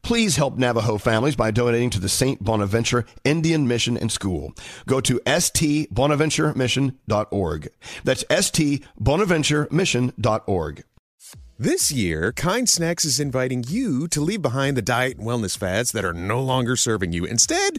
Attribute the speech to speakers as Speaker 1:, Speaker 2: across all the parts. Speaker 1: Please help Navajo families by donating to the St. Bonaventure Indian Mission and School. Go to stbonaventuremission.org. That's stbonaventuremission.org.
Speaker 2: This year, Kind Snacks is inviting you to leave behind the diet and wellness fads that are no longer serving you. Instead,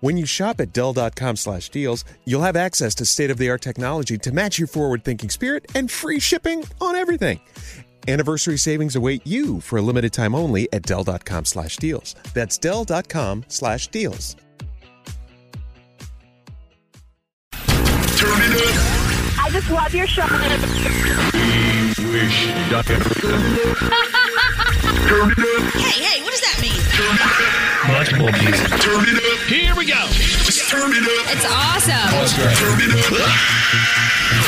Speaker 2: When you shop at Dell.com slash deals, you'll have access to state of the art technology to match your forward thinking spirit and free shipping on everything. Anniversary savings await you for a limited time only at Dell.com slash deals. That's Dell.com slash deals.
Speaker 3: I just love your show.
Speaker 4: Hey, hey, what does that mean?
Speaker 5: Much more music.
Speaker 6: Turn it up. Here we go. Turn it up.
Speaker 4: It's awesome.
Speaker 6: Turn it up.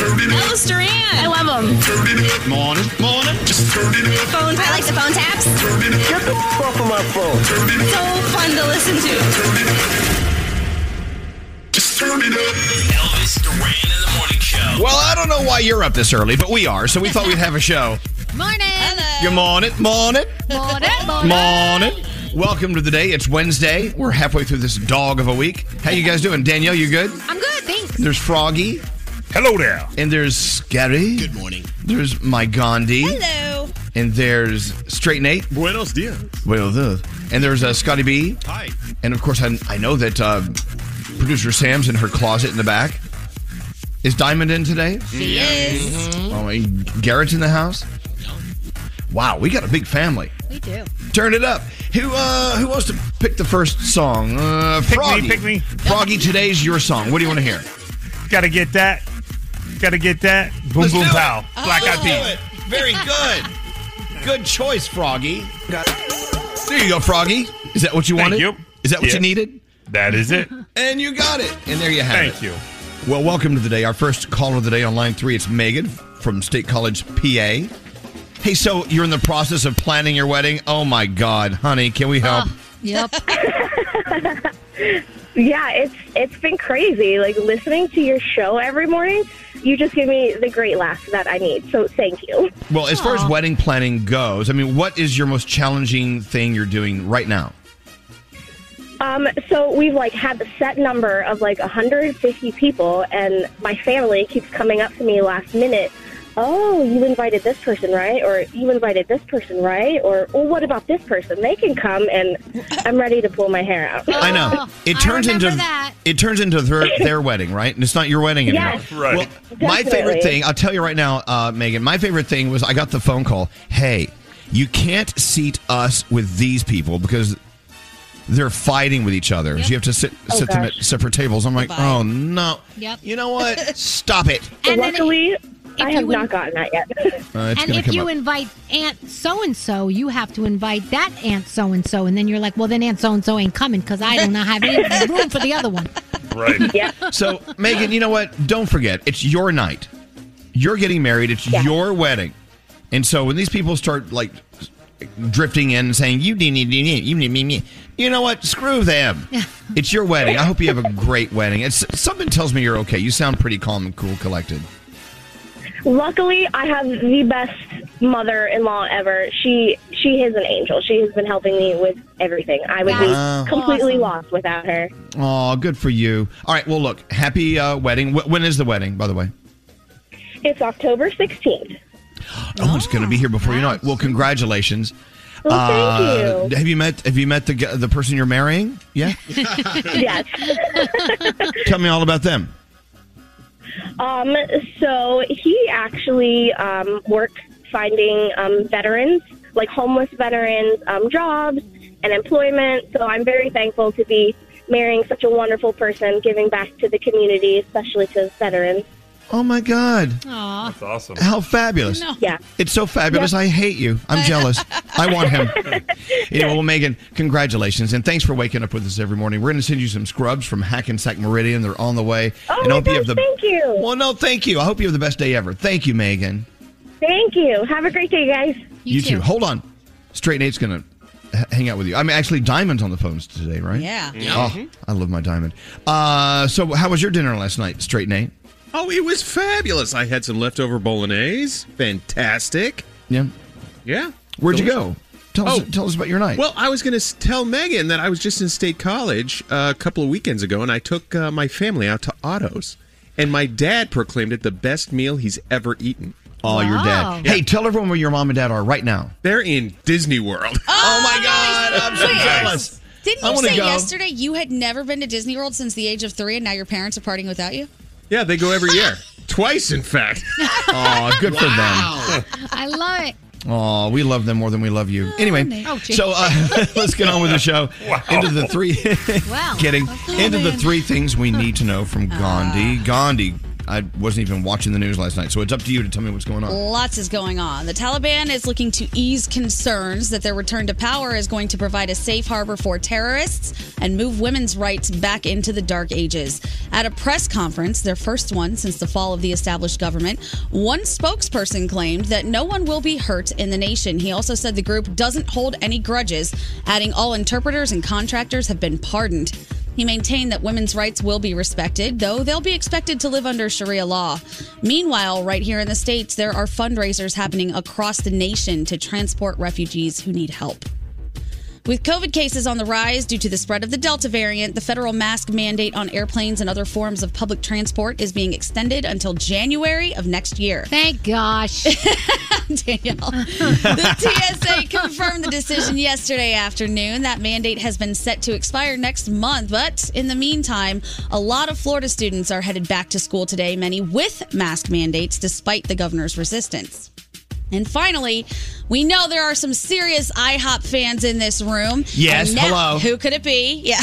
Speaker 6: Turn it up.
Speaker 4: Elvis Duran. I love him.
Speaker 6: Turn it up. Morning. Morning. Just turn it up.
Speaker 4: Phone, I like the phone taps.
Speaker 6: Turn it up. Get the fuck off my phone. Turn it
Speaker 4: So
Speaker 6: up.
Speaker 4: fun to listen to.
Speaker 6: Turn it up. Just turn it up.
Speaker 5: Elvis Duran in the morning show.
Speaker 1: Well, I don't know why you're up this early, but we are, so we thought we'd have a show.
Speaker 7: Morning.
Speaker 1: Good morning, morning,
Speaker 7: Morning.
Speaker 1: morning. Welcome to the day. It's Wednesday. We're halfway through this dog of a week. How you guys doing? Danielle, you good?
Speaker 7: I'm good, thanks.
Speaker 1: There's Froggy,
Speaker 8: Hello there.
Speaker 1: and there's Scary.
Speaker 6: Good morning.
Speaker 1: There's my Gandhi.
Speaker 4: Hello.
Speaker 1: And there's Straight Nate.
Speaker 8: Buenos dias.
Speaker 1: Well, the- And there's uh, Scotty B.
Speaker 8: Hi.
Speaker 1: And of course, I, I know that uh, producer Sam's in her closet in the back. Is Diamond in today?
Speaker 4: She is. Mm-hmm.
Speaker 1: Oh, and Garrett's in the house. Wow, we got a big family.
Speaker 7: We do.
Speaker 1: Turn it up. Who uh, who wants to pick the first song? Uh,
Speaker 8: me,
Speaker 1: Froggy.
Speaker 8: pick me.
Speaker 1: Froggy, today's your song. What do you want to hear?
Speaker 8: Gotta get that. Gotta get that. Boom,
Speaker 1: Let's
Speaker 8: boom,
Speaker 1: do it. Oh,
Speaker 8: pow. Black Eyed Peas.
Speaker 1: it. Very good. good choice, Froggy. There you go, Froggy. Is that what you
Speaker 8: Thank
Speaker 1: wanted?
Speaker 8: you.
Speaker 1: Is that what
Speaker 8: Yeah.
Speaker 1: you needed?
Speaker 8: That is it.
Speaker 1: And you got it. And there you have it.
Speaker 8: Thank you.
Speaker 1: Well, welcome to the day. Our first caller of the day on line three. It's Megan from State College, PA. Hey, so you're in the process of planning your wedding. Oh my God, honey, can we help?
Speaker 9: Yep.
Speaker 10: Yeah, it's it's been crazy. Like listening to your show every morning, you just give me the great laugh that I need. So thank you.
Speaker 1: Well, as far as wedding planning goes, I mean, what is your most challenging thing you're doing right now?
Speaker 10: Um, so we've like had the set number of like 150 people, and my family keeps coming up to me last minute. Oh, you invited this person, right? Or you invited this person, right? Or well, what about this person? They can come, and I'm ready to pull my hair out.
Speaker 1: I know it turns into it turns into their, their wedding, right? And it's not your wedding anymore.
Speaker 10: Yes.
Speaker 8: Right.
Speaker 1: Well, my
Speaker 10: Definitely.
Speaker 1: favorite thing I'll tell you right now, uh, Megan. My favorite thing was I got the phone call. Hey, you can't seat us with these people because they're fighting with each other. So you have to sit
Speaker 10: Oh,
Speaker 1: sit them at
Speaker 10: gosh.
Speaker 1: separate tables. I'm like,
Speaker 9: Goodbye.
Speaker 1: oh no.
Speaker 9: Yep.
Speaker 1: You know what? Stop it.
Speaker 11: And then
Speaker 10: Luckily, I
Speaker 11: you
Speaker 10: have
Speaker 11: win-
Speaker 10: not gotten that yet.
Speaker 1: Uh, it's
Speaker 11: and
Speaker 1: gonna
Speaker 11: if
Speaker 1: come
Speaker 11: you
Speaker 1: up.
Speaker 11: invite Aunt so and so, you have to invite that Aunt so and so, and then you're like, well, then Aunt so and so ain't coming because I don't have any room for the other one.
Speaker 8: Right.
Speaker 10: yeah.
Speaker 1: So, Megan, you know what? Don't forget, it's your night. You're getting married. It's
Speaker 10: Yeah.
Speaker 1: your wedding. And so when these people start like drifting in and saying, you need, need, need, need, you need, me, me, you know what? Screw them. it's your wedding. I hope you have a great wedding. It's Something tells me you're okay. You sound pretty calm and cool, collected.
Speaker 10: Luckily, I have the best mother-in-law ever. She she is an angel. She has been helping me with everything. I would
Speaker 1: Wow.
Speaker 10: be completely
Speaker 11: Awesome.
Speaker 10: lost without her.
Speaker 1: Oh, good for you. All right. Well, look, happy uh, wedding. Wh- when is the wedding, by the way?
Speaker 10: It's October 16th.
Speaker 1: Oh, it's going to be here before you know it. Well, congratulations.
Speaker 10: Well, thank
Speaker 1: Uh, have you met have you met the g- the person you're marrying? Yeah.
Speaker 10: you. yes.
Speaker 1: Tell me all about them.
Speaker 10: Um, so he actually um, works finding um, veterans, like homeless veterans, um, jobs and employment. So I'm very thankful to be marrying such a wonderful person, giving back to the community, especially to veterans.
Speaker 1: Oh my God!
Speaker 11: Aw.
Speaker 8: That's awesome.
Speaker 1: How fabulous!
Speaker 11: No.
Speaker 10: Yeah.
Speaker 1: It's so fabulous. I hate you. I'm jealous. I want him. Anyway, well, Megan, congratulations and thanks for waking up with us every morning. We're going to send you some scrubs from Hackensack Meridian. They're on the way.
Speaker 10: Oh
Speaker 1: and
Speaker 10: my
Speaker 1: I hope you have
Speaker 10: gosh,
Speaker 1: the.
Speaker 10: thank you.
Speaker 1: Well, no, thank you. I hope you have the best day ever. Thank you, Megan.
Speaker 10: Thank you. Have a great day, guys.
Speaker 11: You,
Speaker 1: too. Hold on. Straight Nate's going to h- hang out with you. I mean, actually, Diamond's on the phones today, right?
Speaker 9: Yeah.
Speaker 1: Oh, I love my Diamond. Uh, so, how was your dinner last night, Straight Nate?
Speaker 2: Oh, it was fabulous. I had some leftover bolognese. Fantastic.
Speaker 1: Yeah.
Speaker 2: Yeah.
Speaker 1: Where'd you
Speaker 2: Delicious.
Speaker 1: go? Tell us,
Speaker 2: Oh.
Speaker 1: tell us about your night.
Speaker 2: Well, I was going to tell Megan that I was just in state college uh, a couple of weekends ago, and I took uh, my family out to Otto's, and my dad proclaimed it the best meal he's ever eaten.
Speaker 1: Oh, your
Speaker 11: Wow.
Speaker 1: dad. Hey, tell everyone where your mom and dad are right now.
Speaker 2: They're in Disney World.
Speaker 1: Oh, my God. I'm so
Speaker 9: Wait.
Speaker 1: jealous.
Speaker 9: Didn't
Speaker 1: I
Speaker 9: you
Speaker 1: wanna
Speaker 9: say
Speaker 1: go.
Speaker 9: yesterday you had never been to Disney World since the age of three, and now your parents are partying without you?
Speaker 2: yeah, they go every year, twice, in fact.
Speaker 1: Oh, good for them.
Speaker 11: I love it.
Speaker 1: Oh, we love them more than we love you. Anyway,
Speaker 11: Oh, geez.
Speaker 1: so uh, let's get on with the show. Into the three,
Speaker 11: Wow.
Speaker 1: getting
Speaker 11: Oh,
Speaker 1: into the
Speaker 11: man.
Speaker 1: three things we need to know from Gandhi. Gandhi, I wasn't even watching the news last night, so it's up to you to tell me what's going on.
Speaker 9: Lots is going on. The Taliban is looking to ease concerns that their return to power is going to provide a safe harbor for terrorists and move women's rights back into the dark ages. At a press conference, their first one since the fall of the established government, one spokesperson claimed that no one will be hurt in the nation. He also said the group doesn't hold any grudges, adding all interpreters and contractors have been pardoned. He maintained that women's rights will be respected, though they'll be expected to live under Sharia law. Meanwhile, right here in the States, there are fundraisers happening across the nation to transport refugees who need help. With COVID cases on the rise due to the spread of the Delta variant, the federal mask mandate on airplanes and other forms of public transport is being extended until January of next year.
Speaker 11: Thank gosh.
Speaker 9: Danielle. the TSA confirmed the decision yesterday afternoon. That mandate has been set to expire next month. But in the meantime, a lot of Florida students are headed back to school today, many with mask mandates, despite the governor's resistance. And finally, we know there are some serious IHOP fans in this room.
Speaker 1: Yes,
Speaker 9: And now-
Speaker 1: hello.
Speaker 9: Who could it be? Yeah.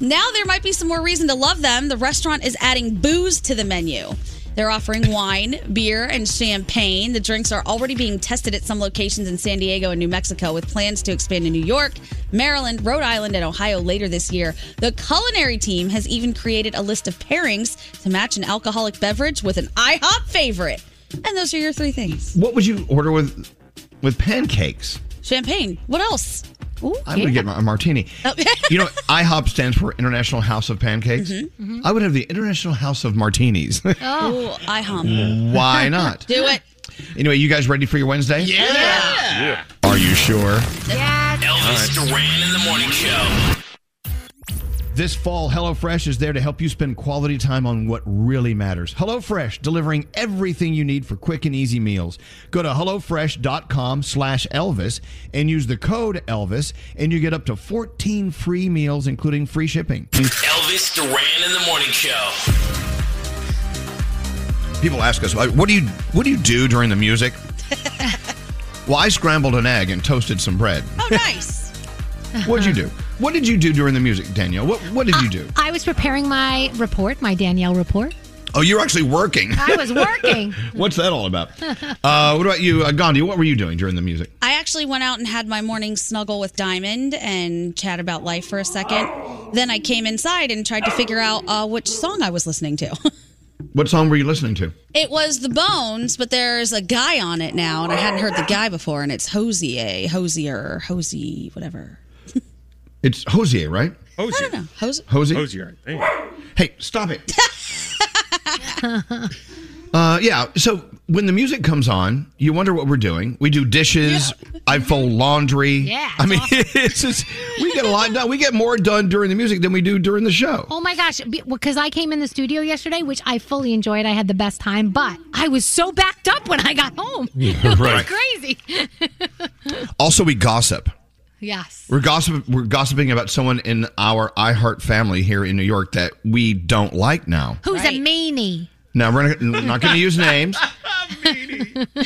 Speaker 9: now there might be some more reason to love them. The restaurant is adding booze to the menu. They're offering wine, beer, and champagne. The drinks are already being tested at some locations in San Diego and New Mexico, with plans to expand to New York, Maryland, Rhode Island, and Ohio later this year. The culinary team has even created a list of pairings to match an alcoholic beverage with an IHOP favorite. And those are your three things.
Speaker 1: What would you order with with pancakes?
Speaker 9: Champagne. What else? Oh.
Speaker 11: Ooh,
Speaker 1: I'm gonna get my, a martini. you know, IHOP stands for International House of Pancakes. I would have the International House of Martinis.
Speaker 9: Mm-hmm. Oh, I hum.
Speaker 1: Why not?
Speaker 9: Do it.
Speaker 1: anyway, you guys ready for your Wednesday?
Speaker 12: Yeah.
Speaker 1: Are you sure?
Speaker 12: Elvis Duran in the morning show.
Speaker 1: This fall, HelloFresh is there to help you spend quality time on what really matters. HelloFresh, delivering everything you need for quick and easy meals. Go to HelloFresh.com slash Elvis and use the code Elvis, and you get up to 14 free meals, including free shipping.
Speaker 12: Elvis Duran in the morning show.
Speaker 1: People ask us, "What do you what do you do during the music?" well, I scrambled an egg and toasted some bread.
Speaker 9: Oh, nice.
Speaker 1: What'd you do? What did you do during the music, Danielle? What What did you do?
Speaker 11: I was preparing my report, my Danielle report.
Speaker 1: Oh, you're actually working.
Speaker 11: I was working.
Speaker 1: What's that all about? Uh, what about you, uh, Gandhi? What were you doing during the music?
Speaker 9: I actually went out and had my morning snuggle with Diamond and chat about life for a second. Then I came inside and tried to figure out uh, which song I was listening to.
Speaker 1: What song were you listening to?
Speaker 9: it was The Bones, but there's a guy on it now, and I hadn't heard the guy before, and it's Hosier, Hosier, Hosey, whatever.
Speaker 1: It's Hosier, right?
Speaker 9: Hosier. I don't know. Hos-
Speaker 1: Hosier.
Speaker 8: Hosier, I think.
Speaker 1: Hey, stop it. Uh, yeah. So when the music comes on, you wonder what we're doing. We do dishes. I fold laundry.
Speaker 11: Yeah,
Speaker 1: I mean, it's just we get a lot done. We get more done during the music than we do during the show.
Speaker 11: Oh my gosh, because I came in the studio yesterday, which I fully enjoyed. I had the best time, but I was so backed up when I got home. it was
Speaker 1: right.
Speaker 11: crazy. Oh.
Speaker 1: Also, we gossip.
Speaker 11: yes.
Speaker 1: We're gossip. We're gossiping about someone in our iHeart family here in New York that we don't like now.
Speaker 11: Who's a meanie?
Speaker 1: Now we're not- not going to use names.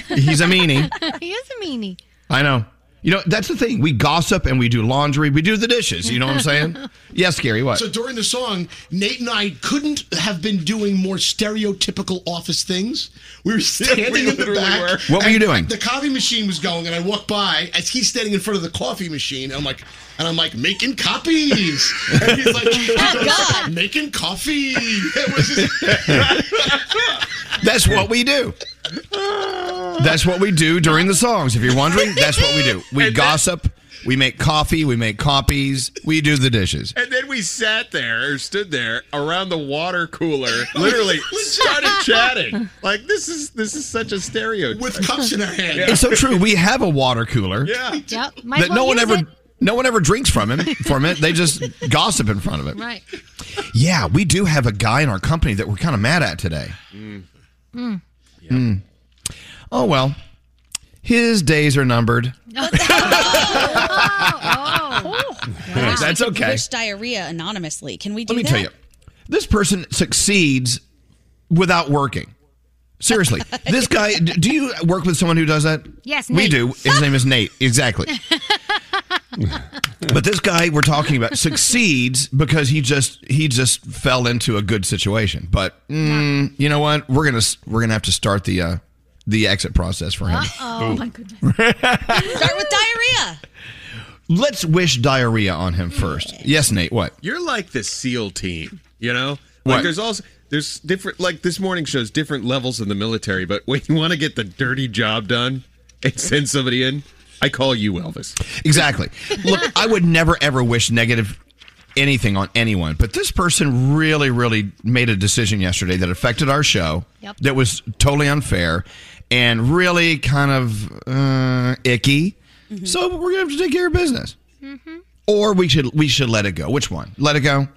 Speaker 1: He's a meanie.
Speaker 11: he is a meanie.
Speaker 1: I know. You know, that's the thing. We gossip and we do laundry. We do the dishes. You know what I'm saying? yes, Gary. What?
Speaker 13: So during the song, Nate and I couldn't have been doing more stereotypical office things. We were standing
Speaker 1: We
Speaker 13: in the
Speaker 1: literally
Speaker 13: back.
Speaker 1: were. What were you
Speaker 13: and
Speaker 1: doing?
Speaker 13: The coffee machine was going, and I walked by as he's standing in front of the coffee machine. And I'm like, and I'm like making copies. and he's like, he goes, making coffee. It was just,
Speaker 1: That's what we do. That's what we do during the songs. If you're wondering, that's what we do. We gossip. We make coffee. We make copies. We do the dishes.
Speaker 14: And then we sat there or stood there around the water cooler, literally started chatting. Like this is this is such a stereotype.
Speaker 13: With cups in our hand.
Speaker 1: It's so true. We have a water cooler
Speaker 14: Yeah.
Speaker 11: Yep.
Speaker 1: that no one ever. No one ever drinks from him. From it, they just gossip in front of it.
Speaker 11: Right.
Speaker 1: Yeah, we do have a guy in our company that we're kind of mad at today.
Speaker 11: Mm.
Speaker 1: Hmm. Oh well, his days are numbered.
Speaker 9: Oh,
Speaker 4: Oh.
Speaker 9: Wish we
Speaker 1: Oh. That's
Speaker 9: could
Speaker 1: okay.
Speaker 9: Wish diarrhea anonymously. Can we do
Speaker 1: Let me
Speaker 9: that?
Speaker 1: tell you, this person succeeds without working. Seriously, this guy. d- Do you work with someone who does that?
Speaker 11: Yes,
Speaker 1: we
Speaker 11: Nate.
Speaker 1: do. His name is Nate. Exactly. but this guy we're talking about succeeds because he just he just fell into a good situation. But mm, you know what? We're gonna s- we're gonna have to start the uh, the exit process for him.
Speaker 11: Oh my goodness.
Speaker 9: Start with diarrhea.
Speaker 1: Let's wish diarrhea on him first. Yes, Nate. What?
Speaker 14: You're like the SEAL team, you know? Like
Speaker 1: What?
Speaker 14: there's also there's different like this morning shows different levels in the military, but when you want to get the dirty job done and send somebody in, I call you Elvis.
Speaker 1: Exactly. Look, I would never ever wish negative anything on anyone, but this person really, really made a decision yesterday that affected our show.
Speaker 11: Yep.
Speaker 1: That was totally unfair and really kind of uh, icky.
Speaker 9: Mm-hmm.
Speaker 1: So we're gonna have to take care of business, or we should we should let it go. Which one? Let it go.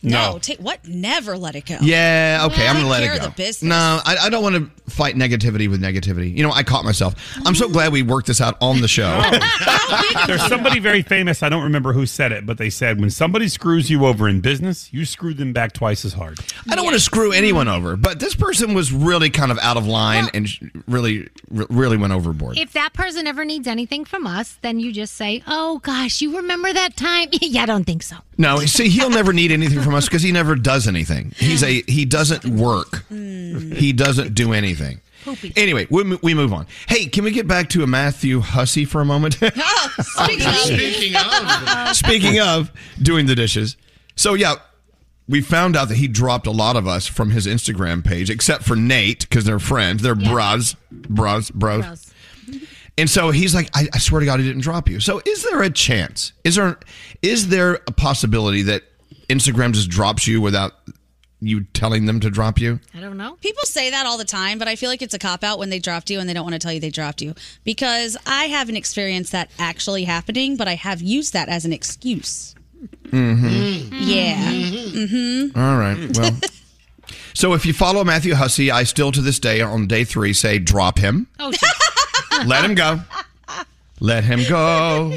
Speaker 9: No. take what? Never let it go.
Speaker 1: Yeah, okay, I'm gonna
Speaker 9: Take
Speaker 1: let
Speaker 9: care
Speaker 1: it
Speaker 9: of
Speaker 1: go.
Speaker 9: the business.
Speaker 1: No, I, I don't want to fight negativity with negativity. You know, I caught myself. I'm
Speaker 9: Mm-hmm.
Speaker 1: so glad we worked this out on the show.
Speaker 8: There's somebody very famous. I don't remember who said it, but they said when somebody screws you over in business, you screw them back twice as hard.
Speaker 1: I don't want to screw anyone over, but this person was really kind of out of line and sh- really, re- really went overboard.
Speaker 11: If that person ever needs anything from us, then you just say, "Oh gosh, you remember that time?" yeah, I don't think so.
Speaker 1: No, see, he'll never need anything from us because he never does anything. He's a he doesn't work. He doesn't do anything.
Speaker 11: Poopy.
Speaker 1: Anyway, we, mo- we move on. Hey, can we get back to a Matthew Hussey for a moment?
Speaker 4: Oh,
Speaker 13: speaking of,
Speaker 1: Speaking of doing the dishes, so yeah, we found out that he dropped a lot of us from his Instagram page, except for Nate because they're friends, they're bros, bros, bros,
Speaker 11: Gross.
Speaker 1: And so he's like, I, I swear to God, I didn't drop you. So is there a chance? Is there is there a possibility that Instagram just drops you without you telling them to drop you?
Speaker 9: I don't know. People say that all the time, but I feel like it's a cop out when they dropped you and they don't want to tell you they dropped you because I haven't experienced that actually happening, but I have used that as an excuse. Mm.
Speaker 1: Mm-hmm.
Speaker 9: Yeah. Mm-hmm.
Speaker 1: All right. Well. So if you follow Matthew Hussey, I still to this day on day three say drop him.
Speaker 11: Oh,
Speaker 1: Let him go. Let him go.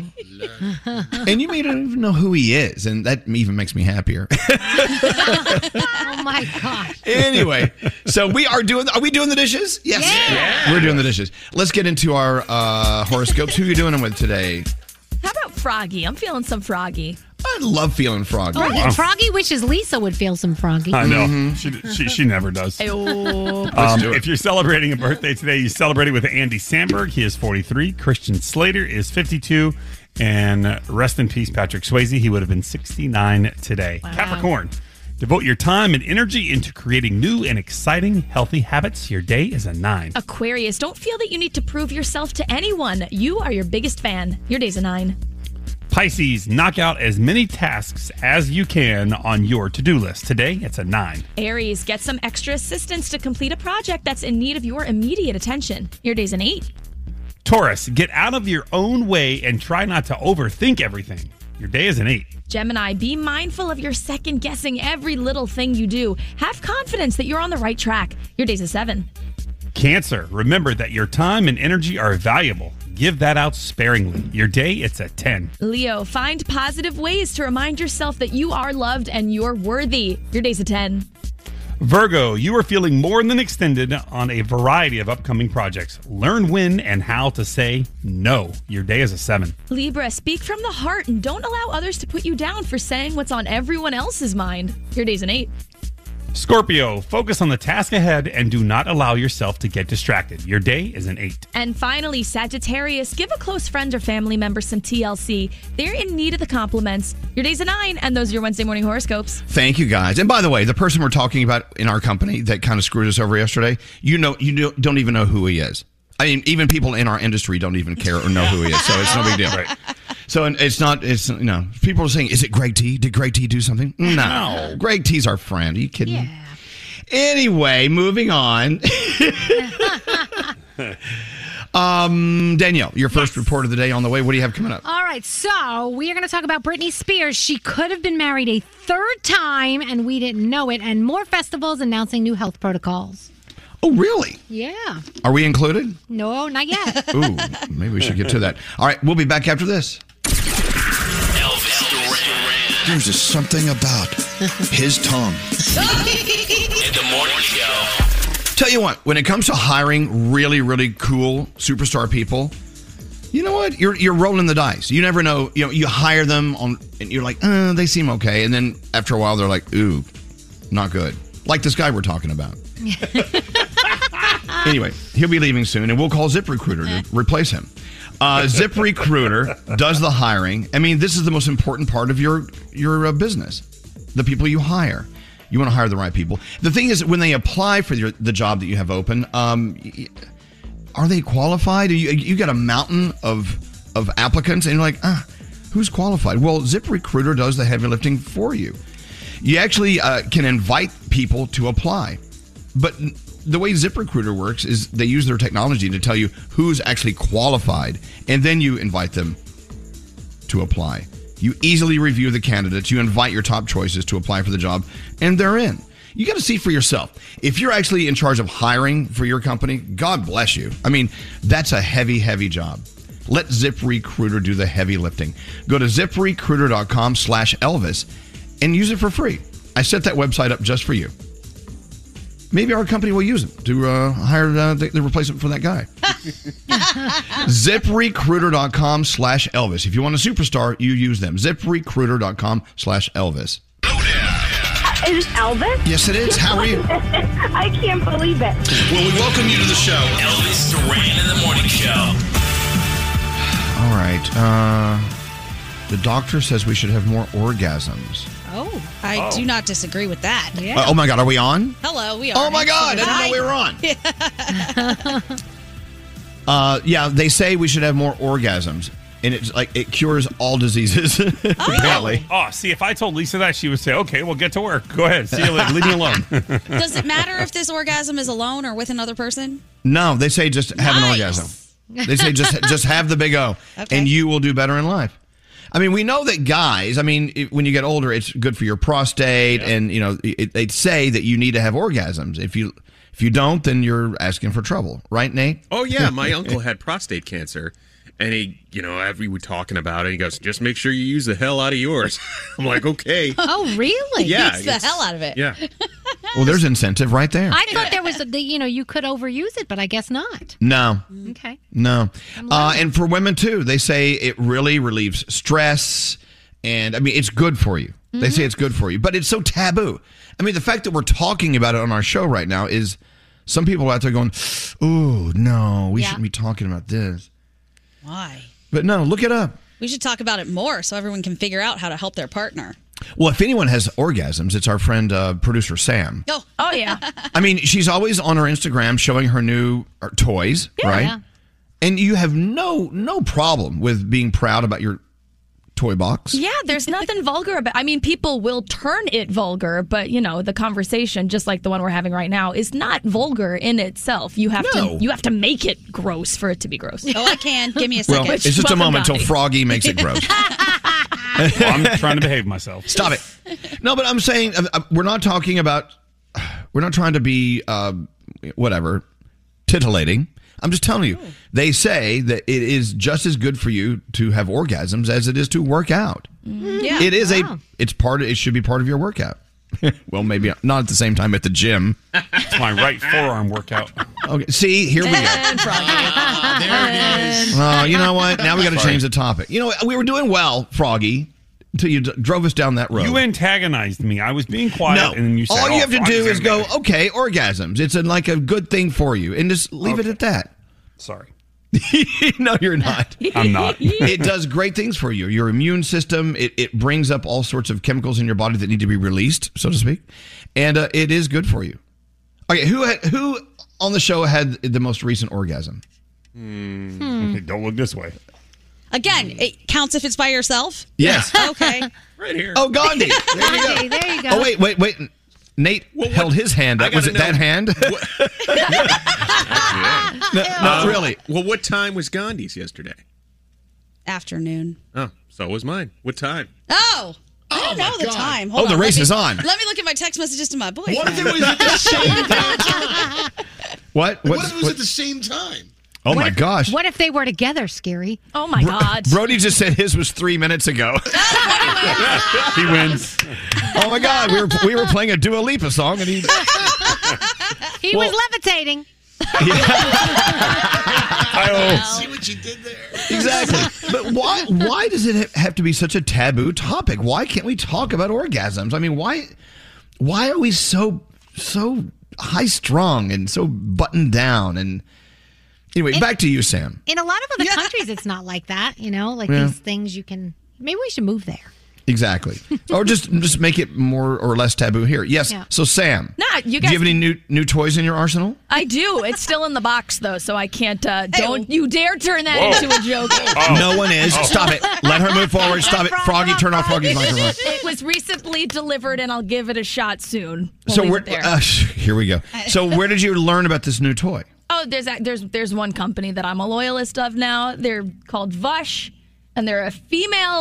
Speaker 1: and you may not even know who he is, and that even makes me happier.
Speaker 11: oh my gosh.
Speaker 1: anyway, so we are doing. Are we doing the dishes? Yes, we're doing the dishes. Let's get into our uh, horoscopes. Who are you doing them with today?
Speaker 15: How about Froggy? I'm feeling some Froggy.
Speaker 1: I love feeling froggy.
Speaker 11: Oh, yeah, Froggy wishes Lisa would feel some Froggy.
Speaker 8: I
Speaker 15: Mm-hmm.
Speaker 8: know. She, she, she never does.
Speaker 15: Oh.
Speaker 8: Um, if you're celebrating a birthday today, you celebrate it with Andy Sandberg. He is 43. Christian Slater is 52. And uh, rest in peace, Patrick Swayze. He would have been 69 today. Capricorn, devote your time and energy into creating new and exciting healthy habits. Your day is a nine.
Speaker 15: Aquarius, don't feel that you need to prove yourself to anyone. You are your biggest fan. Your day's a nine.
Speaker 8: Pisces, knock out as many tasks as you can on your to do list. Today, it's a nine.
Speaker 15: Aries, get some extra assistance to complete a project that's in need of your immediate attention. Your day's an eight.
Speaker 8: Taurus, get out of your own way and try not to overthink everything. Your day is an eight.
Speaker 15: Gemini, be mindful of your second guessing every little thing you do. Have confidence that you're on the right track. Your day's a seven.
Speaker 8: Cancer, remember that your time and energy are valuable. Give that out sparingly. Your day, it's a 10.
Speaker 15: Leo, find positive ways to remind yourself that you are loved and you're worthy. Your day's a 10.
Speaker 8: Virgo, you are feeling more than extended on a variety of upcoming projects. Learn when and how to say no. Your day is a seven.
Speaker 15: Libra, speak from the heart and don't allow others to put you down for saying what's on everyone else's mind. Your day's an 8.
Speaker 8: Scorpio, focus on the task ahead and do not allow yourself to get distracted. Your day is an eight.
Speaker 15: And finally, Sagittarius, give a close friend or family member some TLC. They're in need of the compliments. Your day's a 9, and those are your Wednesday morning horoscopes.
Speaker 1: Thank you guys. And by the way, the person we're talking about in our company that kind of screwed us over yesterday, you know, you don't- don't even know who he is. I mean, even people in our industry don't even care or know who he is, so it's no big deal. Right. So and it's not. It's you know, people are saying, "Is it Greg T? Did Greg T do something?" No, Greg T's our friend. Are you kidding? me? Anyway, moving on. um, Danielle, your first report of the day on the way. What do you have coming up?
Speaker 11: All right, so we are going to talk about Britney Spears. She could have been married a third time, and we didn't know it. And more festivals announcing new health protocols.
Speaker 1: Oh, really?
Speaker 11: Yeah.
Speaker 1: Are we included?
Speaker 11: No, not yet.
Speaker 1: Ooh, maybe we should get to that. All right, we'll be back after this. There's just something about his tongue.
Speaker 12: In the morning show.
Speaker 1: Tell you what, when it comes to hiring really, really cool superstar people, you know what? You're you're rolling the dice. You never know. You know, you hire them on, and you're like, uh, they seem okay, and then after a while, they're like, ooh, not good. Like this guy we're talking about. anyway, he'll be leaving soon, and we'll call ZipRecruiter to replace him. Uh, ZipRecruiter does the hiring. I mean, this is the most important part of your your uh, business, the people you hire. You want to hire the right people. The thing is, when they apply for your, the job that you have open, um, y- y- are they qualified? You, you got a mountain of of applicants, and you're like, ah, who's qualified? Well, ZipRecruiter does the heavy lifting for you. You actually uh, can invite people to apply, but the way ZipRecruiter works is they use their technology to tell you who's actually qualified, and then you invite them to apply. You easily review the candidates, you invite your top choices to apply for the job, and they're in. You got to see for yourself. If you're actually in charge of hiring for your company, God bless you. I mean, that's a heavy, heavy job. Let ZipRecruiter do the heavy lifting. Go to ziprecruiter.com slash Elvis and use it for free. I set that website up just for you. Maybe our company will use it to uh, hire uh, the, the replacement for that guy. ZipRecruiter.com slash Elvis. If you want a superstar, you use them. ZipRecruiter.com slash Elvis.
Speaker 16: Is Elvis?
Speaker 1: Yes, it is. How are you?
Speaker 16: I can't believe it.
Speaker 1: Well, we welcome you to the show.
Speaker 12: Elvis Duran in the morning show.
Speaker 1: All right. Uh, the doctor says we should have more orgasms.
Speaker 9: Oh, I
Speaker 1: Oh.
Speaker 9: do not disagree with that. Yeah.
Speaker 1: Uh, oh my God, are we on?
Speaker 9: Hello, we are.
Speaker 1: Oh my God, I didn't know we were on. Uh, yeah, they say we should have more orgasms, and it's like it cures all diseases.
Speaker 9: Oh.
Speaker 1: Apparently,
Speaker 8: Oh, see, if I told Lisa that, she would say, okay, well, get to work. Go ahead. See you later. Leave me alone.
Speaker 9: Does it matter if this orgasm is alone or with another person?
Speaker 1: no, they say just have an orgasm. They say just just have the big O,
Speaker 9: Okay.
Speaker 1: and you will do better in life. I mean, we know that guys. I mean, it- when you get older, it's good for your prostate, and you know it, they say that you need to have orgasms. If you if you don't, then you're asking for trouble, right, Nate?
Speaker 14: Oh yeah, my uncle had prostate cancer, and he, you know, after we were talking about it, he goes, "Just make sure you use the hell out of yours." I'm like, okay.
Speaker 11: Oh, really?
Speaker 14: Yeah,
Speaker 11: Beats the
Speaker 14: it's-
Speaker 11: hell out of it.
Speaker 14: Yeah.
Speaker 1: Well, there's incentive right there.
Speaker 11: I thought there was, a, the, you know, you could overuse it, but I guess not.
Speaker 1: no.
Speaker 11: Okay.
Speaker 1: No. Uh, and for women too, they say it really relieves stress. And I mean, it's good for you. They say it's good for you, but it's so taboo. I mean, the fact that we're talking about it on our show right now is some people out there going, oh, no, we
Speaker 9: Yeah.
Speaker 1: shouldn't be talking about this.
Speaker 9: Why?
Speaker 1: But no, look it up.
Speaker 9: We should talk about it more so everyone can figure out how to help their partner.
Speaker 1: Well, if anyone has orgasms, it's our friend, uh, producer Sam.
Speaker 9: Oh,
Speaker 15: oh yeah.
Speaker 1: I mean, she's always on her Instagram showing her new uh, toys, right?
Speaker 15: yeah.
Speaker 1: And you have no no problem with being proud about your toy box.
Speaker 15: Yeah, there's nothing vulgar about. I mean, people will turn it vulgar, but you know, the conversation, just like the one we're having right now, is not vulgar in itself. You have
Speaker 1: No.
Speaker 15: to you have to make it gross for it to be gross.
Speaker 9: Oh, I can. Give me a
Speaker 1: Well, it's just a moment till Froggy makes it gross.
Speaker 8: I'm trying to behave myself.
Speaker 1: Stop it. No, but I'm saying uh, uh, we're not talking about. We're not trying to be uh, whatever titillating. I'm just telling you.
Speaker 15: Oh.
Speaker 1: They say that it is just as good for you to have orgasms as it is to work out.
Speaker 9: Yeah.
Speaker 1: it is
Speaker 9: Wow.
Speaker 1: a. It's part. Of, it should be part of your workout. well, maybe not at the same time at the gym.
Speaker 8: It's my right forearm workout.
Speaker 1: Okay. See, here we go. Oh, you know what? Now we got to
Speaker 8: Sorry.
Speaker 1: change the topic. You know, we were doing well, Froggy, until you d- drove us down that road.
Speaker 8: You antagonized me. I was being quiet,
Speaker 1: no.
Speaker 8: and you said,
Speaker 1: all you
Speaker 8: "Oh,
Speaker 1: have to
Speaker 8: fuck,
Speaker 1: do
Speaker 8: he's
Speaker 1: is
Speaker 8: gonna
Speaker 1: go, okay, orgasms. It's a, like a good thing for you, and just leave it at that.
Speaker 8: Sorry.
Speaker 1: no, you're not.
Speaker 8: I'm not.
Speaker 1: it does great things for you. Your immune system. It, it brings up all sorts of chemicals in your body that need to be released, so to speak, and uh, it is good for you. Okay, who had, who on the show had the most recent orgasm?
Speaker 9: Hmm.
Speaker 8: Okay, don't look this way.
Speaker 9: Again, it counts if it's by yourself.
Speaker 1: Yes.
Speaker 9: Okay.
Speaker 14: Right here.
Speaker 1: Oh, Gandhi. There you go.
Speaker 9: Gandhi,
Speaker 11: there you go.
Speaker 1: Oh wait, wait, wait. Nate held his hand up.
Speaker 14: I
Speaker 1: Was it
Speaker 14: gotta
Speaker 1: that
Speaker 14: know-
Speaker 1: hand? No, not really.
Speaker 14: Um, Well, what time was Gandhi's yesterday?
Speaker 9: Afternoon.
Speaker 14: Oh, so was mine. What time?
Speaker 9: Oh. I don't know the
Speaker 14: God.
Speaker 9: time.
Speaker 14: Oh, the
Speaker 9: let
Speaker 14: race
Speaker 9: me-
Speaker 14: is on.
Speaker 9: Let me look at my text messages to my boyfriend.
Speaker 13: What if it was at the same
Speaker 1: What?
Speaker 13: What if it was at the same time?
Speaker 1: Oh my gosh.
Speaker 11: What if they were together, Scary?
Speaker 15: Oh my
Speaker 1: Bro- Brody just said his was three minutes ago.
Speaker 8: he wins.
Speaker 1: Oh my God, we were we were playing a Dua Lipa song and he.
Speaker 11: He
Speaker 1: Well-
Speaker 11: was levitating.
Speaker 13: See what you did there?
Speaker 1: Exactly. But why why does it ha- have to be such a taboo topic? Why can't we talk about orgasms? I mean, why why are we so so high strung and so buttoned down? And anyway, back to you, Sam.
Speaker 11: In a lot of other countries, it's not like that. You know, like
Speaker 1: Yeah.
Speaker 11: these things you can. Maybe we should move there.
Speaker 1: Exactly. or just just make it more or less taboo here. Yes.
Speaker 15: Yeah.
Speaker 1: So Sam,
Speaker 15: Nah,
Speaker 1: do
Speaker 15: you guys-
Speaker 1: you have any new new toys in your arsenal?
Speaker 15: I do. It's still in the box though, so I can't. Uh, don't you dare turn that
Speaker 1: Whoa.
Speaker 15: into a joke.
Speaker 1: No one is. Stop it. Let her move forward. Stop it. Froggy, turn off Froggy's microphone.
Speaker 15: it was recently delivered, and I'll give it a shot soon. We'll
Speaker 1: so
Speaker 15: leave
Speaker 1: where?
Speaker 15: it there.
Speaker 1: Uh, here we go. So where did you learn about this new toy?
Speaker 15: Oh, there's a, there's there's one company that I'm a loyalist of now. They're called Vush, and they're a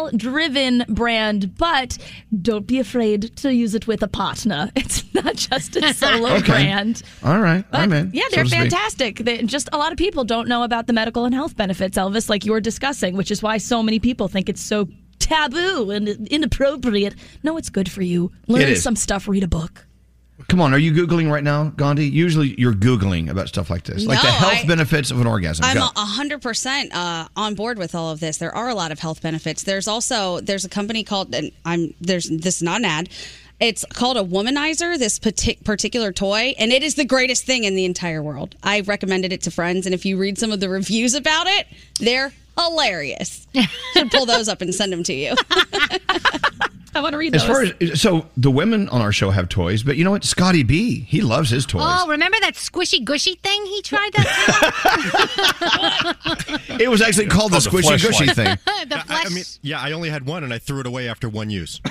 Speaker 15: female-driven brand. But don't be afraid to use it with a partner. It's not just a solo
Speaker 1: Okay.
Speaker 15: brand.
Speaker 1: All right.
Speaker 15: But
Speaker 1: I'm in.
Speaker 15: yeah,
Speaker 1: so
Speaker 15: they're
Speaker 1: to speak.
Speaker 15: fantastic. They, just a lot of people don't know about the medical and health benefits, Elvis, like you were discussing, which is why so many people think it's so taboo and inappropriate. No, it's good for you.
Speaker 1: It
Speaker 15: Learn
Speaker 1: is.
Speaker 15: some stuff. Read a book.
Speaker 1: Come on, are you googling right now, Gandhi? Usually you're googling about stuff like this, like the
Speaker 9: No,
Speaker 1: health
Speaker 9: I-
Speaker 1: benefits of an orgasm.
Speaker 9: I'm
Speaker 1: Go.
Speaker 9: a hundred percent uh, on board with all of this. There are a lot of health benefits. There's also there's a company called and I'm there's this is not an ad. It's called a womanizer. This partic- particular toy, and it is the greatest thing in the entire world. I recommended it to friends, and if you read some of the reviews about it, they're hilarious. Should pull those up and send them to you.
Speaker 15: I want to read
Speaker 1: As far
Speaker 15: those.
Speaker 1: as so, the women on our show have toys, but you know what? Scotty B, he loves his
Speaker 15: Uh,
Speaker 1: toys.
Speaker 11: Oh, remember that squishy gushy thing he tried that
Speaker 1: It was actually called the
Speaker 17: It's called Oh, the
Speaker 1: squishy gushy
Speaker 17: fleshlight.
Speaker 1: thing.
Speaker 11: the
Speaker 17: I- I, mean, yeah, I only had one and I threw it away after one use.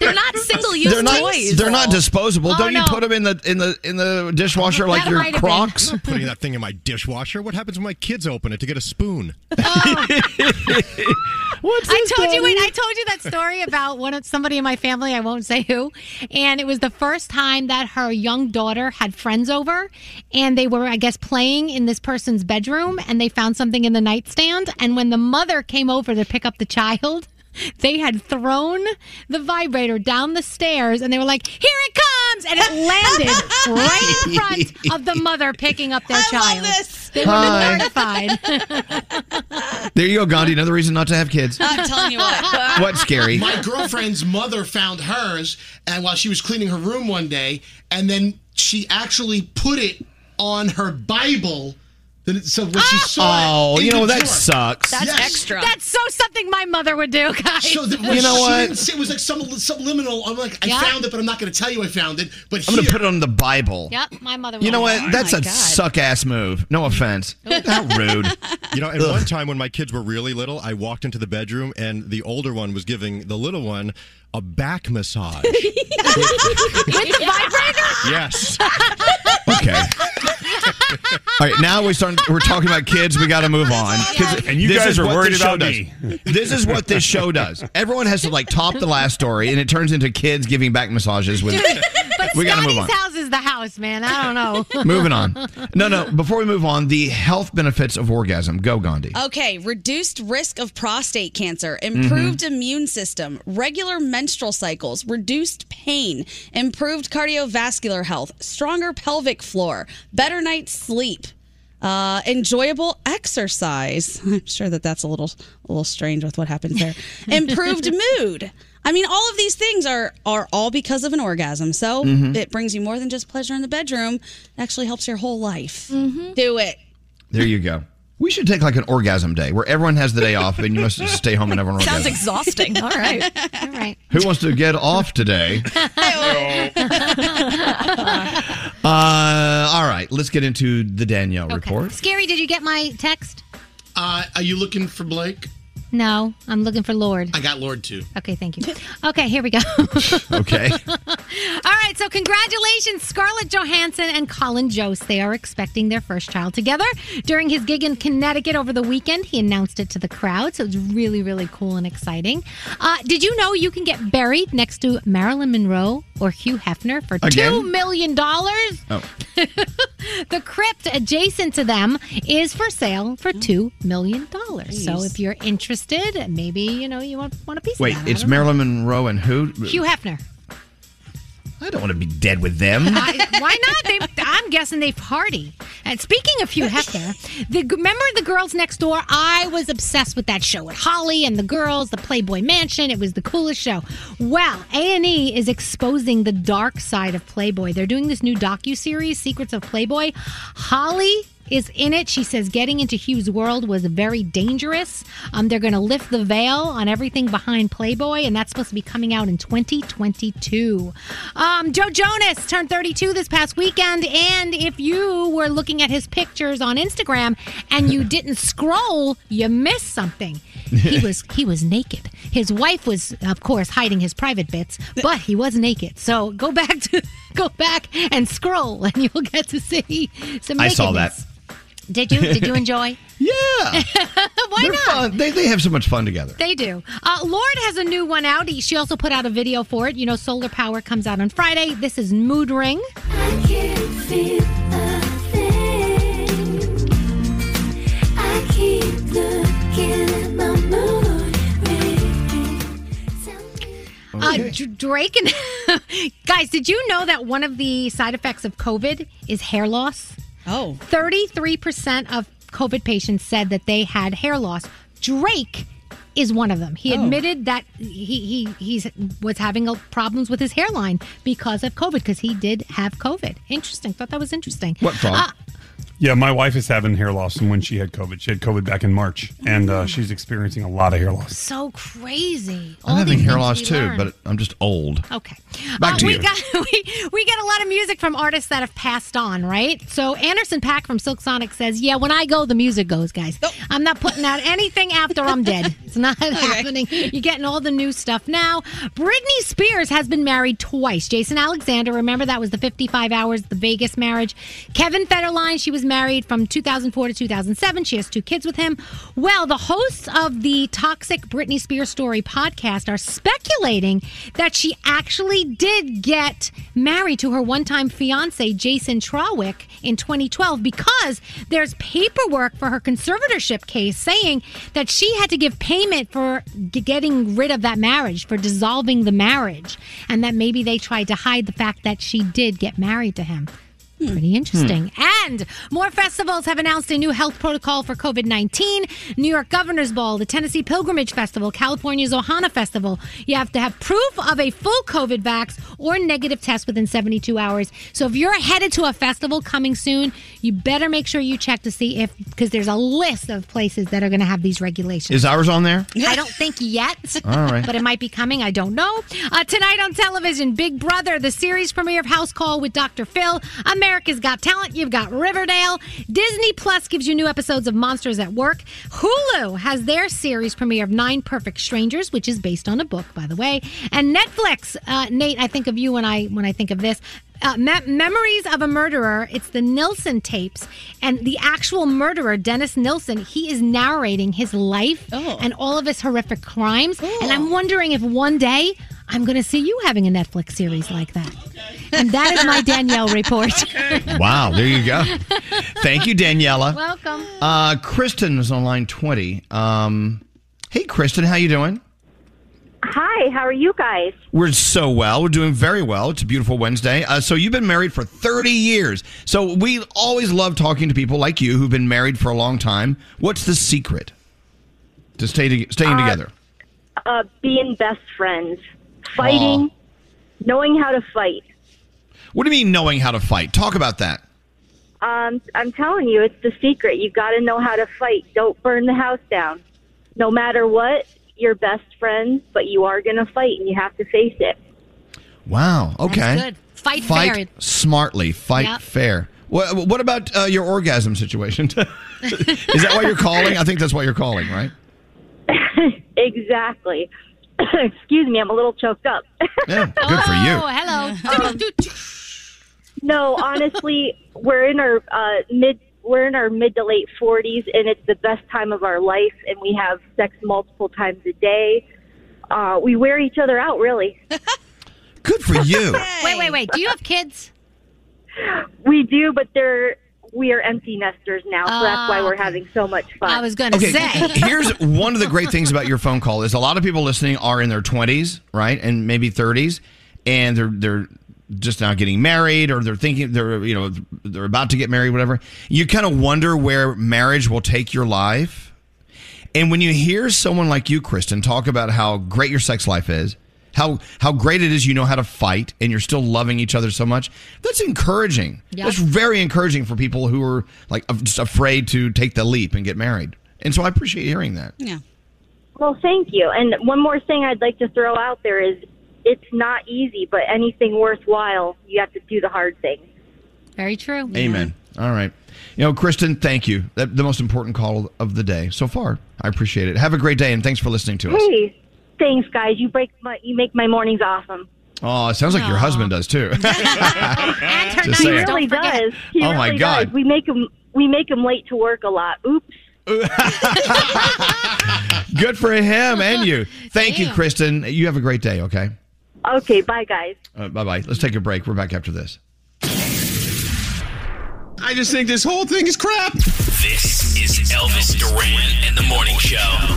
Speaker 15: They're not single use
Speaker 1: they're not
Speaker 15: toys.
Speaker 1: they're not
Speaker 15: though.
Speaker 1: disposable.
Speaker 15: Oh,
Speaker 1: Don't
Speaker 15: no.
Speaker 1: you put them in the in the in the dishwasher like
Speaker 17: That
Speaker 1: your
Speaker 17: might have been.
Speaker 1: Crocs?
Speaker 17: I'm not putting that thing in my dishwasher. What happens when my kids open it to get a spoon?
Speaker 11: I told you wait, I told you that story about one of somebody in my family, I won't say who, and it was the first time that her young daughter had friends over and they were I guess playing in this person's bedroom and they found something in the nightstand and when the mother came over to pick up the child, they had thrown the vibrator down the stairs and they were like, "Here it comes." And it landed right in front of the mother picking up their child. They were
Speaker 1: Hi.
Speaker 11: mortified.
Speaker 1: There you go, Gandhi. Another reason not to have
Speaker 15: uh,
Speaker 1: kids.
Speaker 13: I'm
Speaker 9: telling you what.
Speaker 1: What's scary?
Speaker 13: My girlfriend's mother found hers, and while she was cleaning her room one day, and then she actually put it on her Bible. Then it- So when she saw it,
Speaker 1: Oh,
Speaker 13: in
Speaker 1: you know
Speaker 13: the
Speaker 1: that
Speaker 13: drawer-
Speaker 1: sucks. That's
Speaker 13: extra.
Speaker 11: That's so something my mother would do, guys.
Speaker 13: So the,
Speaker 1: You know
Speaker 13: she
Speaker 1: what?
Speaker 13: didn't say- it was like some subliminal. I'm like, I
Speaker 11: Yeah.
Speaker 13: found it, but I'm not going to tell you I found it. But
Speaker 1: I'm gonna
Speaker 13: here-
Speaker 1: put it on the Bible.
Speaker 11: Yep, my mother.
Speaker 1: You know what? That's a
Speaker 11: God.
Speaker 1: suck ass move. No offense. How rude.
Speaker 17: You know, and
Speaker 1: Ugh.
Speaker 17: one time when my kids were really little, I walked into the bedroom and the older one was giving the little one a back massage.
Speaker 11: With the vibrator?
Speaker 17: yes.
Speaker 1: Okay. All right, now we start. We're talking about kids. We got to move on. Kids-
Speaker 8: And you
Speaker 1: this
Speaker 8: guys
Speaker 1: is
Speaker 8: are
Speaker 1: what
Speaker 8: worried
Speaker 1: this show
Speaker 8: about
Speaker 1: does.
Speaker 8: me.
Speaker 1: This is what this show does. Everyone has to like top the last story, and it turns into kids giving back massages. With
Speaker 11: Dude, but
Speaker 1: we gotta
Speaker 11: Scotty's
Speaker 1: move on.
Speaker 11: house is the house, man. I don't know.
Speaker 1: Moving on. No, no. Before we move on, the health benefits of orgasm. Go, Gandhi.
Speaker 9: Okay, reduced risk of prostate cancer, improved immune system, regular menstrual cycles, reduced pain, improved cardiovascular health, stronger pelvic floor, better night's sleep, uh, enjoyable exercise. I'm sure that that's a little a little strange with what happens there. improved mood. I mean, all of these things are are all because of an orgasm. So
Speaker 1: Mhm.
Speaker 9: it brings you more than just pleasure in the bedroom. It actually helps your whole life. Do it.
Speaker 1: There you go. We should take like an orgasm day where everyone has the day off, and you must just stay home and everyone
Speaker 15: Sounds
Speaker 1: orgasms.
Speaker 15: exhausting. All right.
Speaker 11: All right.
Speaker 1: Who wants to get off today? Uh, all right, let's get into the Danielle report.
Speaker 11: Scary, did you get my text?
Speaker 13: Uh, are you looking for Blake?
Speaker 11: No, I'm looking for Lord.
Speaker 13: I got Lord too.
Speaker 11: Okay, thank you. Okay, here we go.
Speaker 1: Okay.
Speaker 11: All right, so congratulations, Scarlett Johansson and Colin Jost. They are expecting their first child together. During his gig in Connecticut over the weekend, he announced it to the crowd, so it's really, really cool and exciting. Uh, did you know you can get buried next to Marilyn Monroe or Hugh Hefner for
Speaker 18: Again?
Speaker 11: $2 million?
Speaker 1: Oh.
Speaker 11: the crypt adjacent to them is for sale for $2 million. So if you're interested, maybe, you know, you want, want a piece
Speaker 1: Wait,
Speaker 11: of that. I
Speaker 1: it's
Speaker 11: don't know.
Speaker 1: Marilyn Monroe and who?
Speaker 11: Hugh Hefner.
Speaker 1: I don't want to be dead with them.
Speaker 11: I, why not? They, I'm guessing they party. And speaking of Hugh Hefner, the remember the girls next door? I was obsessed with that show with Holly and the girls, the Playboy Mansion. It was the coolest show. Well, A and E is exposing the dark side of Playboy. They're doing this new docu series, Secrets of Playboy. Holly is in it. She says getting into Hugh's world was very dangerous. Um, they're going to lift the veil on everything behind Playboy, and that's supposed to be coming out in 2022. Um, Joe Jonas turned 32 this past weekend, and if you were looking at his pictures on Instagram and you didn't scroll, you missed something. He was he was naked. His wife was, of course, hiding his private bits, but he was naked. So go back to go back and scroll, and you'll get to see some.
Speaker 1: I saw that.
Speaker 11: nakedness. Did you? Did you enjoy?
Speaker 1: yeah.
Speaker 11: Why
Speaker 1: They're
Speaker 11: not?
Speaker 1: fun. They, they have so much fun together.
Speaker 11: They do. Uh, Lord has a new one out. He- She also put out a video for it. You know, Solar Power comes out on Friday. This is Mood Ring. Uh, D- Drake and guys, did you know that one of the side effects of COVID is hair loss?
Speaker 9: Oh.
Speaker 11: 33% of COVID patients said that they had hair loss. Drake is one of them. He
Speaker 18: Oh.
Speaker 11: admitted that he he he's, was having a- problems with his hairline because of COVID because he did have COVID. Interesting. Thought that was interesting.
Speaker 18: What frog?
Speaker 11: Uh,
Speaker 8: Yeah, my wife is having hair loss from when she had COVID. She had COVID back in March, and uh, she's experiencing a lot of hair loss.
Speaker 11: Uh, So crazy.
Speaker 1: I'm
Speaker 11: All
Speaker 1: having
Speaker 11: these
Speaker 1: hair
Speaker 11: things
Speaker 1: loss
Speaker 11: we
Speaker 1: too,
Speaker 11: learn.
Speaker 1: but I'm just old.
Speaker 11: Okay. Uh,
Speaker 1: Back to
Speaker 11: we
Speaker 1: you.
Speaker 11: got we, we get a lot of music from artists that have passed on, right? So Anderson Pack from Silk Sonic says, "Yeah, when I go, the music goes, guys. I'm not putting out anything after I'm dead. It's not happening. You're getting all the new stuff now. Britney Spears has been married twice. Jason Alexander, remember that was the 55 hours, the Vegas marriage. Kevin Federline, she was married from 2004 to 2007. She has two kids with him. Well, the hosts of the Toxic Britney Spears Story podcast are speculating that she actually did get married to her one time fiance, Jason Trawick, in 2012 because there's paperwork for her conservatorship case saying that she had to give payment for g- getting rid of that marriage, for dissolving the marriage, and that maybe they tried to hide the fact that she did get married to him. Pretty interesting. And more festivals have announced a new health protocol for COVID 19. New York Governor's Ball, the Tennessee Pilgrimage Festival, California's Ohana Festival. You have to have proof of a full COVID vax or negative test within 72 hours. So if you're headed to a festival coming soon, you better make sure you check to see if, because there's a list of places that are going to have these regulations.
Speaker 1: Is ours on there?
Speaker 11: I don't think yet.
Speaker 1: All right.
Speaker 11: But it might be coming. I don't know. Uh, tonight on television, Big Brother, the series premiere of House Call with Dr. Phil. America's Got Talent. You've got Riverdale. Disney Plus gives you new episodes of Monsters at Work. Hulu has their series premiere of Nine Perfect Strangers, which is based on a book, by the way. And Netflix. Uh, Nate, I think of you when I when I think of this. Uh, Me- Memories of a Murderer. It's the Nilsson tapes, and the actual murderer, Dennis Nilsson, he is narrating his life
Speaker 9: Oh.
Speaker 11: and all of his horrific crimes. And I'm wondering if one day I'm going to see you having a Netflix series like that. And that is my Danielle report.
Speaker 1: Wow, there you go. Thank you, Daniela.
Speaker 11: Welcome.
Speaker 1: Uh, Kristen is on line 20. Um, hey, Kristen, how you doing?
Speaker 19: Hi, how are you guys?
Speaker 1: We're so well. We're doing very well. It's a beautiful Wednesday. Uh, so you've been married for 30 years. So we always love talking to people like you who've been married for a long time. What's the secret to stay to, staying
Speaker 19: Uh,
Speaker 1: together?
Speaker 19: Uh, being best friends, fighting, knowing how to fight.
Speaker 1: What do you mean knowing how to fight? Talk about that.
Speaker 19: Um, I'm telling you, it's the secret. You got to know how to fight. Don't burn the house down. No matter what, you're best friends, but you are going to fight, and you have to face it.
Speaker 1: Wow. Okay.
Speaker 11: good. Fight fair.
Speaker 1: smartly. Fight
Speaker 11: Yep.
Speaker 1: fair. What, what about uh, your orgasm situation? Is that why you're calling? I think that's why you're calling, right?
Speaker 19: Exactly. Excuse me, I'm a little choked up.
Speaker 1: Yeah, good for you.
Speaker 11: Oh, hello.
Speaker 19: no, honestly, we're in our uh, mid we're in our mid to late forties, and it's the best time of our life, and we have sex multiple times a day. Uh, we wear each other out, really.
Speaker 1: Good for you.
Speaker 11: Wait, wait, wait. Do you have kids?
Speaker 19: We do, but they're we are empty nesters now, so that's why we're having so much fun. I
Speaker 11: was going to
Speaker 1: here's one of the great things about your phone call is a lot of people listening are in their 20s, right, and maybe 30s, and they're they're just now getting married or they're thinking they're you know they're about to get married, whatever. You kind of wonder where marriage will take your life, and when you hear someone like you, Kristen, talk about how great your sex life is. How, how great it is you know how to fight and you're still loving each other so much that's encouraging
Speaker 11: Yeah.
Speaker 1: that's very encouraging for people who are like af- just afraid to take the leap and get married. And so I appreciate hearing that.
Speaker 19: Yeah. Well, thank you. And one more thing I'd like to throw out there is it's not easy, but anything worthwhile, you have to do the hard thing.
Speaker 11: Very true.
Speaker 1: Amen. All right. You know, Kristen, thank you. That, the most important call of the day so far. I appreciate it. Have a great day and thanks for listening to us.
Speaker 19: Hey, thanks, guys. You break my, you make my mornings awesome.
Speaker 1: Oh, it sounds like your husband does too.
Speaker 11: and
Speaker 1: her Just
Speaker 19: he
Speaker 1: saying.
Speaker 19: really does. He
Speaker 1: Oh, my
Speaker 19: really
Speaker 1: God.
Speaker 19: does. We make him, we make him late to work a lot. Oops.
Speaker 1: Good for him and you. Thank you,
Speaker 19: Damn.
Speaker 1: Kristen. You have a great day, okay?
Speaker 19: Okay, bye, guys.
Speaker 1: Uh, bye bye. Let's take a break. We're back after this.
Speaker 2: I just think this whole thing is crap.
Speaker 12: This is Elvis Duran and the Morning Show.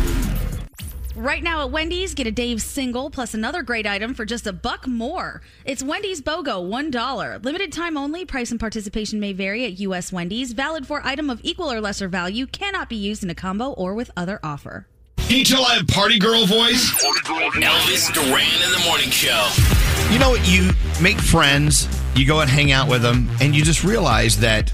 Speaker 9: Right now at Wendy's, get a Dave's single plus another great item for just a buck more. It's Wendy's BOGO, $1. Limited time only. Price and participation may vary at U.S. Wendy's. Valid for item of equal or lesser value. Cannot be used in a combo or with other offer.
Speaker 20: Can you tell I have party girl voice?
Speaker 12: Elvis Duran and the Morning Show.
Speaker 1: You know what? You make friends, you go and hang out with them, and you just realize that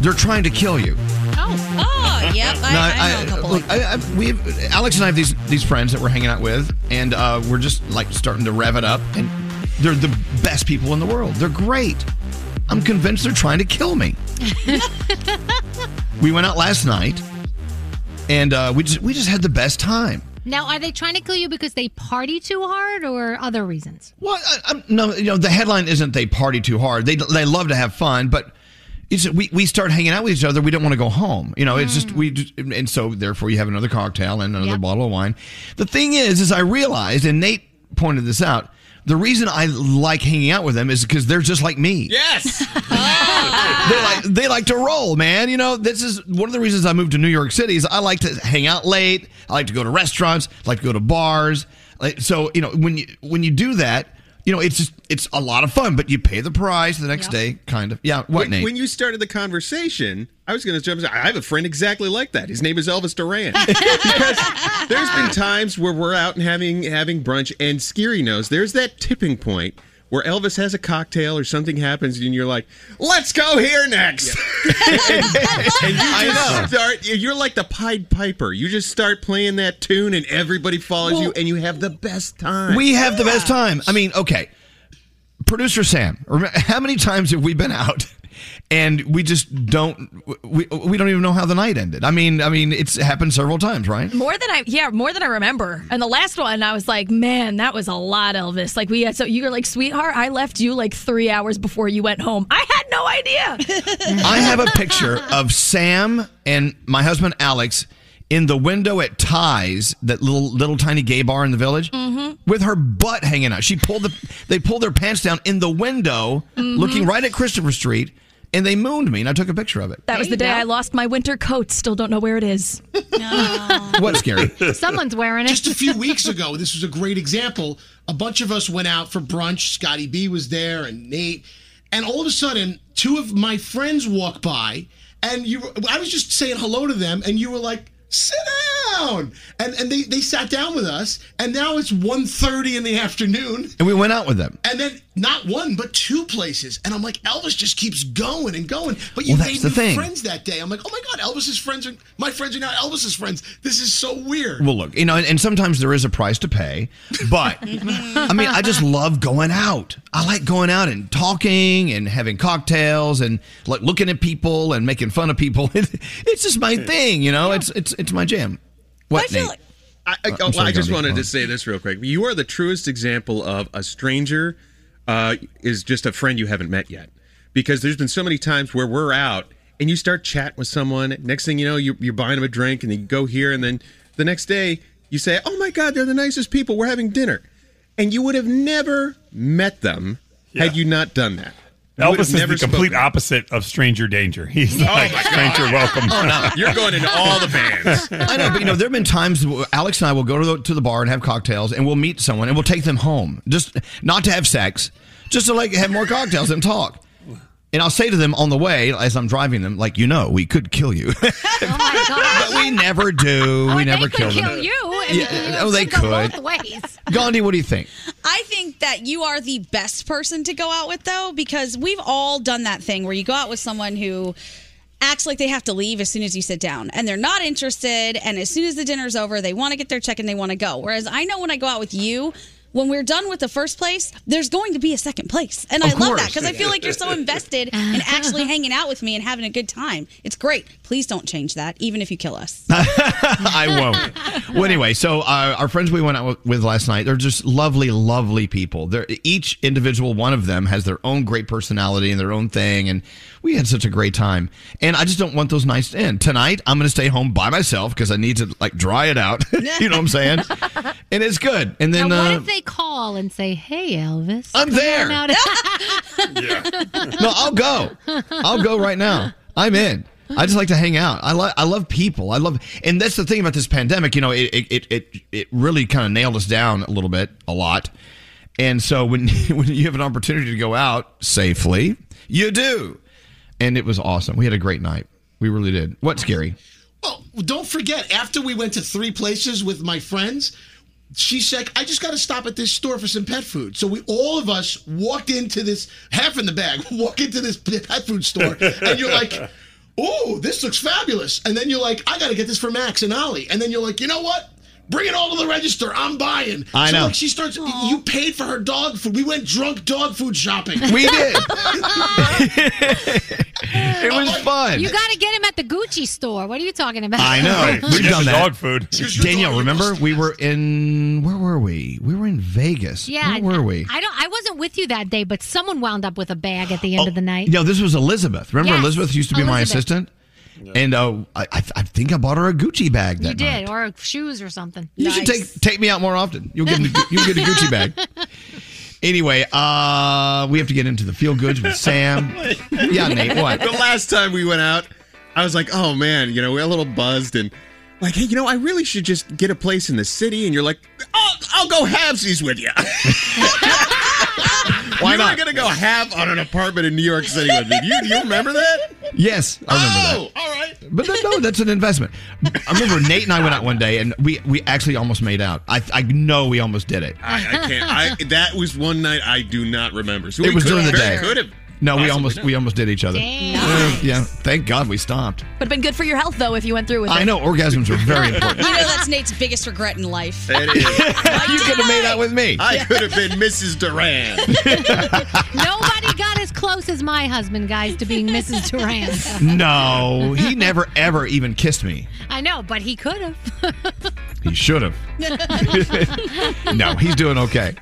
Speaker 1: They're trying to kill you.
Speaker 9: Oh, oh, yep. I,
Speaker 1: No,
Speaker 9: I know a couple.
Speaker 1: look, I- I- we Alex and I have these these friends that we're hanging out with, and uh, we're just like starting to rev it up, and they're the best people in the world. They're great. I'm convinced they're trying to kill me. we went out last night, and uh, we just we just had the best time.
Speaker 11: Now, are they trying to kill you because they party too hard or other reasons?
Speaker 1: Well, I, I'm, no, you know the headline isn't they party too hard. They they love to have fun, but it's, we we start hanging out with each other. We don't want to go home. You know, it's just we just, and so therefore you have another cocktail and another bottle of wine. The thing is, is I realized, and Nate pointed this out. The reason I like hanging out with them is because they're just like me.
Speaker 16: Yes.
Speaker 1: They like they like to roll, man. You know, this is one of the reasons I moved to New York City is I like to hang out late. I like to go to restaurants. I like to go to bars. Like, so you know when you when you do that, you know it's just it's a lot of fun. But you pay the price the next day, kind of. Yeah. What
Speaker 14: when,
Speaker 1: Nate?
Speaker 14: when you started the conversation, I was going to jump. in. I have a friend exactly like that. His name is Elvis Duran. because there's been times where we're out and having having brunch, and Skiri knows there's that tipping point where Elvis has a cocktail or something happens, and you're like, "Let's go here next." and you just start. You're like the Pied Piper. You just start playing that tune, and everybody follows you, and you have the best time.
Speaker 1: we have the best time. I mean, okay. Producer Sam, remember, how many times have we been out and we just don't we, we don't even know how the night ended? I mean, I mean, it's happened several times, right?
Speaker 15: More than I, yeah, more than I remember. And the last one, I was like, man, that was a lot, Elvis. Like we had, so you were like, sweetheart, I left you like three hours before you went home. I had no idea.
Speaker 1: I have a picture of Sam and my husband Alex in the window at Ty's, that little little tiny gay bar in the village,
Speaker 16: Mhm.
Speaker 15: Mm-hmm.
Speaker 1: with her butt hanging out. She pulled the they pulled their pants down in the window,
Speaker 15: Mhm.
Speaker 1: looking right at Christopher Street, and they mooned me, and I took a picture of it.
Speaker 15: That was the day I lost my winter coat. Still don't know where it is.
Speaker 1: What's scary?
Speaker 11: Someone's wearing it.
Speaker 13: Just a few weeks ago, this was a great example. A bunch of us went out for brunch. Scotty B was there and Nate. And all of a sudden, two of my friends walk by, and you were, I was just saying hello to them, and you were like, sit down. And and they, they sat down with us, and now it's 1.30 in the afternoon.
Speaker 1: And we went out with them.
Speaker 13: And then not one, but two places. And I'm like, Elvis just keeps going and going. But you
Speaker 1: Well,
Speaker 13: made
Speaker 1: that's
Speaker 13: new
Speaker 1: the thing.
Speaker 13: friends that day. I'm like, oh my God, Elvis's friends are, my friends are now Elvis's friends. This is so weird.
Speaker 1: Well, look, you know, and, and sometimes there is a price to pay, but I mean, I just love going out. I like going out and talking and having cocktails and like looking at people and making fun of people. It's just my thing, you know. It's it's it's my jam. What? Nate? Uh,
Speaker 14: I, I,
Speaker 1: I'm
Speaker 14: oh,
Speaker 1: sorry,
Speaker 14: I just
Speaker 1: Johnny.
Speaker 14: wanted
Speaker 1: Go
Speaker 14: to
Speaker 1: on.
Speaker 14: say this real quick. You are the truest example of a stranger uh, is just a friend you haven't met yet. Because there's been so many times where we're out and you start chatting with someone. Next thing you know, you, you're buying them a drink and then you go here. And then the next day, you say, Oh my God, they're the nicest people. We're having dinner. And you would have never met them had you not done that. You would
Speaker 8: Elvis
Speaker 14: have
Speaker 8: is the
Speaker 14: never
Speaker 8: complete
Speaker 14: spoken.
Speaker 8: opposite of stranger danger. He's like stranger welcome.
Speaker 1: Oh, no.
Speaker 14: You're going into all the bands.
Speaker 1: I know, but you know, there have been times where Alex and I will go to the, to the bar and have cocktails, and we'll meet someone and we'll take them home, just not to have sex, just to like have more cocktails and talk. And I'll say to them on the way as I'm driving them, like, you know, we could kill you.
Speaker 11: Oh
Speaker 1: but we never do. we never
Speaker 11: Could
Speaker 1: kill,
Speaker 11: kill
Speaker 1: them.
Speaker 11: you. I
Speaker 1: Yeah,
Speaker 11: mean,
Speaker 1: oh, they
Speaker 11: it could go
Speaker 1: could.
Speaker 11: Both ways.
Speaker 1: Gandhi, what do you think?
Speaker 9: I think that you are the best person to go out with, though, because we've all done that thing where you go out with someone who acts like they have to leave as soon as you sit down and they're not interested. And as soon as the dinner's over, they want to get their check and they want to go. Whereas I know when I go out with you, when we're done with the first place, there's going to be a second place. And I
Speaker 21: Of
Speaker 9: love that
Speaker 21: course.
Speaker 9: because I feel like you're so invested in actually hanging out with me and having a good time. It's great. Please don't change that, even if you kill us.
Speaker 1: I won't. Well, anyway, so uh, our friends we went out with- with last night, they're just lovely, lovely people. They're, each individual one of them has their own great personality and their own thing. And we had such a great time. And I just don't want those nights to end. Tonight, I'm going to stay home by myself because I need to like dry it out. you know what I'm saying? and it's good. And then.
Speaker 11: now, what
Speaker 1: uh,
Speaker 11: if they call and say, "Hey, Elvis,
Speaker 1: I'm
Speaker 11: come on
Speaker 1: there."
Speaker 11: out."
Speaker 1: no, I'll go. I'll go right now. I'm in. I just like to hang out. I love I love people. I love and that's the thing about this pandemic, you know, it it it it, it really kind of nailed us down a little bit, a lot. And so when when you have an opportunity to go out safely, you do. And it was awesome. We had a great night. We really did. What's scary?
Speaker 13: Well, don't forget, after we went to three places with my friends, she said, I just got to stop at this store for some pet food. So we all of us walked into this, half in the bag, walk into this p- pet food store, and you're like, ooh, this looks fabulous. And then you're like, I got to get this for Max and Ollie. And then you're like, you know what? Bring it all to the register. I'm buying.
Speaker 1: I
Speaker 13: so
Speaker 1: know.
Speaker 13: Like she starts. You paid for her dog food. We went drunk dog food shopping.
Speaker 1: We did.
Speaker 11: It
Speaker 1: was Oh, fun.
Speaker 11: You got to get him at the Gucci store. What are you talking about?
Speaker 1: I know. We've done that.
Speaker 8: dog food.
Speaker 1: Danielle, remember we were in where were we? We were in Vegas.
Speaker 11: Yeah.
Speaker 1: Where were we?
Speaker 11: I don't. I wasn't with you that day, but someone wound up with a bag at the end of the night.
Speaker 1: No, this was Elizabeth. Remember
Speaker 11: Yes,
Speaker 1: Elizabeth used to be my
Speaker 11: Elizabeth.
Speaker 1: assistant? And uh, I, I I think I bought her a Gucci bag that
Speaker 11: you
Speaker 1: night.
Speaker 11: did, or shoes or something.
Speaker 1: You should take take me out more often. You'll get a, you'll get a Gucci bag. Anyway, uh, we have to get into the feel goods with Sam. Yeah, Nate, what?
Speaker 14: The last time we went out, I was like, oh man, you know, we're a little buzzed and like, hey, you know, I really should just get a place in the city. And you're like, I'll, I'll go halvesies with you. Why you not? You're gonna go half on an apartment in New York City with me. Do you, do you remember that?
Speaker 1: Yes, I remember
Speaker 14: Oh, all right.
Speaker 1: that. But that- no, that's an investment. I remember Nate and I went out one day, and we we actually almost made out. I I know we almost did it.
Speaker 14: I, I can't. I that was one night I do not remember. So
Speaker 1: it
Speaker 14: we
Speaker 1: was
Speaker 14: could
Speaker 1: during the
Speaker 14: have-
Speaker 1: day.
Speaker 14: Could have.
Speaker 1: No, we
Speaker 14: possibly
Speaker 1: almost
Speaker 14: done.
Speaker 1: we almost did each other. Uh, yeah, thank God we stopped.
Speaker 15: Would have been good for your health, though, if you went through with it.
Speaker 1: I know orgasms are very
Speaker 9: You
Speaker 1: important.
Speaker 9: know that's Nate's biggest regret in life.
Speaker 14: It is.
Speaker 1: you could have made out with me.
Speaker 14: I could have been Mrs. Duran.
Speaker 11: Nobody got as close as my husband, guys, to being Mrs. Duran.
Speaker 1: No, he never ever even kissed me.
Speaker 11: I know, but he could have.
Speaker 1: He should have. No, he's doing okay.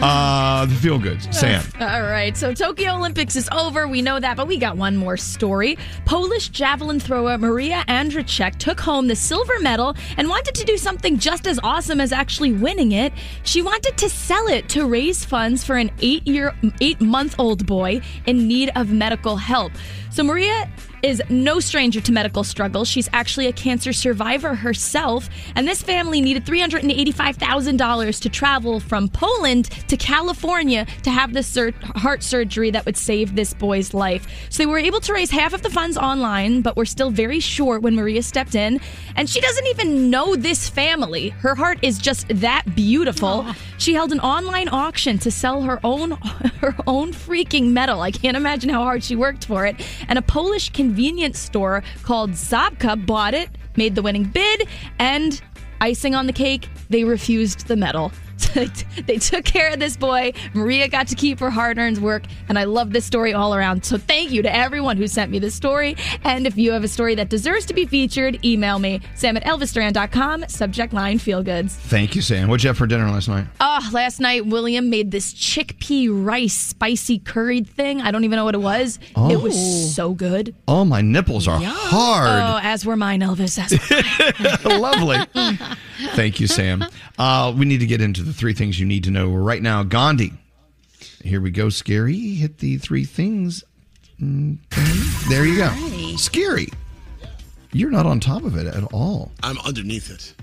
Speaker 1: Uh, the feel goods, Sam.
Speaker 15: All right, so Tokyo Olympics is over. We know that, but we got one more story. Polish javelin thrower Maria Andrzejczyk took home the silver medal and wanted to do something just as awesome as actually winning it. She wanted to sell it to raise funds for an eight-year, eight-month-old boy in need of medical help. So Maria is no stranger to medical struggles. She's actually a cancer survivor herself, and this family needed $385,000 to travel from Poland to California to have this sur- heart surgery that would save this boy's life. So they were able to raise half of the funds online, but were still very short when Maria stepped in, and she doesn't even know this family. Her heart is just that beautiful. She held an online auction to sell her own her own freaking medal. I can't imagine how hard she worked for it. And a Polish convenience store called Zabka bought it, made the winning bid, and icing on the cake, they refused the medal. So they t- they took care of this boy. Maria got to keep her hard earned work, and I love this story all around. So thank you to everyone who sent me this story. And if you have a story that deserves to be featured, email me, sam at elvisduran.com, subject line feel goods.
Speaker 1: Thank you, Sam. What'd you have for dinner last night?
Speaker 15: Oh, last night William made this chickpea rice spicy curried thing. I don't even know what it was. It
Speaker 1: Oh.
Speaker 15: was so good.
Speaker 1: Oh, my nipples are
Speaker 15: Oh,
Speaker 1: hard.
Speaker 15: as were mine, Elvis. As were mine.
Speaker 1: Lovely. Thank you, Sam. Uh, we need to get into the three things you need to know right now. Gandhi. Here we go, Scary. Hit the three things. Mm, There you go. Scary. You're not on top of it at all.
Speaker 13: I'm underneath it.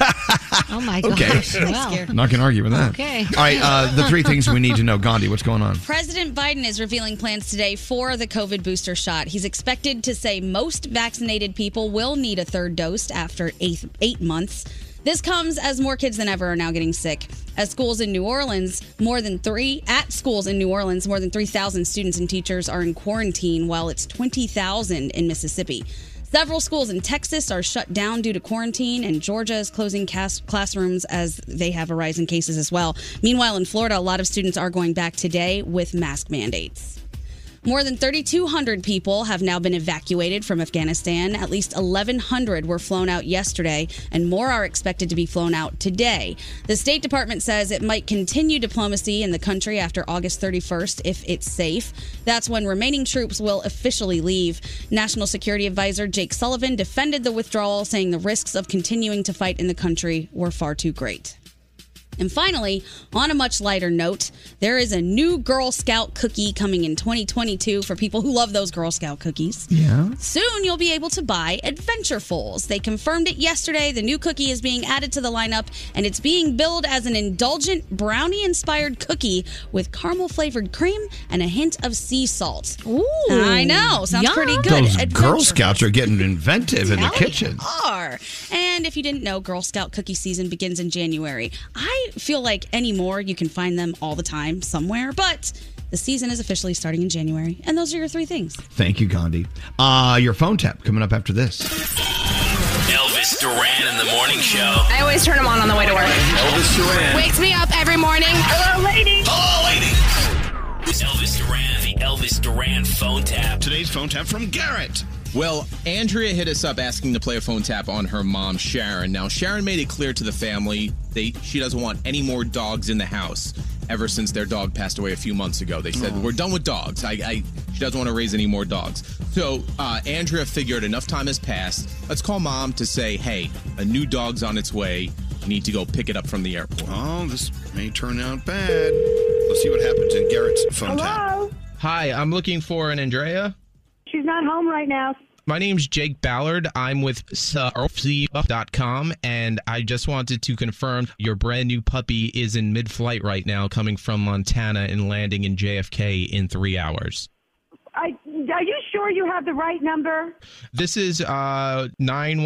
Speaker 11: oh my
Speaker 1: Okay.
Speaker 11: gosh! Well,
Speaker 1: Not going to argue with that.
Speaker 9: Okay.
Speaker 1: All right. Uh, the three things we need to know. Gandhi, what's going on?
Speaker 9: President Biden is revealing plans today for the COVID booster shot. He's expected to say most vaccinated people will need a third dose after eight, eight months. This comes as more kids than ever are now getting sick. At schools in New Orleans, more than three at schools in New Orleans, more than 3,000 students and teachers are in quarantine, while it's 20,000 in Mississippi. Several schools in Texas are shut down due to quarantine, and Georgia is closing cas- classrooms as they have a rise in cases as well. Meanwhile, in Florida, a lot of students are going back today with mask mandates. More than 3,200 people have now been evacuated from Afghanistan. At least 1,100 were flown out yesterday, and more are expected to be flown out today. The State Department says it might continue diplomacy in the country after August 31st if it's safe. That's when remaining troops will officially leave. National Security Advisor Jake Sullivan defended the withdrawal, saying the risks of continuing to fight in the country were far too great. And finally, on a much lighter note, there is a new Girl Scout cookie coming in 2022 for people who love those Girl Scout cookies.
Speaker 1: Yeah.
Speaker 9: Soon you'll be able to buy Adventurefuls. They confirmed it yesterday. The new cookie is being added to the lineup, and it's being billed as an indulgent brownie inspired cookie with caramel flavored cream and a hint of sea salt. Ooh. I know. Sounds
Speaker 1: Yum.
Speaker 9: pretty good.
Speaker 1: Those Girl
Speaker 9: Adventurefuls
Speaker 1: Scouts are getting inventive in the
Speaker 9: they
Speaker 1: kitchen.
Speaker 9: Are. And if you didn't know, Girl Scout cookie season begins in January. I feel like anymore, you can find them all the time somewhere. But the season is officially starting in January. And those are your three things.
Speaker 1: Thank you, Gandhi. Uh, your phone tap coming up after this.
Speaker 12: Elvis Duran in the morning show.
Speaker 21: I always turn them on on the way to work.
Speaker 12: Elvis Duran.
Speaker 21: Wakes me up every morning. Hello, lady.
Speaker 12: Hello, lady. Elvis Duran, the Elvis Duran phone tap. Today's phone tap from Garrett.
Speaker 22: Well, Andrea hit us up asking to play a phone tap on her mom, Sharon. Now, Sharon made it clear to the family they she doesn't want any more dogs in the house ever since their dog passed away a few months ago. They said,
Speaker 7: Aw.
Speaker 22: We're done with dogs. I, I She doesn't want to raise any more dogs. So, uh, Andrea figured enough time has passed. Let's call mom to say, Hey, a new dog's on its way. You need to go pick it up from the airport.
Speaker 23: Oh, this may turn out bad. Let's see what happens in Garrett's phone tap.
Speaker 16: Oh,
Speaker 4: Hello.
Speaker 22: Hi, I'm looking for an Andrea.
Speaker 4: She's not home right now.
Speaker 22: My name's Jake Ballard. I'm with surfsea.com, and I just wanted to confirm your brand new puppy is in mid flight right now, coming from Montana and landing in JFK in three hours.
Speaker 4: I, are you sure you have the right number?
Speaker 22: This is uh,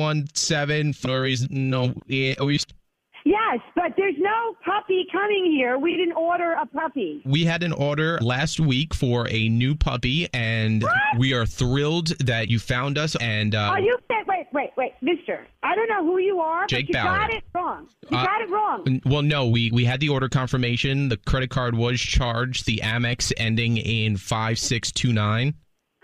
Speaker 22: 917 Flurries. No, yeah, we,
Speaker 4: Yes, but there's no puppy coming here. We didn't order a puppy.
Speaker 22: we had an order last week for a new puppy, and we are thrilled that you found us. And uh,
Speaker 4: are you wait, wait, wait, wait, Mister? I don't know who you are,
Speaker 22: Jake
Speaker 4: but you
Speaker 22: Ballard.
Speaker 4: got it wrong. You
Speaker 22: Uh,
Speaker 4: got it wrong.
Speaker 22: N- Well, no, we we had the order confirmation. The credit card was charged. The Amex ending in five six two nine.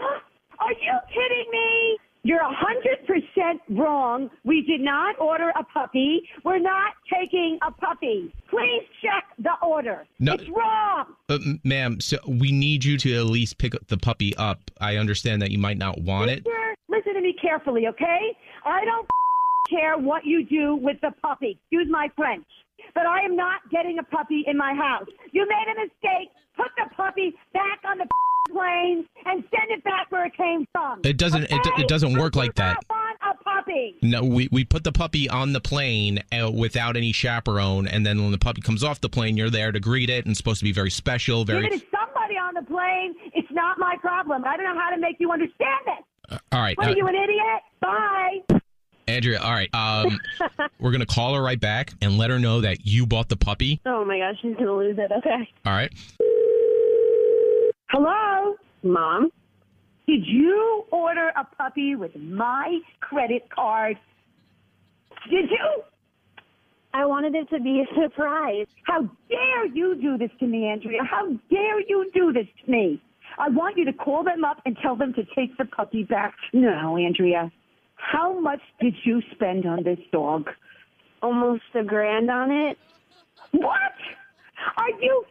Speaker 4: Are you kidding me? You're a hundred percent wrong. We did not order a puppy. We're not taking a puppy. Please check the order.
Speaker 22: No.
Speaker 4: It's wrong.
Speaker 22: Uh, m- ma'am, so we need you to at least pick the puppy up. I understand that you might not want it.
Speaker 4: Mister, listen to me carefully, okay? I don't care what you do with the puppy. Excuse my French. But I am not getting a puppy in my house. You made a mistake. Put the puppy back on the plane and send it back where it came from.
Speaker 22: It doesn't. It, do- it doesn't work like that.
Speaker 4: Want a puppy.
Speaker 22: No, we, we put the puppy on the plane uh, without any chaperone, and then when the puppy comes off the plane, you're there to greet it, and it's supposed to be very special, very.
Speaker 4: Give it to somebody on the plane. It's not my problem. I don't know how to make you understand it.
Speaker 22: All right,
Speaker 4: What
Speaker 22: uh,
Speaker 4: are you, an idiot? Bye.
Speaker 22: Andrea. All right, um, we're gonna call her right back and let her know that you bought the puppy.
Speaker 4: oh my gosh, she's going to lose it. Okay.
Speaker 22: All right.
Speaker 4: Hello? Mom? Did you order a puppy with my credit card? Did you? I wanted it to be a surprise. How dare you do this to me, Andrea? How dare you do this to me? I want you to call them up and tell them to take the puppy back. No, Andrea. How much did you spend on this dog? Almost a grand on it. What? Are you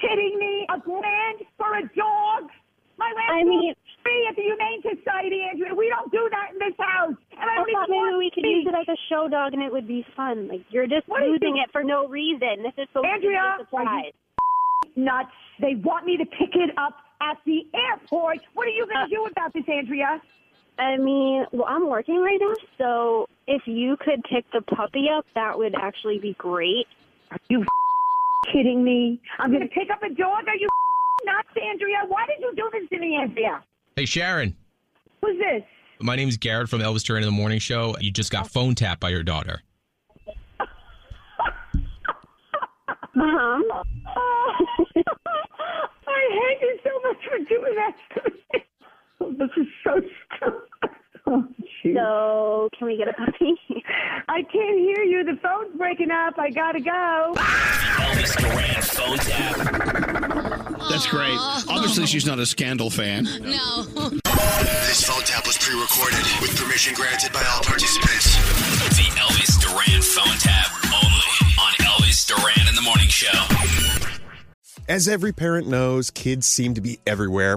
Speaker 4: kidding me? A grand for a dog? My last I mean, free at the Humane Society, Andrea. We don't do that in this house. And I,
Speaker 24: I
Speaker 4: don't
Speaker 24: thought
Speaker 4: even
Speaker 24: maybe
Speaker 4: want
Speaker 24: we could
Speaker 4: to
Speaker 24: use it as a show dog and it would be fun. Like you're just
Speaker 4: What are you
Speaker 24: losing
Speaker 4: doing?
Speaker 24: it for no reason. This is supposed
Speaker 4: Andrea,
Speaker 24: to be a surprise.
Speaker 4: nuts. They want me to pick it up at the airport. What are you going to do about this, Andrea?
Speaker 24: Uh. I mean, well, I'm working right now, so if you could pick the puppy up, that would actually be great.
Speaker 4: Are you kidding me? I'm going to pick up a dog? Are you nuts, Andrea? Why did you do this to me, Andrea?
Speaker 22: Hey, Sharon.
Speaker 4: Who's this?
Speaker 22: My name's Garrett from Elvis Duran in the Morning Show. You just got phone tapped by your daughter.
Speaker 4: Mom.
Speaker 24: Uh-huh.
Speaker 4: I hate you so much for doing that to me. This is so Oh,
Speaker 24: so can we get a puppy?
Speaker 4: I can't hear you. The phone's breaking up. I gotta go.
Speaker 12: Elvis Duran phone tap.
Speaker 23: That's great. Obviously, she's not a scandal fan.
Speaker 9: No.
Speaker 16: This phone tap was pre-recorded with permission granted by all participants.
Speaker 12: The Elvis Duran phone tap only on Elvis Duran in the morning show.
Speaker 2: As every parent knows, kids seem to be everywhere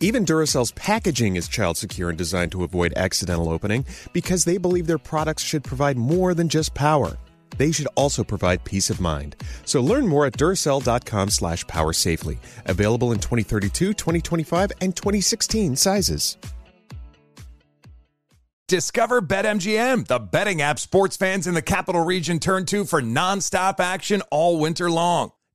Speaker 2: Even Duracell's packaging is child secure and designed to avoid accidental opening because they believe their products should provide more than just power. they should also provide peace of mind. So learn more at Duracell.com slash power safely. Available in 2032, 2025, and 2016 sizes.
Speaker 25: Discover BetMGM, the betting app sports fans in the capital region turn to for nonstop action all winter long.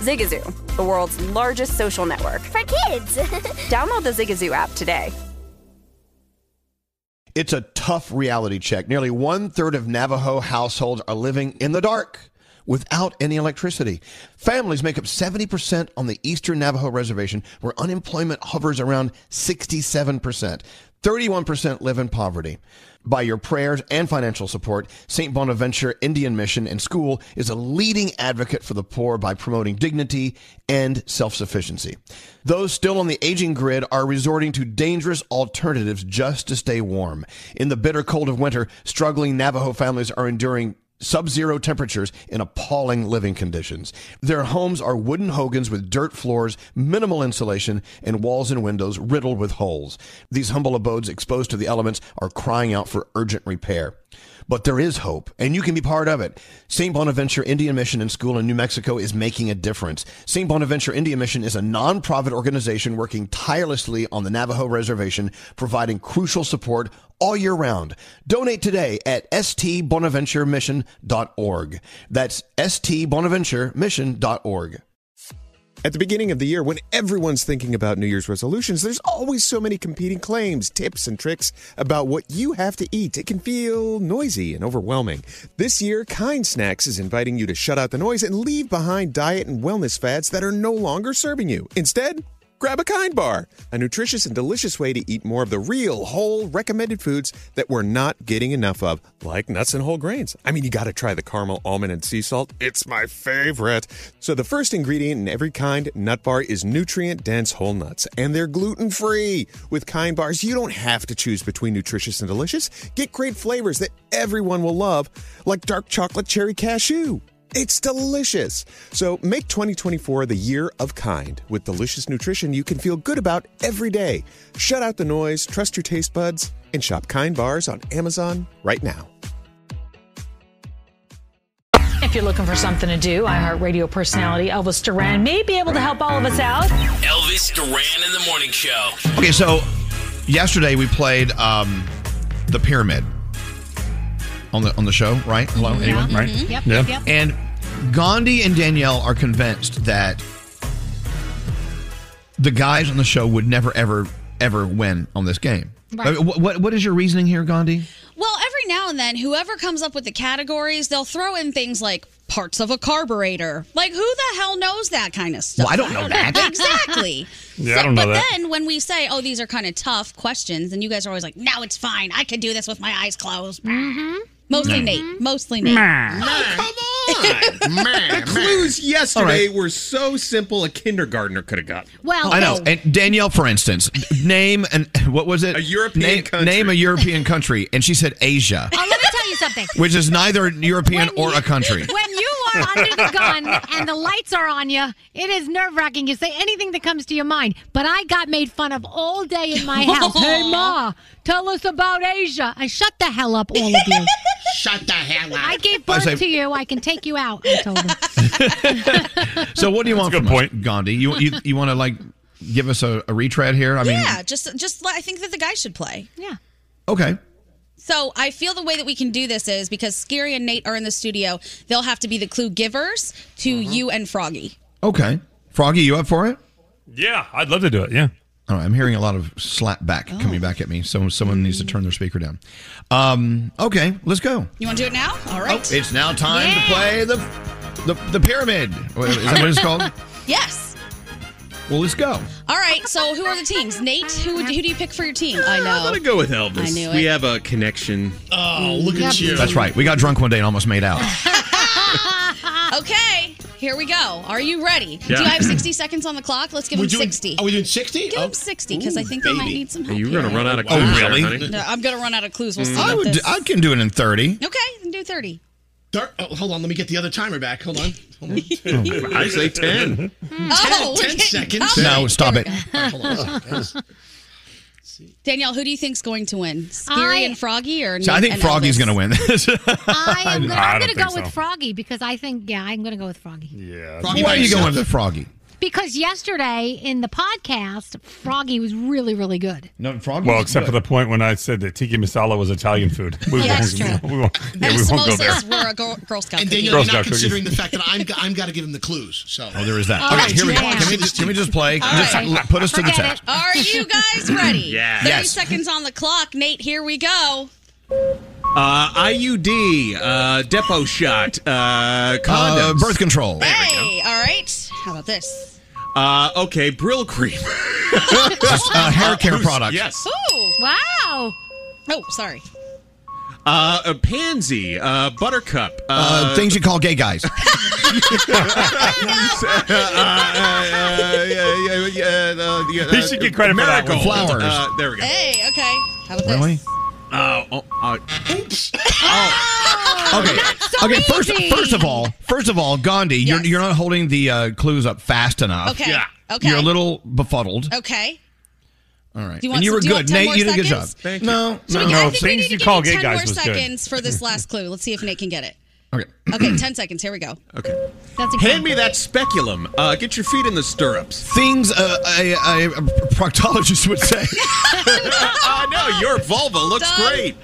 Speaker 6: Zigazoo, the world's largest social network.
Speaker 4: For kids!
Speaker 6: Download the Zigazoo app today.
Speaker 1: It's a tough reality check. Nearly one third of Navajo households are living in the dark without any electricity. Families make up 70% on the Eastern Navajo Reservation, where unemployment hovers around 67%. 31% live in poverty. By your prayers and financial support, St. Bonaventure Indian Mission and School is a leading advocate for the poor by promoting dignity and self sufficiency. Those still on the aging grid are resorting to dangerous alternatives just to stay warm. In the bitter cold of winter, struggling Navajo families are enduring sub zero temperatures in appalling living conditions. Their homes are wooden hogans with dirt floors, minimal insulation, and walls and windows riddled with holes. These humble abodes exposed to the elements are crying out for urgent repair. But there is hope, and you can be part of it. St. Bonaventure Indian Mission and School in New Mexico is making a difference. St. Bonaventure Indian Mission is a nonprofit organization working tirelessly on the Navajo Reservation, providing crucial support all year round. Donate today at stbonaventuremission.org. That's stbonaventuremission.org.
Speaker 2: At the beginning of the year, when everyone's thinking about New Year's resolutions, there's always so many competing claims, tips, and tricks about what you have to eat. It can feel noisy and overwhelming. This year, Kind Snacks is inviting you to shut out the noise and leave behind diet and wellness fads that are no longer serving you. Instead, grab a Kind Bar, a nutritious and delicious way to eat more of the real, whole, recommended foods that we're not getting enough of, like nuts and whole grains. I mean, you gotta try the caramel, almond, and sea salt. It's my favorite. So, the first ingredient in every Kind nut bar is nutrient dense whole nuts, and they're gluten free. With Kind Bars, you don't have to choose between nutritious and delicious. Get great flavors that everyone will love, like dark chocolate cherry cashew. It's delicious. So make 2024 the year of kind with delicious nutrition you can feel good about every day. Shut out the noise, trust your taste buds, and shop Kind Bars on Amazon right now.
Speaker 15: If you're looking for something to do, iHeartRadio personality Elvis Duran may be able to help all of us out.
Speaker 12: Elvis Duran in the morning show.
Speaker 8: Okay, so yesterday we played um, the pyramid on the on the show, right? Hello,
Speaker 26: Yeah.
Speaker 8: anyone?
Speaker 26: Mhm.
Speaker 8: Right?
Speaker 26: Yep, Yeah. yep, yep.
Speaker 8: And Gandhi and Danielle are convinced that the guys on the show would never, ever, ever win on this game.
Speaker 9: Right.
Speaker 8: I mean, wh- what what is your reasoning here, Gandhi?
Speaker 9: Well, every now and then, whoever comes up with the categories, they'll throw in things like parts of a carburetor. Like, who the hell knows that kind of stuff?
Speaker 8: Well, I don't know that.
Speaker 9: exactly.
Speaker 8: Yeah, I don't know
Speaker 9: but
Speaker 8: that.
Speaker 9: then when we say, oh, these are kind of tough questions, and you guys are always like, no, it's Mm-hmm. fine. I can do this with my eyes closed. Mostly
Speaker 8: Mm.
Speaker 9: Nate. Mostly Nate.
Speaker 8: Nah.
Speaker 9: Oh,
Speaker 14: on. the clues yesterday were so simple a kindergartner could have gotten.
Speaker 11: Well,
Speaker 1: I know. And Danielle, for instance, name and what was it? A European name, country. Name a European country, and she said Asia,
Speaker 11: Oh, let me tell you something.
Speaker 1: which is neither European or a country.
Speaker 11: When you are under the gun and the lights are on you, it is nerve wracking. You say anything that comes to your mind. But I got made fun of all day in my house.
Speaker 9: Oh.
Speaker 11: hey, Ma, tell us about Asia. I shut the hell up, all of you.
Speaker 13: Shut the hell up.
Speaker 11: I gave
Speaker 1: I
Speaker 11: birth
Speaker 1: say-
Speaker 11: to you. I can take you out. I told him.
Speaker 1: So what do you want from us, Gandhi? You you, you want to like give us a, a retread here? I mean,
Speaker 9: yeah, just just I think that the guy should play.
Speaker 11: Yeah.
Speaker 1: okay.
Speaker 9: So I feel the way that we can do this is because Scary and Nate are in the studio, they'll have to be the clue givers to you and Froggy.
Speaker 1: Okay. Froggy, you up for it?
Speaker 8: Yeah, I'd love to do it. Yeah.
Speaker 1: All right, I'm hearing a lot of slap back
Speaker 9: Oh.
Speaker 1: coming back at me. So someone needs to turn their speaker down. Um, okay, let's go. Oh,
Speaker 9: You want to do it now? All right.
Speaker 1: It's now time to play the the, the pyramid. Wait, Is that what it's called?
Speaker 9: Yes.
Speaker 1: Well, let's go.
Speaker 9: All right. So who are the teams? Nate, who would- who do you pick for your team? I
Speaker 14: I'm
Speaker 9: know.
Speaker 14: gonna go with Elvis.
Speaker 9: I knew
Speaker 14: We
Speaker 9: it.
Speaker 14: have a connection.
Speaker 9: Oh, look at you.
Speaker 1: That's right. We got drunk one day and almost made out.
Speaker 9: okay. Here we go. Are you ready?
Speaker 1: Yeah.
Speaker 9: Do I have 60 seconds on the clock? Let's give
Speaker 13: We're
Speaker 9: him
Speaker 13: doing-
Speaker 9: 60.
Speaker 13: Are we doing 60?
Speaker 9: Give him 60 because I think they might need some help.
Speaker 14: You're gonna
Speaker 9: here.
Speaker 14: run out of
Speaker 1: Oh,
Speaker 14: clues, there,
Speaker 1: really?
Speaker 14: honey.
Speaker 9: No, I'm going to run out of clues. We'll see.
Speaker 1: Mm. I
Speaker 9: about
Speaker 1: would.
Speaker 9: this.
Speaker 1: I can do it in thirty.
Speaker 9: Okay, then do 30.
Speaker 13: Dar- oh, hold on, let me get the other timer back. Hold on. Hold
Speaker 1: Oh.
Speaker 13: on.
Speaker 1: I say 10.
Speaker 8: Hmm.
Speaker 9: Oh,
Speaker 13: 10 seconds.
Speaker 1: No, stop it.
Speaker 9: Danielle, who do you think's going to win? Scary and Froggy or
Speaker 1: So I think
Speaker 9: and
Speaker 1: Froggy's going to win this.
Speaker 11: I am gonna,
Speaker 1: I
Speaker 11: I'm
Speaker 1: don't
Speaker 11: going to go
Speaker 1: think so.
Speaker 11: with Froggy because I think, yeah, I'm going to go with Froggy.
Speaker 1: Yeah.
Speaker 13: Froggy
Speaker 1: Why
Speaker 13: by
Speaker 1: are you
Speaker 13: himself.
Speaker 1: going with Froggy?
Speaker 11: Because yesterday in the podcast, Froggy was really, really good.
Speaker 1: No, Froggy.
Speaker 8: Well, except for the point when I said that tiki masala was Italian food. We
Speaker 11: Yeah,
Speaker 8: won't-
Speaker 11: that's true.
Speaker 8: We won't, yeah, we won't go there.
Speaker 9: Samosas were a Girl, girl Scout
Speaker 13: And
Speaker 9: cookie.
Speaker 13: Danielle,
Speaker 8: Girl
Speaker 13: you're
Speaker 8: Scout
Speaker 13: not considering the
Speaker 8: cookies.
Speaker 13: fact that I'm, I'm got to give him the clues. So
Speaker 1: Oh, there is that.
Speaker 13: All
Speaker 1: okay, here we go.
Speaker 13: right.
Speaker 1: Can we just, can we just play? Just
Speaker 13: All right.
Speaker 1: put us to the test.
Speaker 13: Forget
Speaker 9: Are you guys ready?
Speaker 14: Yeah.
Speaker 9: 30
Speaker 14: Yes.
Speaker 9: seconds on the clock. Nate, here we go.
Speaker 14: Uh, IUD, uh, depot shot, uh, condoms,
Speaker 1: birth control.
Speaker 9: Hey, all right. How about this?
Speaker 14: Uh, okay, Brill cream.
Speaker 1: uh, hair care product.
Speaker 14: Yes.
Speaker 9: Ooh.
Speaker 11: Wow.
Speaker 9: Oh, sorry.
Speaker 14: Uh, a pansy, uh, buttercup.
Speaker 1: Uh, things you call gay guys.
Speaker 14: He
Speaker 1: He should get credit for that one. Flowers.
Speaker 14: Uh, there we go.
Speaker 9: Hey, okay. How about
Speaker 1: Really?
Speaker 14: Uh, oh, uh,
Speaker 1: Oh. Okay. okay. First, first of all, first of all, Gandhi, you're you're not holding the uh, clues up fast enough.
Speaker 9: Okay. Yeah. Okay.
Speaker 1: You're a little befuddled.
Speaker 9: this? Okay.
Speaker 1: All right.
Speaker 9: Do you want
Speaker 1: and you
Speaker 9: some-
Speaker 1: were
Speaker 9: do you want
Speaker 1: good,
Speaker 9: 10
Speaker 1: Nate.
Speaker 9: more
Speaker 1: You did a good job.
Speaker 9: seconds?
Speaker 1: No,
Speaker 9: So
Speaker 1: no,
Speaker 9: we, I
Speaker 1: no.
Speaker 9: think we need to give him 10 more seconds for this last clue. Let's see if Nate can get it.
Speaker 1: Okay.
Speaker 9: Okay, 10 seconds. Here we go.
Speaker 14: okay.
Speaker 11: That's
Speaker 14: Hand me that speculum. Uh, get your feet in the stirrups.
Speaker 1: Things uh, a, a, a proctologist would say.
Speaker 14: I know your vulva looks
Speaker 9: Done.
Speaker 14: great.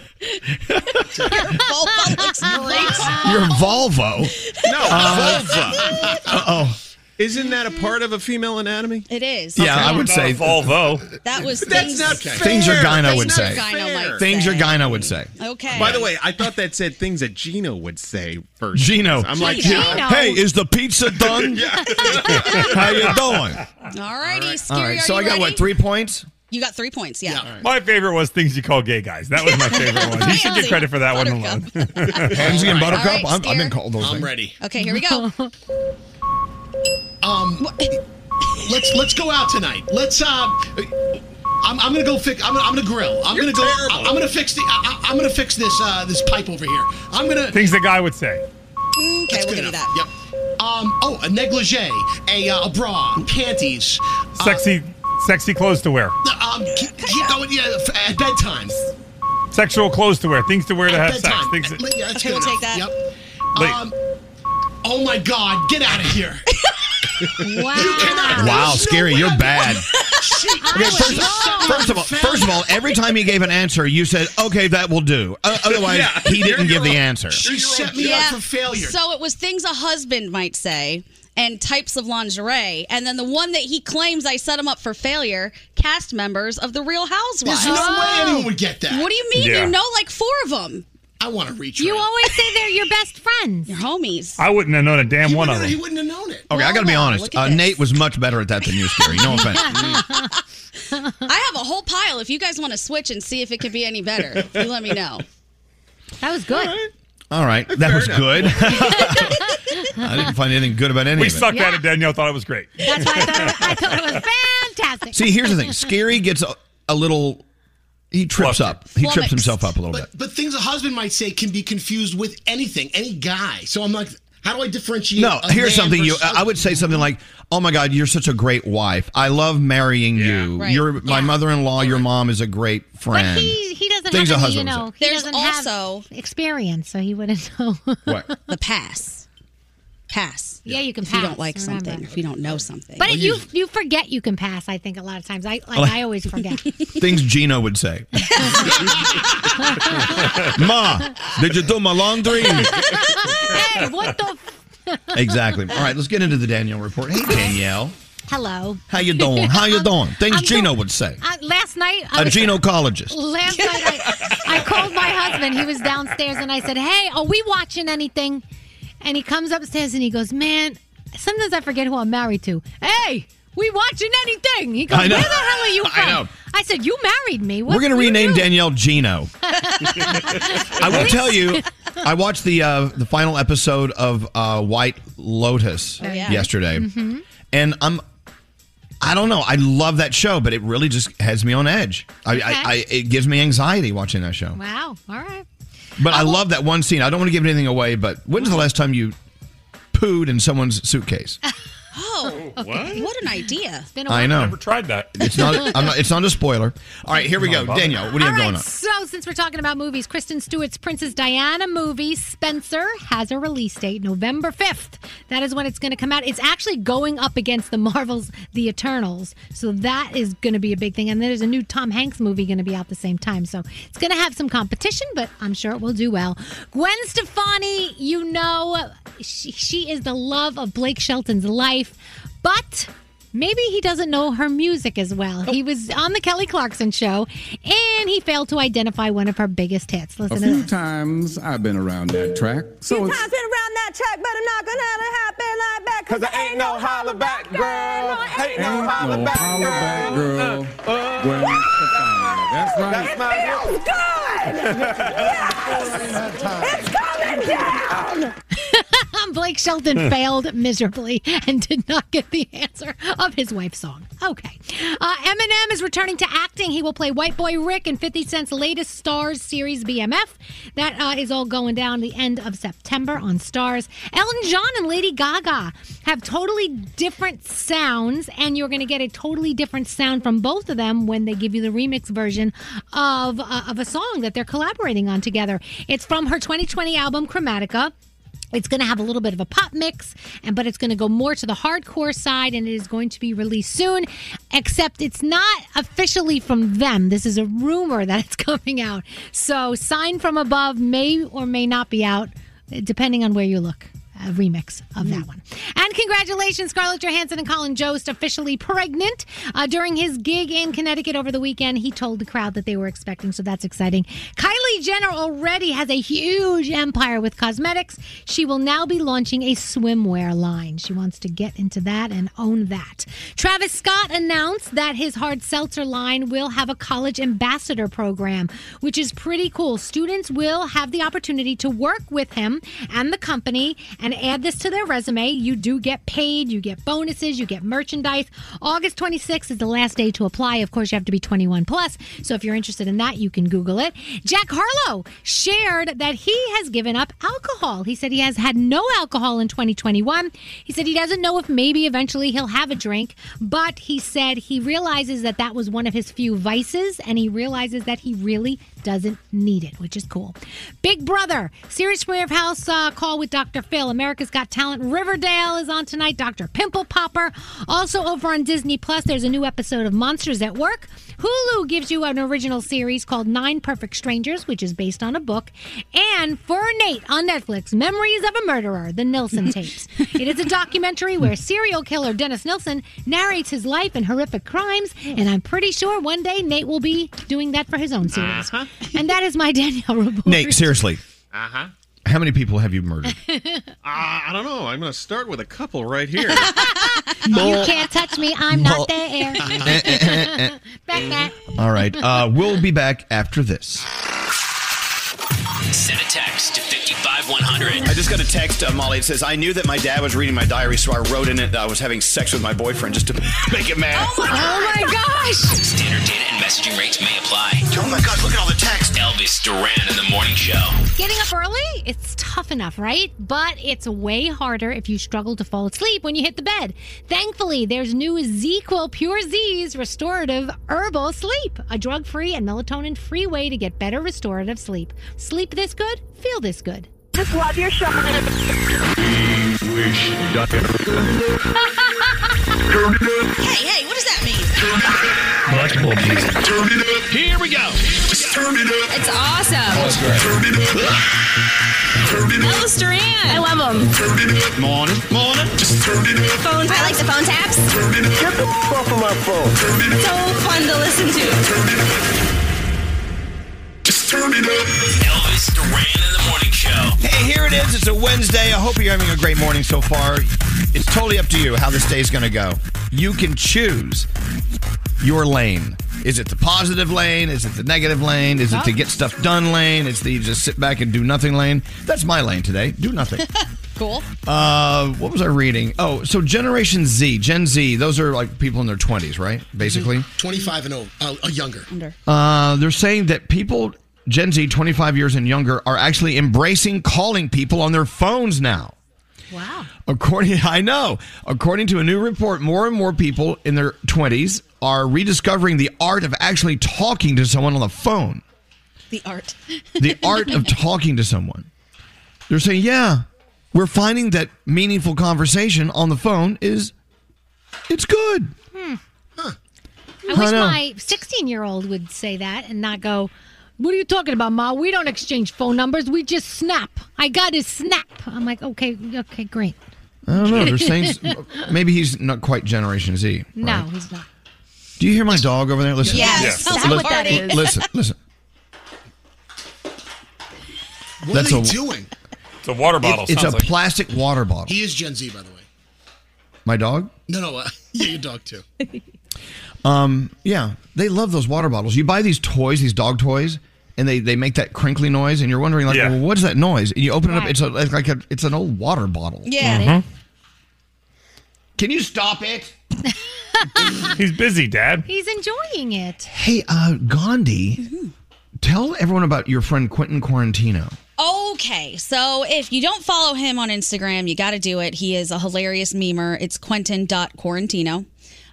Speaker 9: Vulva looks great.
Speaker 1: Your Volvo.
Speaker 14: No,
Speaker 1: Uh,
Speaker 14: vulva.
Speaker 1: Uh oh.
Speaker 14: Isn't that a part of a female anatomy?
Speaker 9: It is.
Speaker 1: Yeah, I would say
Speaker 8: Volvo.
Speaker 9: That was
Speaker 14: But that's
Speaker 9: things,
Speaker 14: not fair.
Speaker 1: Things your gyno would
Speaker 9: Things
Speaker 1: say.
Speaker 9: your gyno might
Speaker 1: Things your
Speaker 9: say.
Speaker 1: gyno would say.
Speaker 9: Okay.
Speaker 14: By the way, I thought that said things that Gino would say first.
Speaker 1: Gino.
Speaker 14: I'm like,
Speaker 9: Gino.
Speaker 14: yeah.
Speaker 1: Hey, is the pizza done? How you doing?
Speaker 9: All righty, Scary.
Speaker 1: All right.
Speaker 9: are
Speaker 1: So
Speaker 9: you
Speaker 1: I got
Speaker 9: ready?
Speaker 1: what? Three points.
Speaker 9: You got three points, yeah.
Speaker 8: My favorite was things you call gay guys. That was my favorite one. You should get credit for that one alone.
Speaker 1: Pansy and Buttercup.
Speaker 9: All right,
Speaker 1: I'm, I've
Speaker 9: Steer.
Speaker 1: been called those.
Speaker 13: I'm
Speaker 1: things.
Speaker 13: ready.
Speaker 9: Okay, here we go.
Speaker 13: Um, let's let's go out tonight. Let's. Uh, I'm, I'm gonna go fix. I'm, gonna- I'm gonna grill. I'm gonna go. I- I'm gonna fix the. I, I- I'm gonna fix this. Uh, this pipe over here. I'm gonna.
Speaker 8: Things the guy would say.
Speaker 9: Okay, we'll give you that.
Speaker 13: Yep. Um. Oh, a negligee, a uh, a bra, panties. uh,
Speaker 8: Sexy, sexy clothes to wear.
Speaker 13: Um. Keep, keep going. Yeah. f- At bedtime.
Speaker 8: Sexual clothes to wear. Things to wear to
Speaker 13: At
Speaker 8: have
Speaker 13: bedtime.
Speaker 8: sex. Things
Speaker 13: At- yeah, that's
Speaker 9: Okay,
Speaker 13: good
Speaker 9: we'll take
Speaker 13: enough.
Speaker 9: that.
Speaker 13: Yep.
Speaker 8: Wait.
Speaker 13: Um. Oh my God! Get out of here.
Speaker 11: Wow.
Speaker 1: Wow, scary. You're bad.
Speaker 13: She,
Speaker 1: Okay, first,
Speaker 13: she's something
Speaker 1: first of all,
Speaker 13: profound.
Speaker 1: first of all, every time he gave an answer, you said, "Okay, that will do." Uh, otherwise,
Speaker 14: Yeah.
Speaker 1: he didn't
Speaker 14: You're
Speaker 1: give the
Speaker 14: wrong.
Speaker 1: answer.
Speaker 13: She set me up for failure.
Speaker 9: So it was things a husband might say and types of lingerie. And then the one that he claims I set him up for failure cast members of The Real Housewives. Oh.
Speaker 13: There's no way anyone would get that.
Speaker 9: What do you mean?
Speaker 8: Yeah.
Speaker 9: You know like four of them.
Speaker 13: I want to reach.
Speaker 11: You always say they're your best friends.
Speaker 9: Your homies.
Speaker 8: I wouldn't have known a damn one of
Speaker 13: He
Speaker 8: them.
Speaker 13: wouldn't have known it.
Speaker 1: Okay, I got to be
Speaker 9: Wow,
Speaker 1: honest.
Speaker 9: look at
Speaker 1: Uh,
Speaker 9: this.
Speaker 1: Nate was much better at that than you, Scary. No offense.
Speaker 9: I have a whole pile. If you guys want to switch and see if it could be any better, you let me know.
Speaker 11: That was good.
Speaker 1: All right, that was good. I didn't find anything good about any
Speaker 8: We
Speaker 1: of it.
Speaker 8: sucked at it. Danielle thought it was great.
Speaker 11: That's why I thought, I thought it was fantastic.
Speaker 1: See, here's the thing. Scary gets a, a little. He trips up. He trips
Speaker 13: Flummoxed.
Speaker 1: himself up a little bit.
Speaker 13: But things a husband might say can be confused with anything, any guy. So I'm like, how do I differentiate?
Speaker 1: No,
Speaker 13: a
Speaker 1: here's
Speaker 13: man
Speaker 1: something you.
Speaker 13: versus-
Speaker 1: I would say something like, "Oh my God, you're such a great wife. I love marrying you.
Speaker 9: Right.
Speaker 1: You're my mother-in-law. Your mom is a great friend."
Speaker 11: He, he doesn't
Speaker 1: Things
Speaker 11: have
Speaker 1: a
Speaker 11: any, you
Speaker 1: husband would
Speaker 11: know, he
Speaker 9: There's
Speaker 11: doesn't
Speaker 9: also-
Speaker 11: have experience, so he wouldn't know.
Speaker 1: What?
Speaker 9: The pass. Pass.
Speaker 11: Yeah, you can
Speaker 9: If you don't
Speaker 11: pass,
Speaker 9: like
Speaker 11: remember.
Speaker 9: something, if you don't know something.
Speaker 11: But you you forget you can pass. I think a lot of times. I like I always forget.
Speaker 1: Things Gino would say. Ma, did you do my laundry?
Speaker 11: hey, what the? F-
Speaker 1: exactly. All right, let's get into the Danielle report. Hey Danielle,
Speaker 11: Hello.
Speaker 1: how you doing? How you doing? Things
Speaker 11: I'm
Speaker 1: Gino would say.
Speaker 11: Uh, last night,
Speaker 1: A gynecologist.
Speaker 11: Last night, I, I called my husband. He was downstairs, and I said, "Hey, are we watching anything?" And he comes upstairs and he goes, "Man, sometimes I forget who I'm married to." Hey, we watching anything? He goes,
Speaker 1: I
Speaker 11: "Where
Speaker 1: know.
Speaker 11: the hell are you
Speaker 1: I
Speaker 11: from?"
Speaker 1: know.
Speaker 11: I said, "You married me." What
Speaker 1: We're gonna
Speaker 11: do you
Speaker 1: rename
Speaker 11: do?"
Speaker 1: Danielle Gino. I will tell you, I watched the uh, the final episode of uh, White Lotus
Speaker 11: Oh, yeah.
Speaker 1: yesterday, and I'm I don't know. I love that show, but it really just has me on edge. I, I, I it gives me anxiety watching that show.
Speaker 11: Wow. All right.
Speaker 1: But
Speaker 11: Oh.
Speaker 1: I love that one scene. I don't want to give anything away, but when's the last time you pooed in someone's suitcase?
Speaker 9: Oh,
Speaker 1: what?
Speaker 9: What an idea.
Speaker 1: I know.
Speaker 8: tried that.
Speaker 1: It's not. I'm not. It's not a spoiler. All right, here we
Speaker 8: Not
Speaker 1: go.
Speaker 8: bothered.
Speaker 1: Danielle, what do you have
Speaker 11: All
Speaker 1: going
Speaker 11: right,
Speaker 1: on?
Speaker 11: So, since we're talking about movies, Kristen Stewart's Princess Diana movie, Spencer, has a release date, November 5th. That is when it's going to come out. It's actually going up against the Marvels, The Eternals. So, that is going to be a big thing. And there's a new Tom Hanks movie going to be out the same time. So, it's going to have some competition, but I'm sure it will do well. Gwen Stefani, you know, she, she is the love of Blake Shelton's life, but. Maybe he doesn't know her music as well. He was on the Kelly Clarkson show and he failed to identify one of her biggest hits. Listen
Speaker 10: A
Speaker 11: to this.
Speaker 10: few times I've been around that track, so
Speaker 17: Few
Speaker 10: it's
Speaker 17: times been around that track, but I'm not gonna let it happen like that. Cause, I ain't no holler back, girl. Ain't no holler back, girl.
Speaker 10: back girl.
Speaker 1: Uh,
Speaker 10: Gwen Stefani. That's right.
Speaker 17: That's my feels good. yes. It's coming down.
Speaker 11: Blake Shelton failed miserably and did not get the answer of his wife's song. Okay. Uh, Eminem is returning to acting. He will play White Boy Rick in 50 Cent's latest Stars series, BMF. That uh, is all going down the end of September on Stars. Elton John and Lady Gaga have totally different sounds, and you're going to get a totally different sound from both of them when they give you the remix version of, uh, of a song that they're collaborating on together. It's from her 2020 album, Chromatica. It's going to have a little bit of a pop mix, and but it's going to go more to the hardcore side, and it is going to be released soon. Except it's not officially from them. This is a rumor that it's coming out. So, "Sign from Above" may or may not be out, depending on where you look. Uh, A remix of that one. And congratulations, Scarlett Johansson and Colin Jost, officially pregnant. Uh, during his gig in Connecticut over the weekend, he told the crowd that they were expecting, so that's exciting. Kylie Jenner already has a huge empire with cosmetics. She will now be launching a swimwear line. She wants to get into that and own that. Travis Scott announced that his hard seltzer line will have a college ambassador program, which is pretty cool. Students will have the opportunity to work with him and the company and add this to their resume. You do get paid, you get bonuses, you get merchandise. August 26th is the last day to apply. Of course, you have to be 21 plus. So if you're interested in that, you can Google it. Jack Harlow shared that he has given up alcohol. He said he has had no alcohol in 2021. He said he doesn't know if maybe eventually he'll have a drink, but he said he realizes that that was one of his few vices and he realizes that he really doesn't need it, which is cool. Big Brother, Serious Rare House uh, call with Dr. Phil. America's Got Talent. Riverdale is on tonight. Dr. Pimple Popper. Also over on Disney Plus, there's a new episode of Monsters at Work. Hulu gives you an original series called Nine Perfect Strangers, which is based on a book. And for Nate on Netflix, Memories of a Murderer, The Nilsson Tapes. it is a documentary where serial killer Dennis Nilsson narrates his life and horrific crimes. And I'm pretty sure one day Nate will be doing that for his own series. And that is my Danielle report.
Speaker 1: Nate, seriously,
Speaker 14: Uh
Speaker 8: Uh-huh.
Speaker 14: huh.
Speaker 1: how many people have you murdered?
Speaker 14: I don't know. I'm going to start with a couple right here.
Speaker 11: You can't touch me. I'm not there.
Speaker 1: Eh, Back
Speaker 11: that.
Speaker 1: All right, uh, we'll be back after this.
Speaker 12: Send a text to 55100.
Speaker 23: I just got a text, uh, Molly. It says, I knew that my dad was reading my diary, so I wrote in it that I was having sex with my boyfriend just to make it mad.
Speaker 12: Oh my gosh! Standard data and messaging rates may apply. Oh my gosh, look at all the text. Elvis Duran in the morning show.
Speaker 11: Getting up early, it's tough enough, right? But it's way harder if you struggle to fall asleep when you hit the bed. Thankfully, there's new ZQL Pure Z's restorative herbal sleep, a drug free and melatonin free way to get better restorative sleep. Sleep this good, feel this good.
Speaker 17: Just love your show.
Speaker 9: Hey, hey, what does that mean?
Speaker 12: Turn it up. Here we go. Turn it up.
Speaker 21: It's awesome.
Speaker 12: Turn it up.
Speaker 21: Elvis Duran. I love him.
Speaker 12: Morning, morning. Just turn it up.
Speaker 21: Phone I like the phone taps.
Speaker 12: Get the f off of my phone.
Speaker 21: So fun to listen to.
Speaker 12: Just turn it up. Elvis Duran in the morning show.
Speaker 1: Hey, here it is. It's a Wednesday. I hope you're having a great morning so far. It's totally up to you how this day's going to go. You can choose your lane. Is it the positive lane? Is it the negative lane? Is it the get stuff done lane? It's the just sit back and do nothing lane. That's my lane today. Do nothing.
Speaker 9: cool.
Speaker 1: Uh, what was I reading? Oh, so Generation Z, Gen Z, those are like people in their 20s, right? Basically.
Speaker 13: 25 and over, uh, uh, younger.
Speaker 1: Uh, they're saying that people, Gen Z, 25 years and younger, are actually embracing calling people on their phones now.
Speaker 11: Wow.
Speaker 1: According, I know. According to a new report, more and more people in their 20s are rediscovering the art of actually talking to someone on the phone.
Speaker 9: The art.
Speaker 1: The art of talking to someone. They're saying, yeah, we're finding that meaningful conversation on the phone is, it's good.
Speaker 11: Hmm.
Speaker 1: I
Speaker 11: I wish
Speaker 1: know.
Speaker 11: my 16 year old would say that and not go, What are you talking about, Ma? We don't exchange phone numbers. We just snap. I got his snap. I'm like, Okay, okay, great.
Speaker 1: I don't know. They're saying maybe he's not quite Generation Z.
Speaker 11: No, he's not.
Speaker 1: Do you hear my dog over there? Listen.
Speaker 11: Yes. Yes. Tell them what that is.
Speaker 1: Listen. Listen.
Speaker 13: What
Speaker 1: That's
Speaker 13: are
Speaker 1: a-
Speaker 13: they doing?
Speaker 8: It's a water
Speaker 1: bottle, It- it's sounds a like. plastic water bottle.
Speaker 13: He is Gen Z, by the way.
Speaker 1: My dog.
Speaker 13: No, no, uh, yeah, your dog too.
Speaker 1: Um. Yeah. They love those water bottles. You buy these toys, these dog toys, and they they make that crinkly noise, and you're wondering like, well, what is that noise? And you open it up.
Speaker 13: Right.
Speaker 1: It's a it's like a it's an old water bottle.
Speaker 13: Yeah.
Speaker 8: Mm-hmm.
Speaker 1: Can you stop it?
Speaker 8: He's busy, Dad.
Speaker 11: He's enjoying it.
Speaker 1: Hey, uh, Gandhi, tell everyone about your friend Quentin Quarantino.
Speaker 9: Okay, so if you don't follow him on Instagram, you got to do it. He is a hilarious memer. It's Quentin.Quarantino.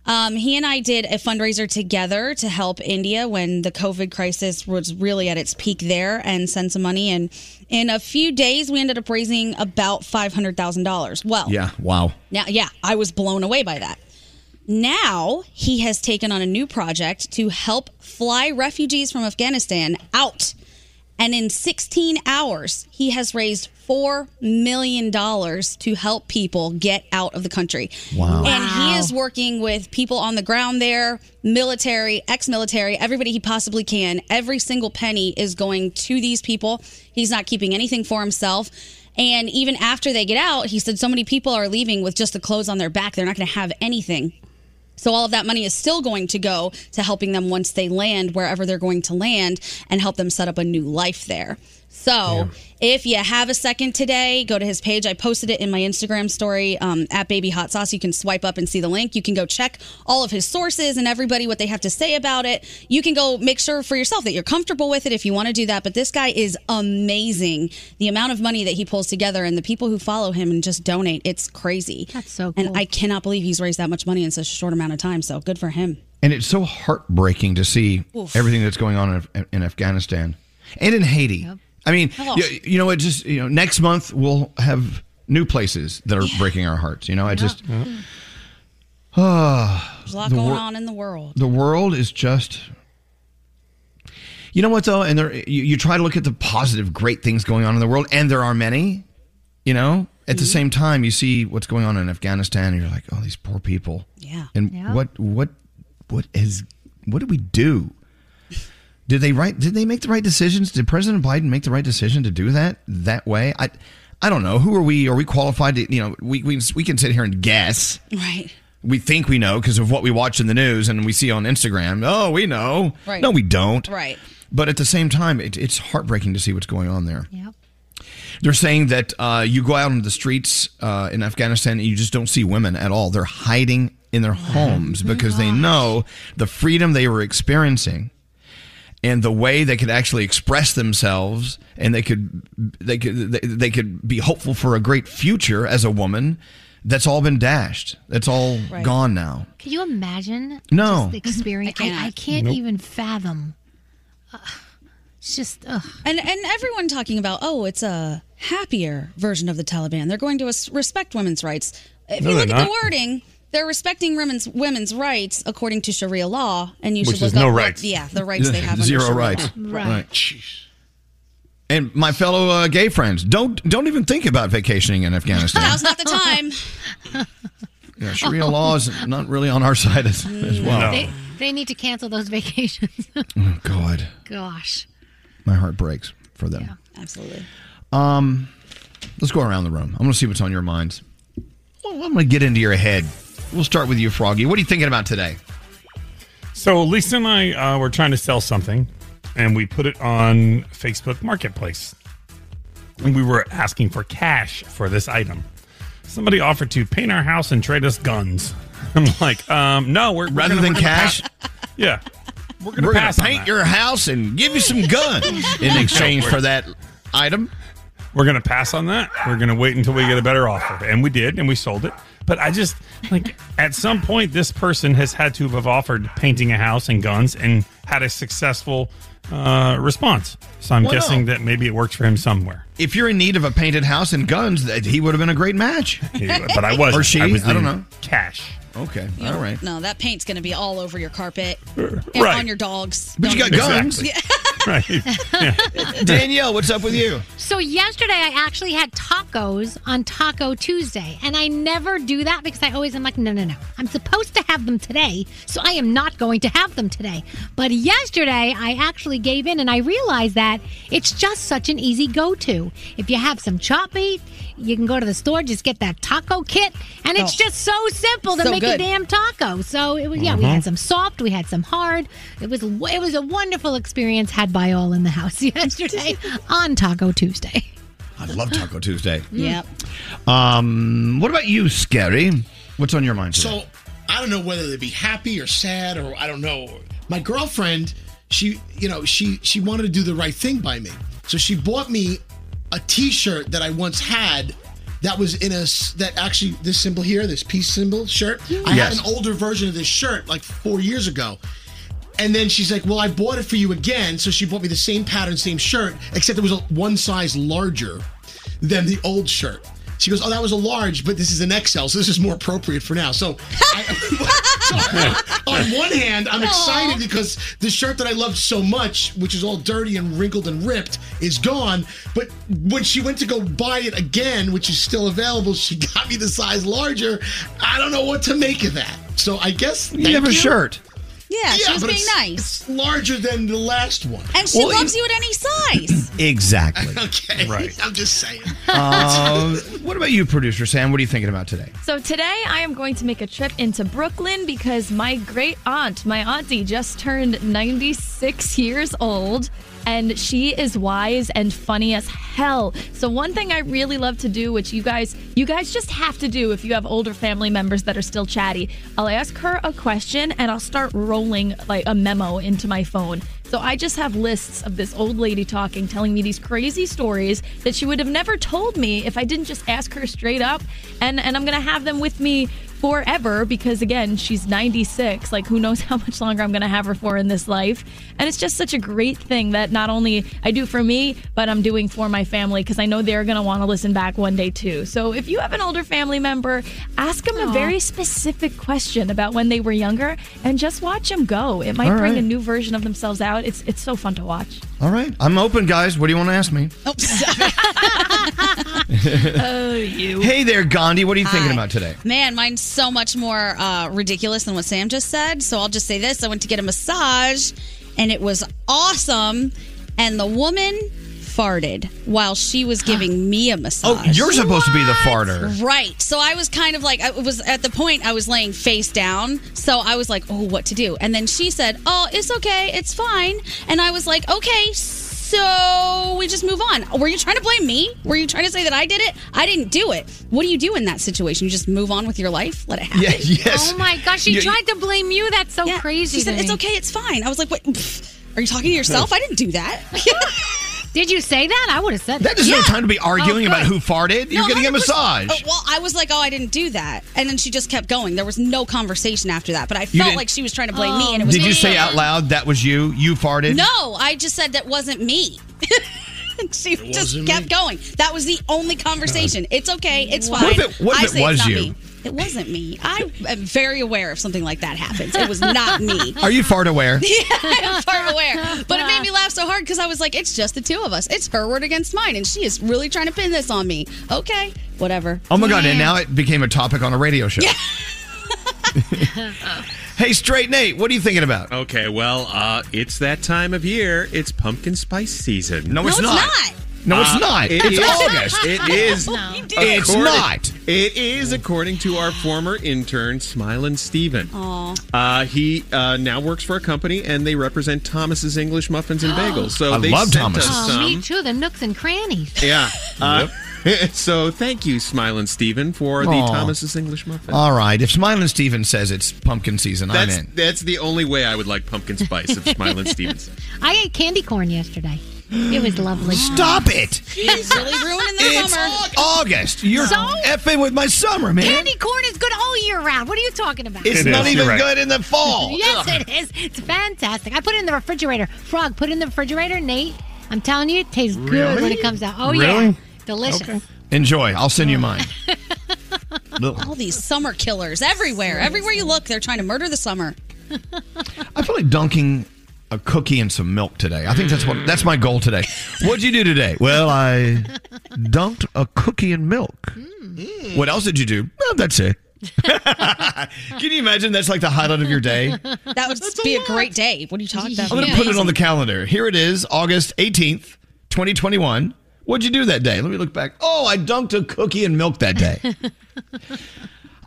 Speaker 9: Um, he and I did a fundraiser together to help India when the COVID crisis was really at its peak there and send some money. And in a few days, we ended up raising about $500,000. Well,
Speaker 1: Yeah. Wow.
Speaker 9: now, yeah, I was blown away by that. Now he has taken on a new project to help fly refugees from Afghanistan out. And in 16 hours, he has raised $4 million to help people get out of the country.
Speaker 15: Wow.
Speaker 9: And he is working with people on the ground there, military, ex military, everybody he possibly can. Every single penny is going to these people. He's not keeping anything for himself. And even after they get out, he said so many people are leaving with just the clothes on their back. They're not going to have anything. So all of that money is still going to go to helping them once they land wherever they're going to land and help them set up a new life there. So if you have a second today, go to his page. I posted it in my Instagram story um, at Baby Hot Sauce. You can swipe up and see the link. You can go check all of his sources and everybody what they have to say about it. You can go make sure for yourself that you're comfortable with it if you want to do that. But this guy is amazing. The amount of money that he pulls together and the people who follow him and just donate, it's crazy. That's so cool. And I cannot believe he's raised that much money in such a short amount of time. So good for him.
Speaker 1: And it's so heartbreaking to see
Speaker 9: Oof.
Speaker 1: everything that's going on in, in Afghanistan and in Haiti. I mean,
Speaker 9: Oh.
Speaker 1: you, you know, it just, you know, next month we'll have new places that are breaking our hearts. You know, I just, ah,
Speaker 9: There's a lot
Speaker 1: the
Speaker 9: going
Speaker 1: wor-
Speaker 9: on in the world.
Speaker 1: The world is just, you know what though? And there, you, you try to look at the positive, great things going on in the world, and there are many, you know, at
Speaker 9: Mm-hmm.
Speaker 1: the same time, you see what's going on in Afghanistan and you're like, oh, these poor people.
Speaker 9: Yeah.
Speaker 1: And
Speaker 9: Yeah.
Speaker 1: what what what is what do we do? Did they right? Did they make the right decisions? Did President Biden make the right decision to do that that way? I I don't know. Who are we? Are we qualified to? You know, we we we can sit here and guess.
Speaker 9: Right.
Speaker 1: We think we know because of what we watch in the news and we see on Instagram. Oh, we know.
Speaker 9: Right.
Speaker 1: No, we don't.
Speaker 9: Right.
Speaker 1: But at the same time, it, it's heartbreaking to see what's going on there.
Speaker 11: Yep.
Speaker 1: They're saying that uh, you go out on the streets uh, in Afghanistan and you just don't see women at all. They're hiding in their homes because they know the freedom they were experiencing and the way they could actually express themselves and they could they could they, they could be hopeful for a great future as a woman that's all been dashed that's all
Speaker 11: Right.
Speaker 1: gone now
Speaker 11: Can you imagine?
Speaker 1: No.
Speaker 11: just the experience. I, I, can't
Speaker 1: Nope.
Speaker 11: even fathom. Ugh. it's just ugh.
Speaker 9: And and everyone talking about oh, it's a happier version of the Taliban. They're going to res- respect women's rights. If
Speaker 8: No,
Speaker 9: you
Speaker 8: they're
Speaker 9: look at
Speaker 8: not.
Speaker 9: the wording, they're respecting women's women's rights according to Sharia law, and you
Speaker 1: Which
Speaker 9: should
Speaker 1: is
Speaker 9: look
Speaker 1: no
Speaker 9: up what-
Speaker 1: rights.
Speaker 9: yeah, the rights they have. under
Speaker 1: zero
Speaker 9: Sharia
Speaker 1: rights
Speaker 9: law.
Speaker 1: and my fellow uh, gay friends don't don't even think about vacationing in afghanistan
Speaker 9: Now's not the time.
Speaker 1: Yeah, Sharia law is not really on our side as, as well.
Speaker 11: They, they need to cancel those vacations.
Speaker 1: Oh God,
Speaker 11: Gosh.
Speaker 1: my heart breaks for them.
Speaker 9: Absolutely.
Speaker 1: Um, let's go around the room. I'm going to see what's on your minds. Well, I'm going to get into your head. We'll start with you, Froggy. What are you thinking about today?
Speaker 8: So Lisa and I uh, were trying to sell something, and we put it on Facebook Marketplace. And we were asking for cash for this item. Somebody offered to paint our house and trade us guns. I'm like, um, no, we're we're
Speaker 1: Rather
Speaker 8: gonna-
Speaker 1: than
Speaker 8: we're gonna
Speaker 1: cash?
Speaker 8: pass- yeah, we're
Speaker 1: We're gonna
Speaker 8: pass on
Speaker 1: paint
Speaker 8: that.
Speaker 1: your house and give you some guns in exchange for that item.
Speaker 8: We're gonna pass on that. We're gonna wait until we get a better offer, and we did, and we sold it. But I just like at some point, this person has had to have offered painting a house and guns and had a successful uh, response. So I'm
Speaker 1: Why not?
Speaker 8: guessing that maybe it works for him somewhere.
Speaker 1: If you're in need of a painted house and guns, that he would have been a great match.
Speaker 8: but I wasn't.
Speaker 1: Or she?
Speaker 8: I was
Speaker 1: don't
Speaker 8: needing
Speaker 1: know.
Speaker 8: Cash.
Speaker 1: Okay.
Speaker 9: You know,
Speaker 1: All right.
Speaker 9: No, that paint's going to be all over your carpet, and
Speaker 1: Right.
Speaker 9: on your dogs.
Speaker 1: But you
Speaker 9: Don't
Speaker 1: got
Speaker 9: even-
Speaker 1: guns.
Speaker 9: Yeah.
Speaker 1: Danielle, what's up with you?
Speaker 11: So yesterday I actually had tacos on Taco Tuesday, and I never do that because I always am like, no, no, no. I'm supposed to have them today, so I am not going to have them today. But yesterday I actually gave in and I realized that it's just such an easy go-to. If you have some chopped meat, you can go to the store, just get that taco kit, and it's
Speaker 9: Oh.
Speaker 11: just so simple to
Speaker 9: So
Speaker 11: make a
Speaker 9: good.
Speaker 11: damn taco. So it was yeah, we
Speaker 9: Mhm.
Speaker 1: Uh-huh.
Speaker 11: had some soft, we had some hard. It was it was a wonderful experience had by all in the house yesterday on Taco Tuesday.
Speaker 1: I love Taco Tuesday.
Speaker 9: Mm.
Speaker 14: Mm.
Speaker 11: Yep.
Speaker 1: Um, what about you, Scary? What's on your mind? Today?
Speaker 13: So I don't know whether to be happy or sad or I don't know. My girlfriend, she you know she she wanted to do the right thing by me, so she bought me a T-shirt that I once had. That was in a s- that actually this symbol here, this peace symbol shirt. I had
Speaker 1: Yes.
Speaker 13: an older version of this shirt like four years ago. And then she's like, "Well, I bought it for you again." So she bought me the same pattern, same shirt, except it was a- one size larger than the old shirt. She goes, "Oh, that was a large, but this is an XL, so this is more appropriate for now." So, I, so on one hand, I'm excited because the shirt that I loved so much, which is all dirty and wrinkled and ripped, is gone. But when she went to go buy it again, which is still available, she got me the size larger. I don't know what to make of that. So I guess
Speaker 1: You have a shirt.
Speaker 9: Yeah, she was
Speaker 13: but
Speaker 9: being
Speaker 13: it's-
Speaker 9: nice.
Speaker 13: It's larger than the last one.
Speaker 9: And she loves you at any size.
Speaker 1: Exactly.
Speaker 13: okay.
Speaker 1: Right.
Speaker 13: I'm just saying.
Speaker 1: Um, what about you, producer Sam? What are you thinking about today?
Speaker 15: So today I am going to make a trip into Brooklyn because my great aunt, my auntie, just turned 96 years old. And she is wise and funny as hell. So one thing I really love to do, which you guys, you guys just have to do if you have older family members that are still chatty, I'll ask her a question and I'll start rolling like a memo into my phone. So I just have lists of this old lady talking, telling me these crazy stories that she would have never told me if I didn't just ask her straight up. And and I'm gonna have them with me forever because again, she's 96. Like who knows how much longer I'm gonna have her for in this life. And it's just such a great thing that not only I do for me, but I'm doing for my family because I know they're gonna want to listen back one day too. So if you have an older family member, ask them a
Speaker 18: Aw.
Speaker 15: very specific question about when they were younger, and just watch them go. It might
Speaker 1: All
Speaker 15: bring
Speaker 1: right.
Speaker 15: a new version of themselves out. It's it's so fun to watch.
Speaker 1: All right. I'm open, guys. What do you want to ask me?
Speaker 15: oh, you.
Speaker 1: Hey there, Gandhi. What are you thinking about today?
Speaker 9: Man, mine's so much more uh, ridiculous than what Sam just said. So I'll just say this: I went to get a massage, and it was awesome. And the woman farted while she was giving me a massage.
Speaker 1: Oh, you're supposed to be the farter.
Speaker 9: Right. So I was kind of like, I was at the point I was laying face down. So I was like, oh, what to do? And then she said, oh, it's okay. It's fine. And I was like, okay, so So we just move on. Were you trying to blame me? Were you trying to say that I did it? I didn't do it. What do you do in that situation? You just move on with your life? Let it happen.
Speaker 1: Yeah, yes.
Speaker 11: Oh my gosh, she
Speaker 9: Yeah.
Speaker 11: tried to blame you. That's so crazy.
Speaker 9: She said, it's okay, it's fine. I was like, what? Pfft, Are you talking to yourself? I didn't do that.
Speaker 11: Did you say that? Oh, I would have said
Speaker 1: That is no time to be arguing about who farted. You're
Speaker 9: Oh, No,
Speaker 1: getting a
Speaker 9: 100%.
Speaker 1: massage.
Speaker 9: Oh, well, I was like, oh, I didn't do that. And then she just kept going. There was no conversation after that, but I
Speaker 1: You
Speaker 9: felt
Speaker 1: didn't-
Speaker 9: like she was trying to blame me. And it was
Speaker 1: Did you say
Speaker 9: unfair.
Speaker 1: out loud that was you? You farted?
Speaker 9: No, I just said that wasn't me. she just
Speaker 1: wasn't
Speaker 9: kept
Speaker 1: me.
Speaker 9: going. That was the only conversation. It's okay. It's
Speaker 1: What
Speaker 9: fine.
Speaker 1: if it- what if
Speaker 9: I
Speaker 1: it
Speaker 9: say it's
Speaker 1: was
Speaker 9: not
Speaker 1: you?
Speaker 9: Me. It wasn't me. I am very aware if something like that happens. It was not me.
Speaker 1: Are you fart aware?
Speaker 9: Yeah, I'm far aware. But it made me laugh so hard because I was like, it's just the two of us. It's her word against mine, and she is really trying to pin this on me. Okay, whatever.
Speaker 1: Oh my god! And now it became a topic on a radio show. hey, straight Nate, what are you thinking about?
Speaker 14: Okay, well, uh, it's that time of year. It's pumpkin spice season. Uh,
Speaker 1: No, it's No, it's not. not. No, it's not.
Speaker 14: it is-
Speaker 1: It's August.
Speaker 14: It is.
Speaker 1: No, you did. It's
Speaker 14: according-
Speaker 1: not.
Speaker 14: It is according to our former intern, Smiling Steven.
Speaker 1: Oh.
Speaker 9: Aw.
Speaker 14: Uh, he uh, now works for a company, and they represent Thomas's English Muffins
Speaker 1: Oh.
Speaker 14: and Bagels. So
Speaker 1: I
Speaker 14: they
Speaker 1: love
Speaker 14: sent
Speaker 1: Thomas's.
Speaker 14: us
Speaker 11: Oh,
Speaker 14: some.
Speaker 11: me too. The nooks and crannies.
Speaker 14: Yeah. Uh, so thank you, Smiling Steven, for the
Speaker 1: Aw.
Speaker 14: Thomas's English Muffin.
Speaker 1: All right. If Smiling Steven says it's pumpkin season,
Speaker 14: That's
Speaker 1: I'm in.
Speaker 14: that's the only way I would like pumpkin spice if Smiling Steven said.
Speaker 11: I ate candy corn yesterday. It was lovely.
Speaker 1: Stop it!
Speaker 9: She's really ruining the
Speaker 1: It's
Speaker 11: summer.
Speaker 1: August. You're
Speaker 11: So?
Speaker 1: effing with my summer, man.
Speaker 11: Candy corn is good all year round. What are you talking about?
Speaker 1: It's It not is, even you're right. good in the fall.
Speaker 11: yes,
Speaker 1: Ugh.
Speaker 11: it is. It's fantastic. I put it in the refrigerator. Frog, put it in the refrigerator, Nate. I'm telling you, it tastes good when
Speaker 1: Really?
Speaker 11: it comes out. Oh yeah,
Speaker 1: Really?
Speaker 11: delicious.
Speaker 1: Enjoy. I'll send you mine. Ugh.
Speaker 9: All these summer killers everywhere. Everywhere you look, they're trying to murder the summer.
Speaker 1: I feel like dunking a cookie in some milk today. I think that's what that's my goal today. What'd you do today? Well, I dunked a cookie in milk. What else did you do? Well, that's it. Can you imagine that's like the highlight of your day?
Speaker 9: That would be a, great day. What are you talking about?
Speaker 1: I'm going to put it on the calendar. Here it is, August 18th, 2021. What'd you do that day? Let me look back. Oh, I dunked a cookie in milk that day.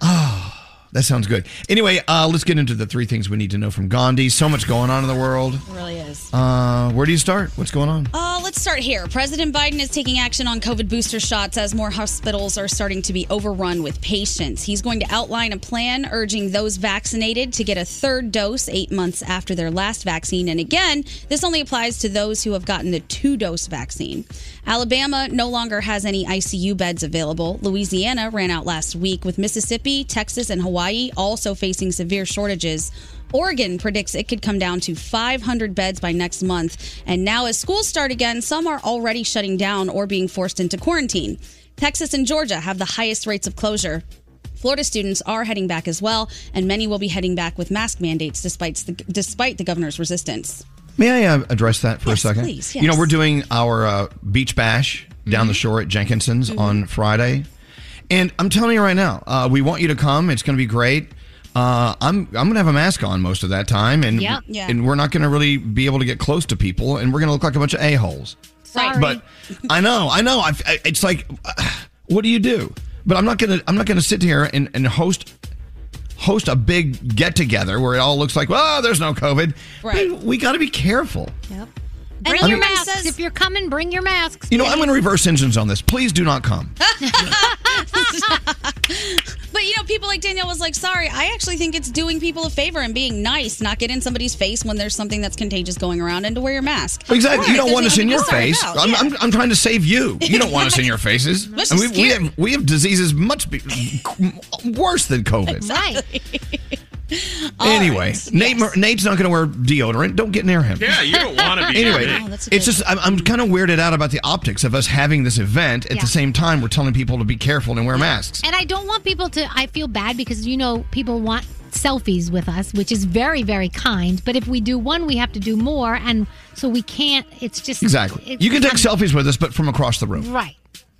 Speaker 1: oh, that sounds good. Anyway, uh, let's get into the three things we need to know from Gandhi. So much going on in the world.
Speaker 9: It really is.
Speaker 1: Uh, where do you start? What's going on?
Speaker 9: Uh, let's start here. President Biden is taking action on COVID booster shots as more hospitals are starting to be overrun with patients. He's going to outline a plan urging those vaccinated to get a third dose eight months after their last vaccine. And again, this only applies to those who have gotten the two dose vaccine. Alabama no longer has any ICU beds available. Louisiana ran out last week, with Mississippi, Texas, and Hawaii also facing severe shortages. Oregon predicts it could come down to 500 beds by next month. And now, as schools start again, some are already shutting down or being forced into quarantine. Texas and Georgia have the highest rates of closure. Florida students are heading back as well, and many will be heading back with mask mandates despite the, despite the governor's resistance.
Speaker 1: May I uh, address that for
Speaker 9: Yes,
Speaker 1: a second?
Speaker 9: please,
Speaker 1: You know,
Speaker 9: yes. Mm-hmm.
Speaker 1: we're doing our uh, beach bash down the shore at Jenkinson's on Friday. And I'm telling you right now, uh, we want you to come. It's going to be great. Uh, I'm I'm gonna have a mask on most of that time, and
Speaker 11: Yeah. Yeah.
Speaker 1: and we're not gonna really be able to get close to people, and we're gonna look like a bunch of a holes.
Speaker 11: Sorry.
Speaker 1: But I know, I know. I, I, it's like, uh, what do you do? But I'm not gonna I'm not gonna sit here and, and host host a big get together where it all looks like, well, there's no COVID.
Speaker 11: Right.
Speaker 1: We, got to be careful.
Speaker 11: Bring
Speaker 1: I
Speaker 11: your
Speaker 1: mean-
Speaker 11: masks if you're coming. Bring your masks.
Speaker 1: You know, I'm going to reverse engines on this. Please do not come.
Speaker 9: But you know, people like Danielle was like, "Sorry, I actually think it's doing people a favor and being nice, not get in somebody's face when there's something that's contagious going around, and to wear your mask."
Speaker 1: Exactly. you
Speaker 9: Right,
Speaker 1: don't want
Speaker 9: there's
Speaker 1: us in
Speaker 9: nothing
Speaker 1: your
Speaker 9: to worry
Speaker 1: face.
Speaker 9: about.
Speaker 1: I'm, I'm, I'm trying to save you. You don't want us in your faces.
Speaker 9: That's
Speaker 1: And we, we
Speaker 9: scary.
Speaker 1: have we have diseases much be, worse than COVID.
Speaker 9: Exactly.
Speaker 1: Anyway, Nate, Mer- Nate's not going to wear deodorant. Don't get near him.
Speaker 14: Yeah, you don't want to be
Speaker 1: Anyway,
Speaker 14: near me.
Speaker 4: Oh,
Speaker 9: Oh,
Speaker 1: it's just I'm, I'm kind of weirded out about the optics of us having this event at
Speaker 11: Yeah.
Speaker 1: the same time we're telling people to be careful and wear masks.
Speaker 11: And I don't want people to. I feel bad because you know people want selfies with us, which is very very kind. But if we do one, we have to do more, and so we can't. It's just
Speaker 1: Exactly.
Speaker 11: it-
Speaker 1: You can take selfies with us, but from across the room.
Speaker 11: Right.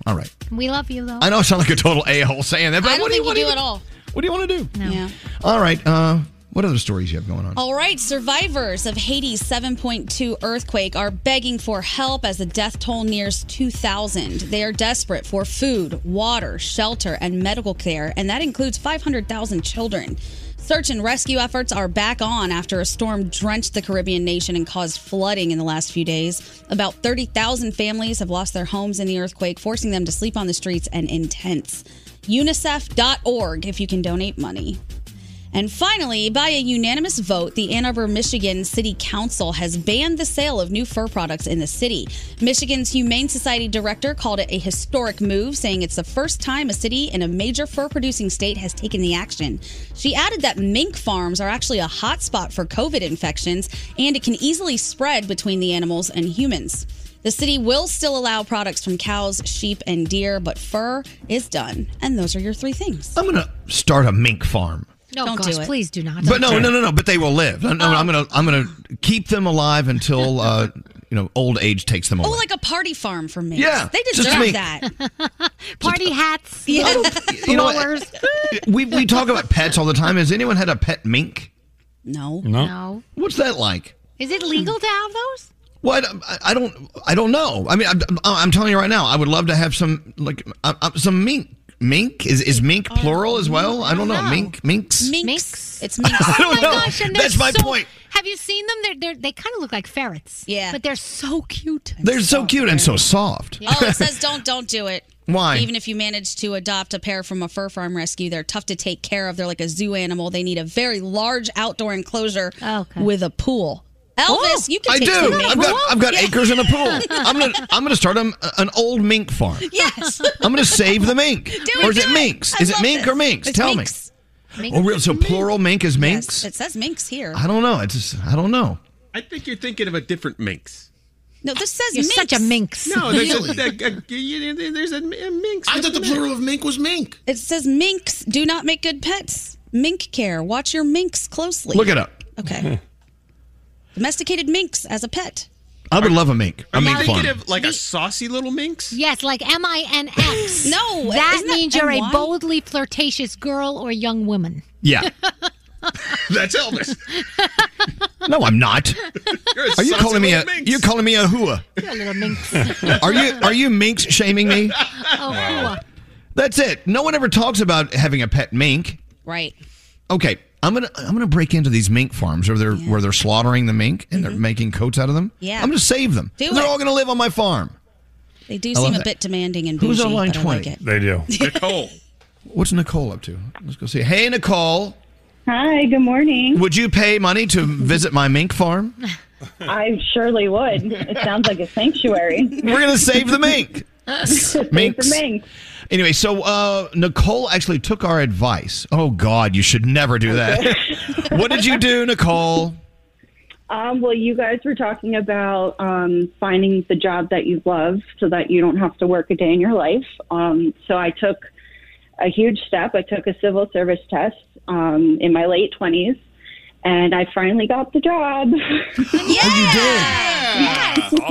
Speaker 1: All right.
Speaker 11: We love you though.
Speaker 1: I know I sound like a total a hole saying that,
Speaker 9: I
Speaker 1: but
Speaker 9: don't
Speaker 1: what
Speaker 9: think you
Speaker 1: do
Speaker 9: do
Speaker 1: you want
Speaker 9: at all.
Speaker 1: What do you want to do?
Speaker 9: No. Yeah.
Speaker 1: All right. Uh, what other stories you have going on?
Speaker 9: All right, survivors of Haiti's 7.2 earthquake are begging for help as the death toll nears 2,000. They are desperate for food, water, shelter, and medical care, and that includes 500,000 children. Search and rescue efforts are back on after a storm drenched the Caribbean nation and caused flooding in the last few days. About 30,000 families have lost their homes in the earthquake, forcing them to sleep on the streets and in tents. UNICEF.org if you can donate money. And finally, by a unanimous vote, the Ann Arbor, Michigan City Council has banned the sale of new fur products in the city. Michigan's Humane Society director called it a historic move, saying it's the first time a city in a major fur producing state has taken the action. She added that mink farms are actually a hotspot for COVID infections, and it can easily spread between the animals and humans. The city will still allow products from cows, sheep, and deer, but fur is done. And those are your three things.
Speaker 1: I'm gonna start a mink farm.
Speaker 11: No,
Speaker 9: Don't
Speaker 11: Oh, gosh,
Speaker 9: do it.
Speaker 11: please do not.
Speaker 1: But no, no, no, no. But they will live. No, no, I'm gonna, I'm gonna keep them alive until, uh, you know, old age takes them
Speaker 9: Oh,
Speaker 1: over.
Speaker 9: like a party farm for me.
Speaker 1: Yeah,
Speaker 9: They
Speaker 1: just
Speaker 9: deserve
Speaker 1: mink.
Speaker 9: that.
Speaker 11: Party hats.
Speaker 9: Yeah.
Speaker 1: you know what? we we talk about pets all the time. Has anyone had a pet mink?
Speaker 9: No.
Speaker 11: No. No.
Speaker 1: What's that like?
Speaker 11: Is it legal to have those?
Speaker 1: What I, I don't I don't know. I mean, I'm, I'm telling you right now, I would love to have some like uh, uh, some mink. Mink is is
Speaker 9: Uh,
Speaker 1: mink plural Oh, as well? I don't know. Mink minks.
Speaker 9: Minks. It's
Speaker 11: minks.
Speaker 1: I don't
Speaker 11: oh my
Speaker 1: know.
Speaker 11: gosh, and they're
Speaker 1: That's my
Speaker 11: so-
Speaker 1: point.
Speaker 11: Have you seen them? They're, they're they kind of look like ferrets. Yeah, but they're so cute.
Speaker 1: They're so cute and so soft.
Speaker 9: Oh, it says don't don't do it.
Speaker 1: Why?
Speaker 9: Even if you manage to adopt a pair from a fur farm rescue, they're tough to take care of. They're like a zoo animal. They need a very large outdoor enclosure with a pool. Elvis, you can
Speaker 1: Oh, I
Speaker 9: take
Speaker 1: do.
Speaker 9: some mink.
Speaker 1: I've got I've got
Speaker 9: Yeah.
Speaker 1: acres and a pool. I'm gonna I'm gonna start a, an old mink farm.
Speaker 9: Yes.
Speaker 1: I'm gonna save the mink.
Speaker 9: Do
Speaker 1: or is
Speaker 9: do
Speaker 1: it minks?
Speaker 9: I
Speaker 1: is it
Speaker 9: love
Speaker 1: mink
Speaker 9: this.
Speaker 1: or minks?
Speaker 9: It's
Speaker 1: Tell
Speaker 9: minks.
Speaker 1: me.
Speaker 9: Minks.
Speaker 1: Oh, real? So plural mink is minks.
Speaker 9: It says minks here.
Speaker 1: I don't know. It's just, I don't know.
Speaker 14: I think you're thinking of a different minx.
Speaker 9: No, this says
Speaker 11: You're
Speaker 9: minks.
Speaker 11: such a minx.
Speaker 14: No, there's a, a, a- you- you- there's a minx.
Speaker 9: I thought the plural
Speaker 13: of mink was mink.
Speaker 9: It says minks do not make good pets. Mink care. Watch your minks closely.
Speaker 1: Look it up.
Speaker 9: Okay. Domesticated minks as a pet.
Speaker 1: I would love a mink. A
Speaker 14: Are you
Speaker 1: mink farm.
Speaker 14: thinking of like a saucy little minx?
Speaker 11: Yes, like M I N X.
Speaker 9: No,
Speaker 11: that
Speaker 9: isn't that
Speaker 11: means you're
Speaker 9: NY?
Speaker 11: a boldly flirtatious girl or young woman.
Speaker 1: Yeah.
Speaker 14: That's Elvis.
Speaker 1: No, I'm not.
Speaker 14: You're a
Speaker 1: Are you
Speaker 14: saucy
Speaker 1: calling me a
Speaker 14: little minx.
Speaker 1: you calling me a hua?
Speaker 11: You're a little minx.
Speaker 1: Are you are you minx shaming me?
Speaker 11: Oh, hua.
Speaker 1: That's it. No one ever talks about having a pet mink.
Speaker 9: Right.
Speaker 1: Okay, I'm gonna I'm gonna break into these mink farms where they're where they're slaughtering the mink and they're making coats out of them.
Speaker 9: Mm-hmm. Yeah.
Speaker 1: I'm gonna save them.
Speaker 9: Do
Speaker 1: they're
Speaker 9: it.
Speaker 1: all gonna live on my farm.
Speaker 9: They do
Speaker 1: I
Speaker 9: seem
Speaker 1: love
Speaker 9: a
Speaker 1: that.
Speaker 9: bit demanding and bougie,
Speaker 1: Who's on line
Speaker 9: but I like
Speaker 1: twenty?
Speaker 9: it.
Speaker 1: they do.
Speaker 14: Nicole.
Speaker 1: What's Nicole up to? Let's go see. Hey Nicole,
Speaker 18: Hi, good morning.
Speaker 1: would you pay money to visit my mink farm?
Speaker 18: I surely would. It sounds like a sanctuary.
Speaker 1: We're gonna save the mink.
Speaker 18: Save
Speaker 1: Minks.
Speaker 18: the mink.
Speaker 1: Anyway, so uh, Nicole actually took our advice. Oh God, you should never do that. what did you do, Nicole?
Speaker 18: Um, well, you guys were talking about um, finding the job that you love so that you don't have to work a day in your life. Um, so I took a huge step. I took a civil service test um, in my late 20s, and I finally got the job.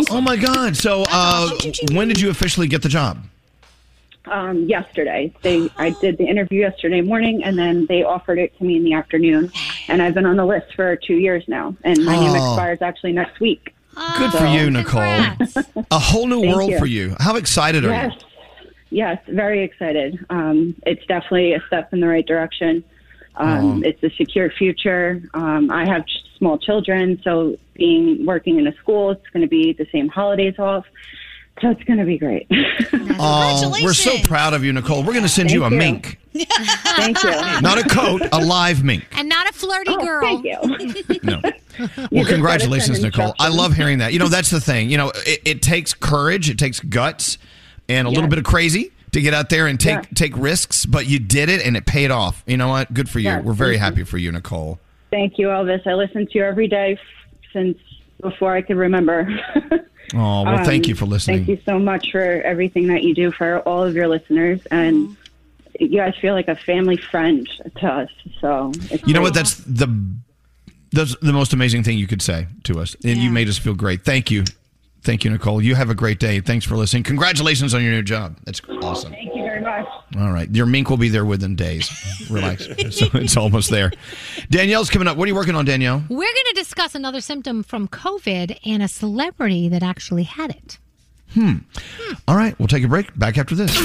Speaker 1: Oh my God! So uh, when did you officially get the job?
Speaker 18: um, yesterday. They, I did the interview yesterday morning, and then they offered it to me in the afternoon. And I've been on the list for two years now, and my name
Speaker 1: Oh.
Speaker 18: expires actually next week.
Speaker 1: Good for you, Nicole. A whole new
Speaker 18: Thank
Speaker 1: world
Speaker 18: you.
Speaker 1: for you. How excited are
Speaker 18: Yes, yes, very excited. Um, it's definitely a step in the right direction. Um,
Speaker 1: Oh.
Speaker 18: It's a secure future. Um, I have ch- small children, so being working in a school, it's going to be the same holidays off. So it's going to be great.
Speaker 1: you? Oh, we're so proud of you, Nicole. We're going to send you a
Speaker 18: Thank you.
Speaker 1: mink,
Speaker 18: Thank you. Oh,
Speaker 1: not a coat, a live mink.
Speaker 11: And not a flirty girl. Thank
Speaker 18: you.
Speaker 1: No. Well, congratulations, Nicole. I love hearing that. You know, that's the thing. You know, it, it takes courage, it takes guts, and a little bit of crazy to get out there and take
Speaker 18: Yeah.
Speaker 1: take risks. But you did it, and it paid off. You know what? Good for you.
Speaker 18: Yeah,
Speaker 1: We're very
Speaker 18: thank you.
Speaker 1: happy for you, Nicole.
Speaker 18: Thank you, Elvis. I listen to you every day f- since before I could remember.
Speaker 1: Oh well, thank
Speaker 18: Um,
Speaker 1: you for listening.
Speaker 18: Thank you so much for everything that you do for all of your listeners. And you guys feel like a family friend to us. So it's
Speaker 1: You know what? That's the that's the most amazing thing you could say to us, and you made us feel great. Thank you, thank you, Nicole. You have a great day. Thanks for listening. Congratulations on your new job. That's awesome.
Speaker 18: Thank you very much.
Speaker 1: All right, your mink will be there within days. Relax. so it's almost there. Danielle's coming up. What are you working on, Danielle?
Speaker 11: We're going to discuss another symptom from COVID and a celebrity that actually had it.
Speaker 1: Hmm. All right, we'll take a break. Back after this.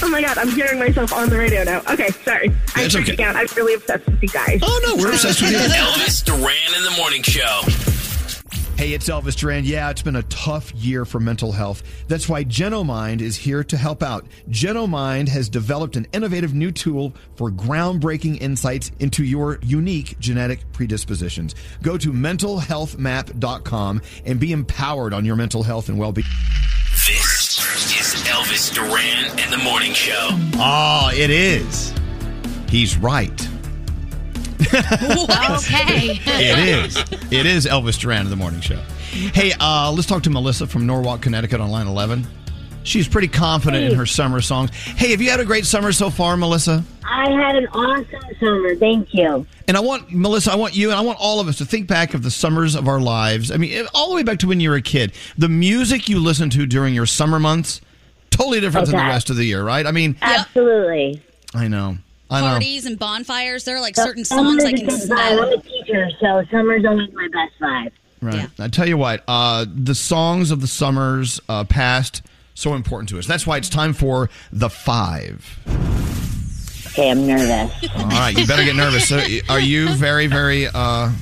Speaker 10: Oh my god, I'm hearing myself on the radio now. Okay, sorry. I'm
Speaker 12: That's
Speaker 10: freaking out. I'm really obsessed with you guys. Oh no, we're obsessed with
Speaker 12: Elvis Duran in the morning show.
Speaker 27: Hey, it's Elvis Duran. Yeah, it's been a tough year for mental health. That's why GenoMind is here to help out. GenoMind has developed an innovative new tool for groundbreaking insights into your unique genetic predispositions. Go to mentalhealthmap.com and be empowered on your mental health and well-being.
Speaker 12: This is Elvis Duran and the morning show.
Speaker 1: Oh, it is. He's right.
Speaker 11: okay.
Speaker 1: It is. It is Elvis Duran of the morning show. Hey, uh, let's talk to Melissa from Norwalk, Connecticut on line 11. She's pretty confident in her summer songs. Hey, have you had a great summer so far, Melissa?
Speaker 4: I had an awesome summer. Thank you.
Speaker 1: And I want Melissa, I want you, and I want all of us to think back of the summers of our lives. I mean, eh, all the way back to when you were a kid. The music you listened to during your summer months, totally different than
Speaker 4: Okay. Uh,
Speaker 1: the rest of the year, right? I mean,
Speaker 4: Absolutely.
Speaker 1: I know, I know.
Speaker 9: Parties and bonfires. There are like certain
Speaker 4: Summer's
Speaker 9: songs I
Speaker 4: a
Speaker 9: can
Speaker 4: good vibe. I'm
Speaker 9: smell.
Speaker 4: a teacher, so summer's always my best vibe.
Speaker 1: Right. I tell you what, uh, the songs of the summers uh, past so important to us. That's why it's time for the five.
Speaker 4: Okay, I'm nervous.
Speaker 1: All right, you better get nervous. So, are you very, very uh,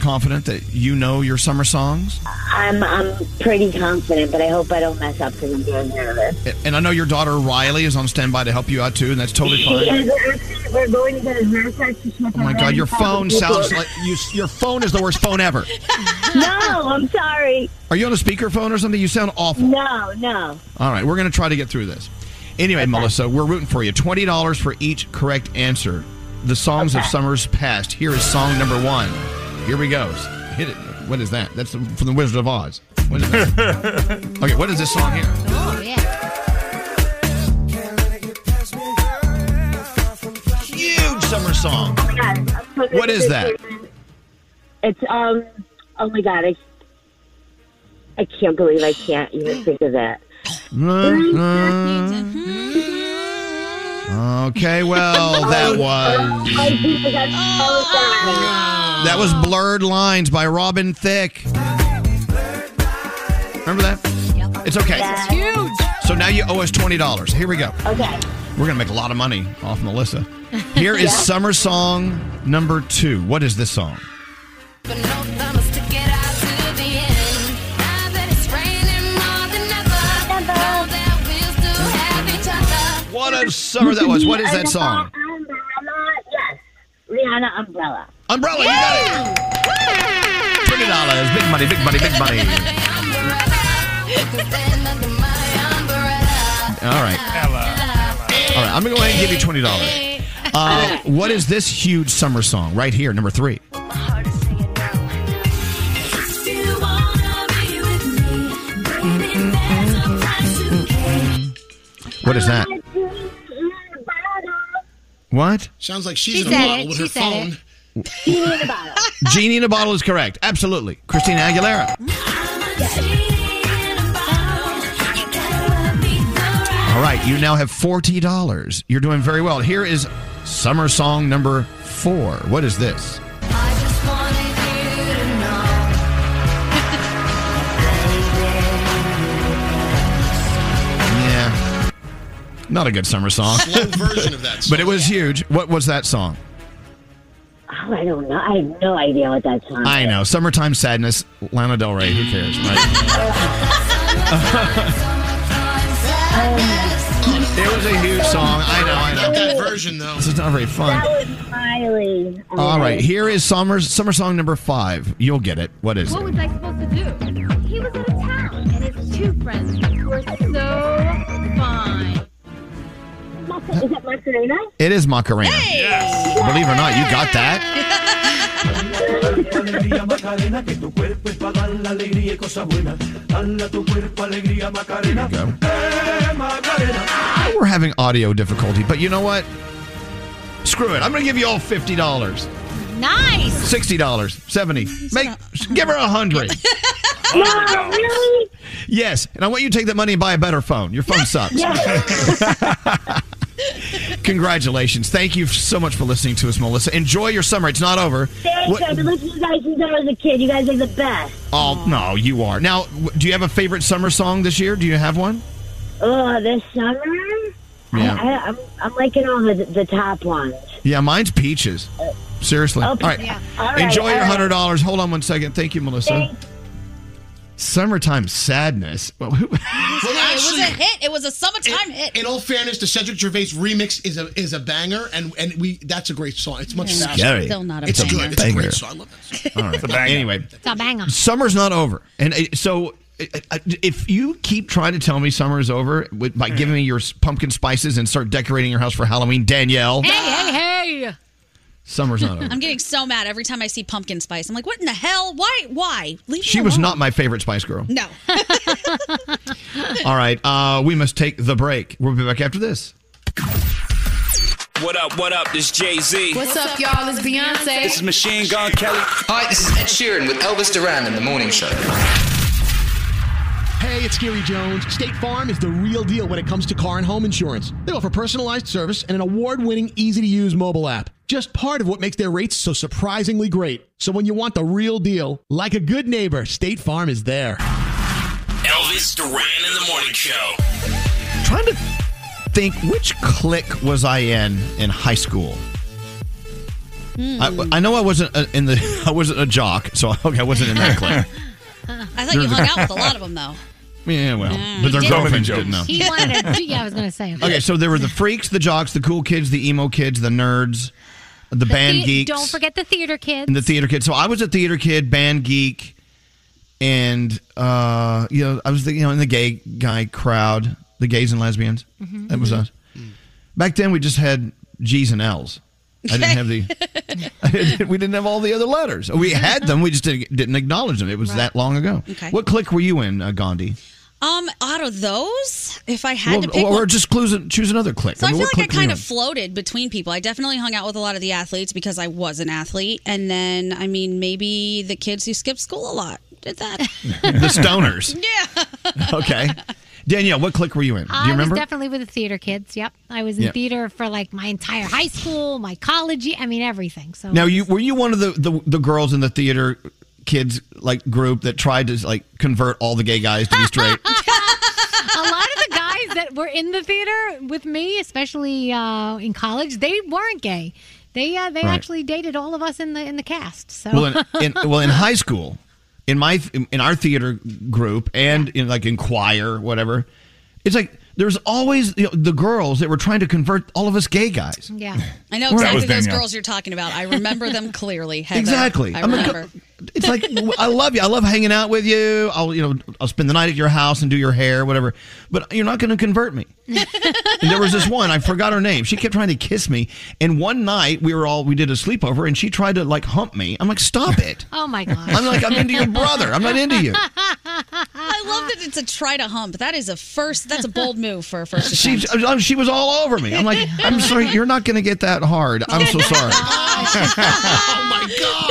Speaker 1: confident that you know your summer songs?
Speaker 4: I'm I'm pretty confident, but I hope I don't mess up because I'm very nervous.
Speaker 1: And I know your daughter Riley is on standby to help you out too, and that's totally fine.
Speaker 4: Because we're going to get a haircut to check
Speaker 1: Oh my God, your phone sounds like you, your phone is the worst phone ever.
Speaker 4: No, I'm sorry.
Speaker 1: Are you on a speakerphone or something? You sound awful.
Speaker 4: No, Oh, no.
Speaker 1: All right, we're going to try to get through this. Anyway, Melissa, we're rooting for you. $20 for each correct answer. The songs of
Speaker 4: Okay.
Speaker 1: summers past. Here is song number one. Here we go. Hit it. What is that? That's from The Wizard of Oz. What is that? okay, what is this song here?
Speaker 11: Oh, yeah.
Speaker 1: Huge summer song.
Speaker 4: Oh my God. I'm so
Speaker 1: What is that?
Speaker 4: It's um. Oh my God, I I can't believe I can't even think of that.
Speaker 1: Okay, well, that was. That was Blurred Lines by Robin Thicke. Remember that? It's okay.
Speaker 4: It's
Speaker 1: huge. So now you owe us $20. Here we go.
Speaker 4: Okay.
Speaker 1: We're going to make a lot of money off Melissa. Here is
Speaker 4: Yeah.
Speaker 1: Summer Song number two. What is this song? What a summer that was. What is that song?
Speaker 4: Yes, Rihanna Umbrella.
Speaker 1: Umbrella, you got
Speaker 4: it.
Speaker 1: $20. Big money, big money, big money. All right. All right, I'm going to go ahead and give you $20. Uh, what is this huge summer song right here, number three? What is that? What?
Speaker 13: Sounds like
Speaker 4: She
Speaker 13: she's in a
Speaker 4: said
Speaker 13: bottle
Speaker 4: it.
Speaker 13: with
Speaker 4: She
Speaker 13: her
Speaker 4: said
Speaker 13: phone.
Speaker 1: Genie in a bottle is correct. Absolutely. Christina Aguilera. All right, you now have $40. You're doing very well. Here is summer song number four. What is this? Yeah. Not a good summer song.
Speaker 4: Slow version of that
Speaker 1: But it was huge. What was that song?
Speaker 4: Oh, I don't know. I have no idea what that song.
Speaker 1: I know. Summertime Sadness, Lana Del Rey. Who cares, right? it was a huge song. I know, I know.
Speaker 13: Not that version though.
Speaker 1: this is not very fun.
Speaker 4: That was Miley.
Speaker 1: All right, here is summer's summer song number five. You'll get it. What is it?
Speaker 10: was I supposed to do? He was out of town, and his two friends were so fine.
Speaker 4: Is that Macarena?
Speaker 1: It is Macarena. Believe it or not, you got that. We're having audio difficulty, but you know what? Screw it. I'm going to give you all fifty dollars,
Speaker 11: Nice.
Speaker 1: sixty dollars, seventy. Make give her a hundred.
Speaker 4: No, really?
Speaker 1: Yes, and I want you to take that money and buy a better phone. Your phone sucks. Congratulations. Thank you so much for listening to us, Melissa. Enjoy your summer. It's not over.
Speaker 4: Thanks.
Speaker 1: What-
Speaker 4: I've been listening to you guys since I was a kid. You guys are the best.
Speaker 1: Oh, no, you are. Now, w- do you have a favorite summer song this year? Do you have one?
Speaker 4: Oh, this summer?
Speaker 1: Yeah.
Speaker 24: I, I, I'm, I'm liking all the, the top ones.
Speaker 1: Yeah, mine's peaches. Seriously.
Speaker 24: Oh,
Speaker 1: all, right.
Speaker 24: yeah. All right,
Speaker 1: Enjoy your
Speaker 24: all right.
Speaker 1: hundred dollars. Hold on one second. Thank you, Melissa. Summertime sadness. Well, who-
Speaker 9: it was a hit. It was a summertime hit.
Speaker 13: In all fairness, the Cedric Gervais remix is a is a banger, and and we that's a great song. It's much
Speaker 1: It's
Speaker 13: faster.
Speaker 1: scary.
Speaker 13: It's
Speaker 1: Still not a
Speaker 13: good.
Speaker 1: banger.
Speaker 13: It's a
Speaker 1: Banger.
Speaker 13: great song. I love that song.
Speaker 1: All right. Anyway,
Speaker 11: It's a banger.
Speaker 1: summer's not over, and uh, so uh, if you keep trying to tell me summer's over with, by giving me your s- pumpkin spices and start decorating your house for Halloween, Danielle,
Speaker 9: Hey, hey, hey.
Speaker 1: summer's not over.
Speaker 9: I'm getting so mad every time I see pumpkin spice. I'm like, what in the hell? Why? Why? Leave
Speaker 1: She
Speaker 9: me
Speaker 1: was
Speaker 9: alone.
Speaker 1: not my favorite Spice Girl.
Speaker 9: No.
Speaker 1: All right, uh, we must take the break. We'll be back after this.
Speaker 16: What up, what up? This Jay Z.
Speaker 4: What's up, y'all? It's Beyonce.
Speaker 16: This is Machine Gun Kelly.
Speaker 28: Hi, this is Ed Sheeran with Elvis Duran in the morning show.
Speaker 13: Hey, it's Gary Jones. State Farm is the real deal when it comes to car and home insurance. They offer personalized service and an award winning, easy to use mobile app. Just part of what makes their rates so surprisingly great. So when you want the real deal, like a good neighbor, State Farm is there.
Speaker 16: Elvis Duran in the morning show.
Speaker 1: Trying to think which clique was I in in high school?
Speaker 9: Hmm.
Speaker 1: I, I know I wasn't a, in the I wasn't a jock, so okay, I wasn't in that clique.
Speaker 9: I thought you hung out with a lot of them, though.
Speaker 1: Yeah, well,
Speaker 9: Mm.
Speaker 1: but their
Speaker 9: He did.
Speaker 1: girlfriends didn't know.
Speaker 11: He wanted to. Yeah, I was going to say.
Speaker 1: Okay, so there were the freaks, the jocks, the cool kids, the emo kids, the nerds, the,
Speaker 11: The
Speaker 1: band
Speaker 11: thea-
Speaker 1: geeks,
Speaker 11: Don't forget the theater kids.
Speaker 1: and the theater kid. So I was a theater kid, band geek, and uh, you know I was the, you know in the gay guy crowd, the gays and lesbians.
Speaker 9: Mm-hmm.
Speaker 11: Mhm.
Speaker 1: That was us. Back then, we just had G's and L's. I didn't have the. I didn't- we didn't have all the other letters. We had them. We just didn't, didn't acknowledge them. It was that long ago.
Speaker 9: Mm-hmm. Okay.
Speaker 1: What clique were you in, uh, Gandhi?
Speaker 9: Um, out of those, if I had
Speaker 1: Well,
Speaker 9: to pick
Speaker 1: or,
Speaker 9: one,
Speaker 1: just clues, choose another clique.
Speaker 9: So I,
Speaker 1: mean,
Speaker 9: feel
Speaker 1: what
Speaker 9: like I
Speaker 1: clique were
Speaker 9: kind
Speaker 1: you
Speaker 9: of
Speaker 1: in?
Speaker 9: floated between people. I definitely hung out with a lot of the athletes because I was an athlete, and then I mean maybe the kids who skipped school a lot did that.
Speaker 1: the stoners. Yeah. okay. Danielle, what clique were you in? Do you
Speaker 11: I was
Speaker 1: remember?
Speaker 11: definitely with the theater kids. Yep, I was in
Speaker 1: Yeah.
Speaker 11: theater for like my entire high school, my college. ye- I mean everything. So
Speaker 1: now, you were you one of the, the the girls in the theater kids like group that tried to like convert all the gay guys to be straight?
Speaker 11: a lot of the guys that were in the theater with me, especially uh, in college, they weren't gay. They uh, they
Speaker 1: Right.
Speaker 11: actually dated all of us in the in the cast. So
Speaker 1: well, in, in, well, in high school, in my in our theater group and in like in choir, whatever, it's like there's always you know, the girls that were trying to convert all of us gay guys.
Speaker 9: yeah, I know
Speaker 1: That was
Speaker 9: exactly those
Speaker 1: Danielle.
Speaker 9: girls you're talking about. I remember them clearly. Heather.
Speaker 1: Exactly.
Speaker 9: I
Speaker 1: I'm a-
Speaker 9: remember.
Speaker 1: It's like w- I love you. I love hanging out with you. I'll you know I'll spend the night at your house and do your hair, whatever. But you're not going to convert me. and there was this one I forgot her name. She kept trying to kiss me. And one night we were all we did a sleepover, and she tried to like hump me. I'm like, stop it.
Speaker 11: oh my god,
Speaker 1: I'm like, I'm into your brother. I'm not into you.
Speaker 9: I love that it's a try to hump. That is a first. That's a bold move for a first.
Speaker 1: She uh, she was all over me. I'm like, I'm sorry, you're not going to get that hard. I'm so sorry.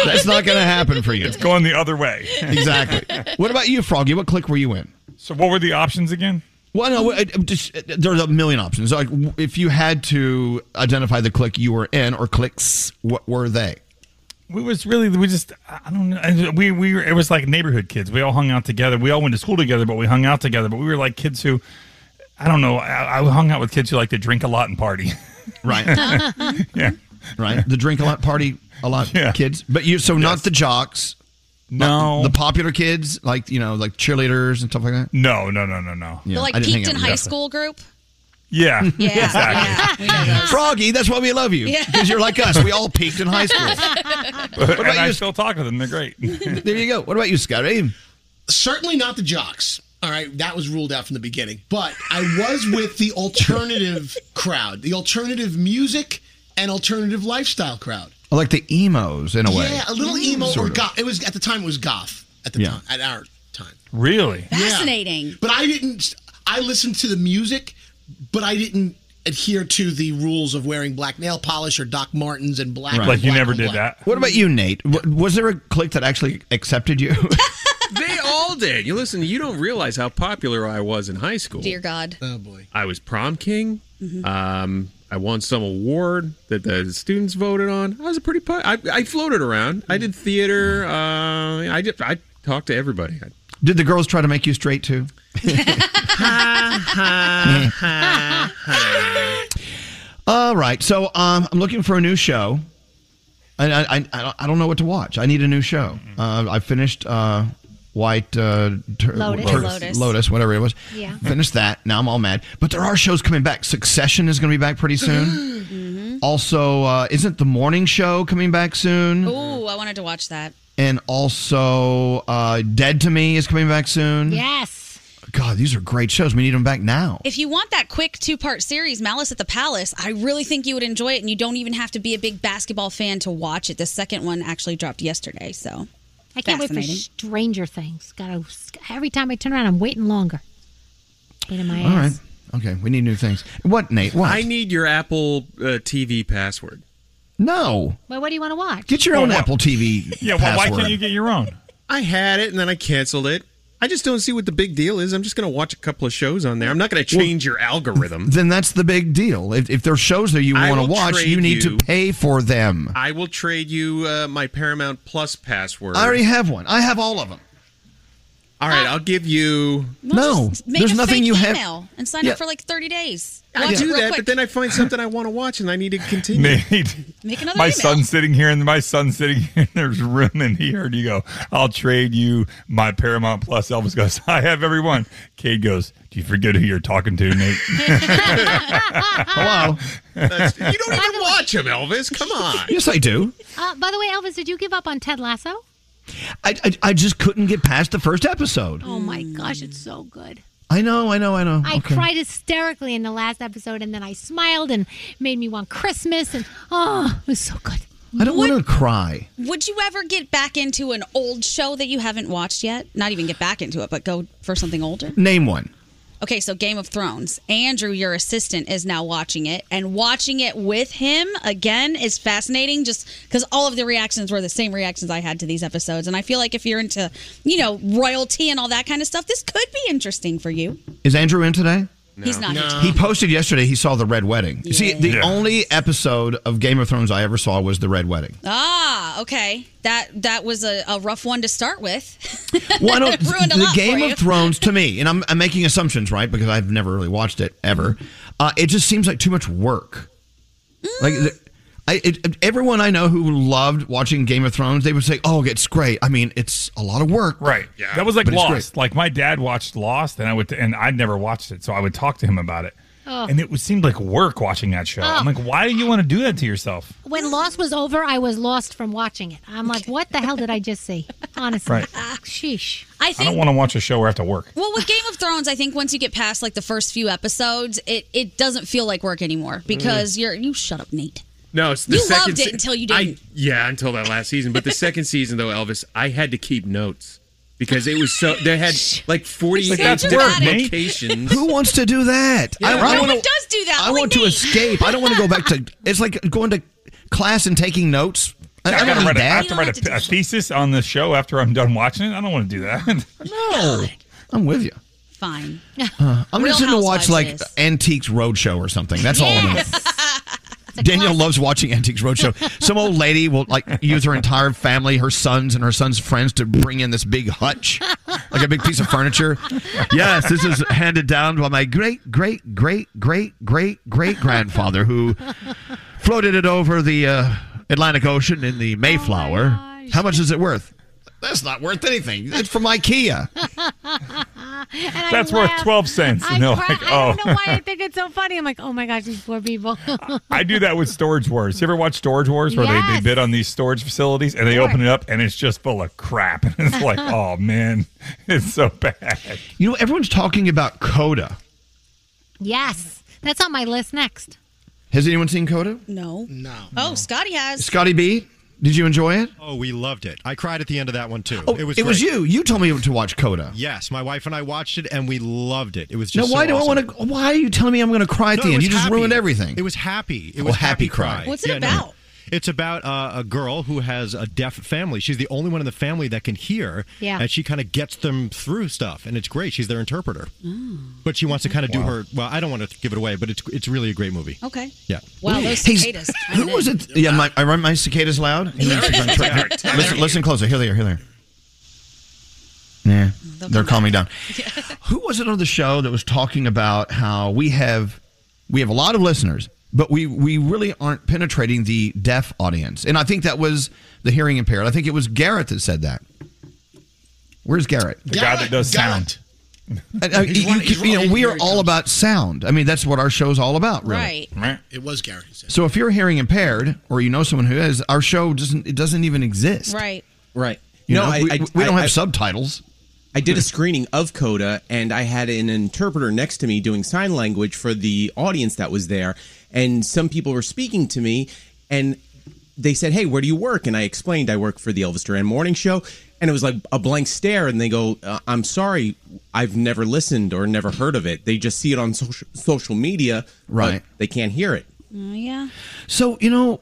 Speaker 1: That's not going to happen for you. It's
Speaker 8: going the other way.
Speaker 1: Exactly. What about you, Froggy? What clique were you in?
Speaker 8: So, what were the options again?
Speaker 1: Well, no, it- it just, uh, there's a million options. Like, w- if you had to identify the clique you were in or cliques, what were they?
Speaker 8: We was really we just I don't know I- we we were, it was like neighborhood kids. We all hung out together. We all went to school together, but we hung out together. But we were like kids who I don't know. I, I hung out with kids who like to drink a lot and party.
Speaker 1: Right. yeah. Right. The drink a lot, party a lot, kids. But you, so not the jocks.
Speaker 8: No.
Speaker 1: the popular kids, like you know, like cheerleaders and stuff like that.
Speaker 8: No, no, no, no, no.
Speaker 9: They're like peaked in high school group.
Speaker 8: Yeah.
Speaker 9: Yeah.
Speaker 8: Exactly.
Speaker 1: Froggy, that's why we love you
Speaker 9: Yeah.
Speaker 1: because you're like us. We all peaked in high school.
Speaker 8: What
Speaker 1: about
Speaker 8: and I
Speaker 1: you?
Speaker 8: still talk to them. They're great.
Speaker 1: there you go. What about you, Scotty?
Speaker 13: Certainly not the jocks. All right, that was ruled out from the beginning. But I was with the alternative crowd, the alternative music and alternative lifestyle crowd.
Speaker 1: Like the emos in a way. Mm,
Speaker 13: Yeah, a little emo
Speaker 1: Sort
Speaker 13: or
Speaker 1: of.
Speaker 13: goth. It was at the time it was goth at the
Speaker 1: Yeah.
Speaker 13: time at our time.
Speaker 8: Really?
Speaker 9: Fascinating.
Speaker 13: But I didn't. I listened to the music, but I didn't adhere to the rules of wearing black nail polish or Doc Martens and black.
Speaker 1: Right. Like you
Speaker 13: black
Speaker 1: never
Speaker 13: on
Speaker 1: did
Speaker 13: black.
Speaker 1: What about you, Nate? W- Was there a clique that actually accepted you?
Speaker 14: They all did. You listen, you don't realize how popular I was in high school.
Speaker 9: Dear God.
Speaker 13: Oh boy.
Speaker 14: I was prom king.
Speaker 2: Mm-hmm.
Speaker 9: Mhm.
Speaker 14: Um, I won some award that the students voted on. I was a pretty. Po- I, I floated around. I did theater. Uh, I did, I talked to everybody. I,
Speaker 1: Did the girls try to make you straight too?
Speaker 14: ha, ha, ha, ha.
Speaker 1: All right. So um, I'm looking for a new show. And I, I, I don't- I don't know what to watch. I need a new show.
Speaker 2: Mm-hmm.
Speaker 1: Uh, I finished uh, White uh, Tur-
Speaker 29: Lotus.
Speaker 1: Tur-
Speaker 29: Lotus.
Speaker 1: Lotus, whatever it was.
Speaker 29: Yeah.
Speaker 1: Finished that. Now I'm all mad. But there are shows coming back. Succession is going to be back pretty soon.
Speaker 2: Mm-hmm.
Speaker 1: Also, uh, isn't The Morning Show coming back soon?
Speaker 9: Ooh, I wanted to watch that.
Speaker 1: And also, uh, Dead to Me is coming back soon.
Speaker 9: Yes.
Speaker 1: God, these are great shows. We need them back now.
Speaker 9: If you want that quick two part series, Malice at the Palace, I really think you would enjoy it, and you don't even have to be a big basketball fan to watch it. The second one actually dropped yesterday, so.
Speaker 11: I can't wait for
Speaker 9: Fascinating.
Speaker 11: Stranger Things. Got to every time I turn around, I'm waiting longer. Hating my
Speaker 1: All right.
Speaker 11: ass.
Speaker 1: Okay, we need new things. What, Nate? What?
Speaker 2: I need your Apple uh, TV password.
Speaker 1: no.
Speaker 11: Well, what do you want to watch? Uh,
Speaker 1: Get your own Apple TV. password.
Speaker 2: get your own? I had it and then I canceled it. I just don't see what the big deal is. I'm just going to watch a couple of shows on there. I'm not going to change your algorithm.
Speaker 1: Then that's the big deal. If, if there's shows that you
Speaker 2: I
Speaker 1: want to
Speaker 2: will
Speaker 1: watch,
Speaker 2: trade
Speaker 1: you need
Speaker 2: you-
Speaker 1: to pay for them.
Speaker 2: I will trade you uh, my Paramount Plus password.
Speaker 1: I already have one. I have all of them.
Speaker 2: All right, I'll give you.
Speaker 1: No,
Speaker 9: Make
Speaker 1: there's
Speaker 9: a
Speaker 1: nothing
Speaker 9: fake
Speaker 1: you have.
Speaker 9: email and sign
Speaker 2: Yeah.
Speaker 9: up for like 30 days.
Speaker 2: I
Speaker 9: Watch it
Speaker 2: do
Speaker 9: real
Speaker 2: that,
Speaker 9: quick.
Speaker 2: but then I find something I want to watch and I need to continue.
Speaker 8: Nate,
Speaker 9: Make another
Speaker 8: my
Speaker 9: email.
Speaker 8: son's sitting here, and my son's sitting here, and there's room, and he heard you go, I'll trade you my Paramount Plus. Elvis goes, I have everyone. Cade goes, Do you forget who you're talking to, Nate?
Speaker 1: Hello.
Speaker 2: That's- you don't even watch him, Elvis. Come on.
Speaker 1: Yes, I do.
Speaker 11: Uh, by the way, Elvis, did you give up on Ted Lasso?
Speaker 1: I, I, I just couldn't get past the first episode.
Speaker 11: Oh my gosh, it's so good.
Speaker 1: I know, I know, I know.
Speaker 11: I
Speaker 1: Oh, Okay.
Speaker 11: cried hysterically in the last episode, and then I smiled and made me want Christmas, and oh, it was so good.
Speaker 1: I don't want to cry.
Speaker 9: Would you ever get back into an old show that you haven't watched yet? Not even get back into it, but go for something older?
Speaker 1: Name one.
Speaker 9: Okay, so Game of Thrones. Andrew, your assistant, is now watching it, and watching it with him again is fascinating just because all of the reactions were the same reactions I had to these episodes. And I feel like if you're into, you know, royalty and all that kind of stuff, this could be interesting for you.
Speaker 1: Is Andrew in today?
Speaker 9: He's not. here.
Speaker 2: Um,
Speaker 1: He posted yesterday he saw the Red Wedding. See, the
Speaker 9: Yes.
Speaker 1: only episode of Game of Thrones I ever saw was the Red Wedding.
Speaker 9: Ah, okay. That that was a, a rough one to start with.
Speaker 1: Well, I don't,
Speaker 9: Ruined a
Speaker 1: the
Speaker 9: lot for
Speaker 1: Game
Speaker 9: you.
Speaker 1: of Thrones to me, and I'm, I'm making assumptions, right? Because I've never really watched it ever.
Speaker 9: Mm-hmm.
Speaker 1: Uh, it just seems like too much work.
Speaker 9: Mm.
Speaker 1: Like the, I, it, everyone I know who loved watching Game of Thrones, they would say, "Oh, it's great." I mean, it's a lot of work,
Speaker 8: Right. That was like
Speaker 1: But it's great.
Speaker 8: Lost. Like my dad watched Lost, and I would, and I'd never watched it, so I would talk to him about it,
Speaker 11: Oh.
Speaker 8: and it would seem like work watching that show. I'm
Speaker 11: Oh.
Speaker 8: like, why do you want to do that to yourself?
Speaker 11: When Lost was over, I was lost from watching it. I'm like, what the hell did I just see? Honestly,
Speaker 8: Right.
Speaker 11: sheesh.
Speaker 9: I
Speaker 8: I don't
Speaker 9: think
Speaker 8: want to watch a show where I have to work.
Speaker 9: Well, with Game of Thrones, I think once you get past like the first few episodes, it, it doesn't feel like work anymore
Speaker 1: Mm.
Speaker 9: because you're you shut up, Nate.
Speaker 2: No, it's the
Speaker 9: You
Speaker 2: second
Speaker 9: loved it
Speaker 2: se-
Speaker 9: until you
Speaker 2: I-
Speaker 9: didn't.
Speaker 2: yeah, until that last season. But the second season, though, Elvis, I had to keep notes because it was so. They had like
Speaker 1: Like,
Speaker 2: forty-eight
Speaker 1: that's
Speaker 2: different
Speaker 1: work, Nate.
Speaker 2: locations.
Speaker 1: Who wants to do that?
Speaker 2: Yeah. No
Speaker 1: wanna-
Speaker 2: one does
Speaker 9: do that,
Speaker 1: I want to escape. I don't want to go back to. It's like going to class and taking notes. I,
Speaker 8: I,
Speaker 1: I don't
Speaker 8: gotta
Speaker 1: need
Speaker 8: write a, I
Speaker 1: that.
Speaker 8: have to write a, a thesis on the show after I'm done watching it. I don't want to do that.
Speaker 1: no, I'm with you.
Speaker 9: Fine.
Speaker 1: Uh, I'm
Speaker 9: Real
Speaker 1: just going to watch
Speaker 9: Housewives
Speaker 1: like
Speaker 9: is.
Speaker 1: Antiques Roadshow or something. That's all I'm going to Danielle loves watching Antiques Roadshow. Some old lady will like use her entire family, her sons and her sons' friends to bring in this big hutch, like a big piece of furniture. Yes, this is handed down by my great, great, great, great, great, great grandfather who floated it over the uh, Atlantic Ocean in the Mayflower. How much is it worth? That's not worth anything. It's from IKEA.
Speaker 8: That's worth twelve cents.
Speaker 11: I,
Speaker 8: and they're
Speaker 11: cry-
Speaker 8: like,
Speaker 11: I don't
Speaker 8: oh.
Speaker 11: know why I think it's so funny. I'm like, oh my gosh, these poor people.
Speaker 8: I do that with Storage Wars. You ever watch Storage Wars where they,
Speaker 11: Yes.
Speaker 8: they bid on these storage facilities and they open it up and it's just full of crap. And it's like, oh man, it's so bad.
Speaker 1: You know, everyone's talking about Coda.
Speaker 11: yes, that's on my list next.
Speaker 1: Has anyone seen Coda?
Speaker 9: No. No. Oh, Scotty has.
Speaker 1: Scotty B, did you enjoy it?
Speaker 7: Oh, we loved it. I cried at the end of that one too.
Speaker 1: Oh,
Speaker 7: it was great.
Speaker 1: you. You told me to watch Coda.
Speaker 7: Yes, my wife and I watched it and we loved it. It was
Speaker 1: Now,
Speaker 7: just
Speaker 1: why
Speaker 7: so
Speaker 1: do
Speaker 7: awesome.
Speaker 1: I want to? Why are you telling me I'm going to cry at
Speaker 7: No,
Speaker 1: the
Speaker 7: it
Speaker 1: end?
Speaker 7: was
Speaker 1: You just
Speaker 7: happy.
Speaker 1: ruined everything.
Speaker 7: It was happy. It
Speaker 1: Oh,
Speaker 7: was
Speaker 1: happy
Speaker 7: happy,
Speaker 1: cry.
Speaker 7: cry.
Speaker 1: What's it
Speaker 7: no.
Speaker 1: about?
Speaker 7: It's about uh, a girl who has a deaf family. She's the only one in the family that can hear,
Speaker 4: Yeah.
Speaker 7: and she kind of gets them through stuff, and it's great. She's their interpreter, but she wants to kind of do her. Well, I don't want to give it away, but it's it's really a great movie.
Speaker 1: Oh.
Speaker 9: Okay.
Speaker 7: Yeah.
Speaker 9: Wow, those cicadas.
Speaker 1: Who was it? Yeah, my, I run my cicadas loud. Hang on a second, I'm trying- listen, listen closer. Here they are. Here they are. Yeah, they're calming down. Who was it on the show that was talking about how we have we have a lot of listeners, but we we really aren't penetrating the deaf audience. And I think that was the hearing impaired. I think it was Garrett that said that. Where's Garrett?
Speaker 8: The guy that does sound.
Speaker 1: I- I-
Speaker 8: He's
Speaker 1: uh, you,
Speaker 8: one-
Speaker 1: can-
Speaker 8: he's
Speaker 1: you know,
Speaker 8: one-
Speaker 1: we are all about sound. I mean, that's what our show's all about, really.
Speaker 13: Right. It was Gary.
Speaker 1: So if you're hearing impaired, or you know someone who is, our show doesn't it doesn't even exist.
Speaker 9: Right.
Speaker 22: Right.
Speaker 1: You know, we- we don't have
Speaker 22: subtitles. I did a screening of Coda, and I had an interpreter next to me doing sign language for the audience that was there. And some people were speaking to me, and they said, "Hey, where do you work?" And I explained I work for the Elvis Duran Morning Show, and it was like a blank stare. And they go, uh, "I'm sorry, I've never listened or never heard of it. They just see it on social social media, right? they can't hear it."
Speaker 9: Mm, yeah.
Speaker 1: So you know,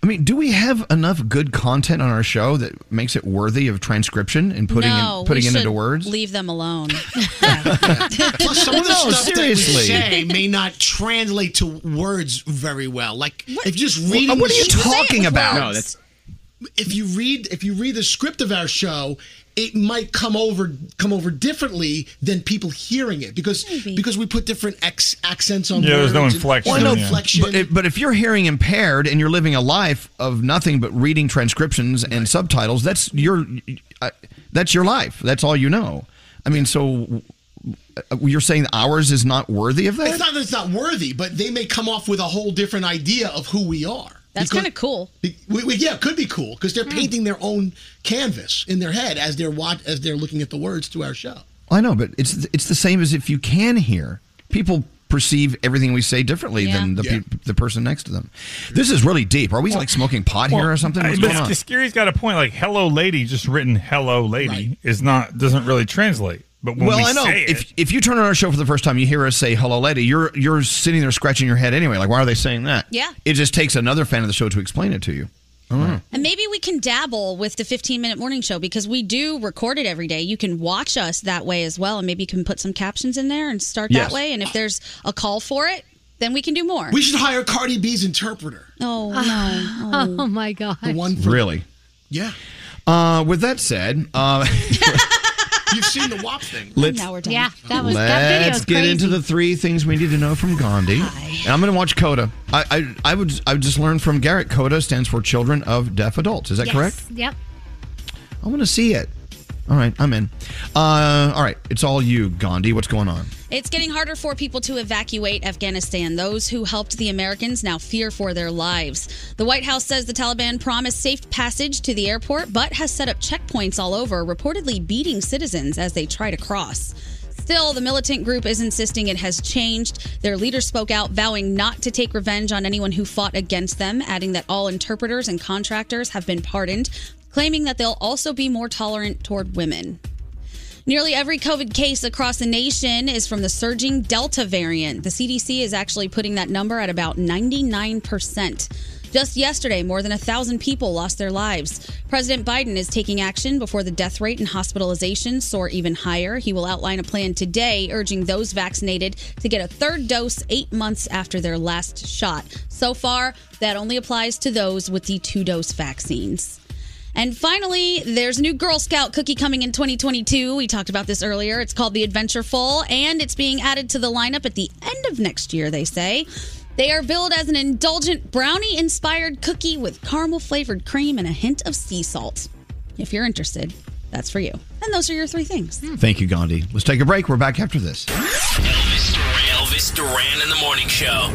Speaker 1: I mean, do we have enough good content on our show that makes it worthy of transcription and putting
Speaker 9: no,
Speaker 1: in, putting
Speaker 9: we
Speaker 1: it into
Speaker 9: should
Speaker 1: words?
Speaker 9: Leave them alone.
Speaker 13: Plus, some of the
Speaker 1: No,
Speaker 13: stuff
Speaker 1: seriously.
Speaker 13: that we say may not translate to words very well. Like if you just
Speaker 1: What-
Speaker 13: reading.
Speaker 1: what are you
Speaker 13: the script-
Speaker 1: talking about? No, that's-
Speaker 13: If you read, if you read the script of our show, it might come over, come over differently than people hearing it because because we put different ex- accents on. words and- Well, no inflection.
Speaker 1: But, if- but if you're hearing impaired and you're living a life of nothing but reading transcriptions and subtitles, that's your uh, that's your life. That's all you know. I mean, so uh, you're saying ours is not worthy of that?
Speaker 13: It's not that it's not worthy, but they may come off with a whole different idea of who we are.
Speaker 9: That's
Speaker 13: Because-
Speaker 9: kind of cool. Hmm.
Speaker 13: Be- we, we, yeah, it could be cool because they're painting their own canvas in their head as they're wat- as they're looking at the words to our show.
Speaker 1: I know, but it's it's the same as if you can hear. People perceive everything we say differently than
Speaker 13: Yeah.
Speaker 1: the peop the person next to them. This is really deep. Are we like smoking pot here or something?
Speaker 8: I-
Speaker 1: What's
Speaker 8: but
Speaker 1: going on?
Speaker 8: Scary's got a point. Like "Hello, lady," just written "Hello, lady" is not doesn't really translate. But when
Speaker 1: well,
Speaker 8: we
Speaker 1: I know
Speaker 8: say
Speaker 1: if
Speaker 8: it,
Speaker 1: if you turn on our show for the first time, you hear us say "Hello, lady." You're you're sitting there scratching your head anyway. Like, why are they saying that?
Speaker 9: Yeah.
Speaker 1: it just takes another fan of the show to explain it to you. I don't know.
Speaker 9: And maybe we can dabble with the 15 minute morning show because we do record it every day. You can watch us that way as well. And maybe you can put some captions in there and start
Speaker 13: Yes.
Speaker 9: that way. And if there's a call for it, then we can do more.
Speaker 13: We should hire Cardi B's interpreter.
Speaker 9: Oh,
Speaker 11: no. Oh, my God.
Speaker 13: The one for,
Speaker 1: Really?
Speaker 13: Yeah.
Speaker 1: Uh, with that said, uh,
Speaker 13: You've seen the WAP thing.
Speaker 1: Let's-
Speaker 13: now
Speaker 9: we're done.
Speaker 11: Yeah, that was that video
Speaker 1: let's
Speaker 11: was
Speaker 1: get
Speaker 11: crazy.
Speaker 1: into the three things we need to know from Gandhi. And I'm going to watch Coda. I, I I would I would just learn from Garrett. Coda stands for Children of Deaf Adults. Is that
Speaker 11: Yes.
Speaker 1: correct?
Speaker 11: Yep.
Speaker 1: I want to see it. All right, I'm in. Uh, all right, it's all you, Gandhi. What's going on?
Speaker 9: It's getting harder for people to evacuate Afghanistan. Those who helped the Americans now fear for their lives. The White House says the Taliban promised safe passage to the airport, but has set up checkpoints all over, reportedly beating citizens as they try to cross. Still, the militant group is insisting it has changed. Their leader spoke out, vowing not to take revenge on anyone who fought against them, adding that all interpreters and contractors have been pardoned, claiming that they'll also be more tolerant toward women. Nearly every COVID case across the nation is from the surging Delta variant. The CDC is actually putting that number at about 99%. Just yesterday, more than a thousand people lost their lives. President Biden is taking action before the death rate and hospitalizations soar even higher. He will outline a plan today urging those vaccinated to get a third dose eight months after their last shot. So far, that only applies to those with the two dose vaccines. And finally, there's a new Girl Scout cookie coming in 2022. We talked about this earlier. It's called the Adventureful, and it's being added to the lineup at the end of next year, they say. They are billed as an indulgent brownie inspired cookie with caramel flavored cream and a hint of sea salt. If you're interested, that's for you. And those are your three things.
Speaker 1: Thank you, Gandhi. Let's take a break. We're back after this.
Speaker 12: Elvis Duran in the morning show.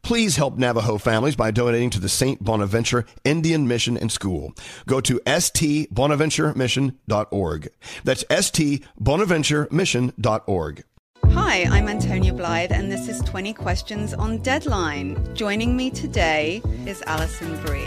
Speaker 1: Please help Navajo families by donating to the St. Bonaventure Indian Mission and School. Go to stbonaventuremission.org. That's stbonaventuremission.org.
Speaker 9: Hi, I'm Antonia Blythe, and this is 20 Questions on Deadline. Joining me today is Alison Bree.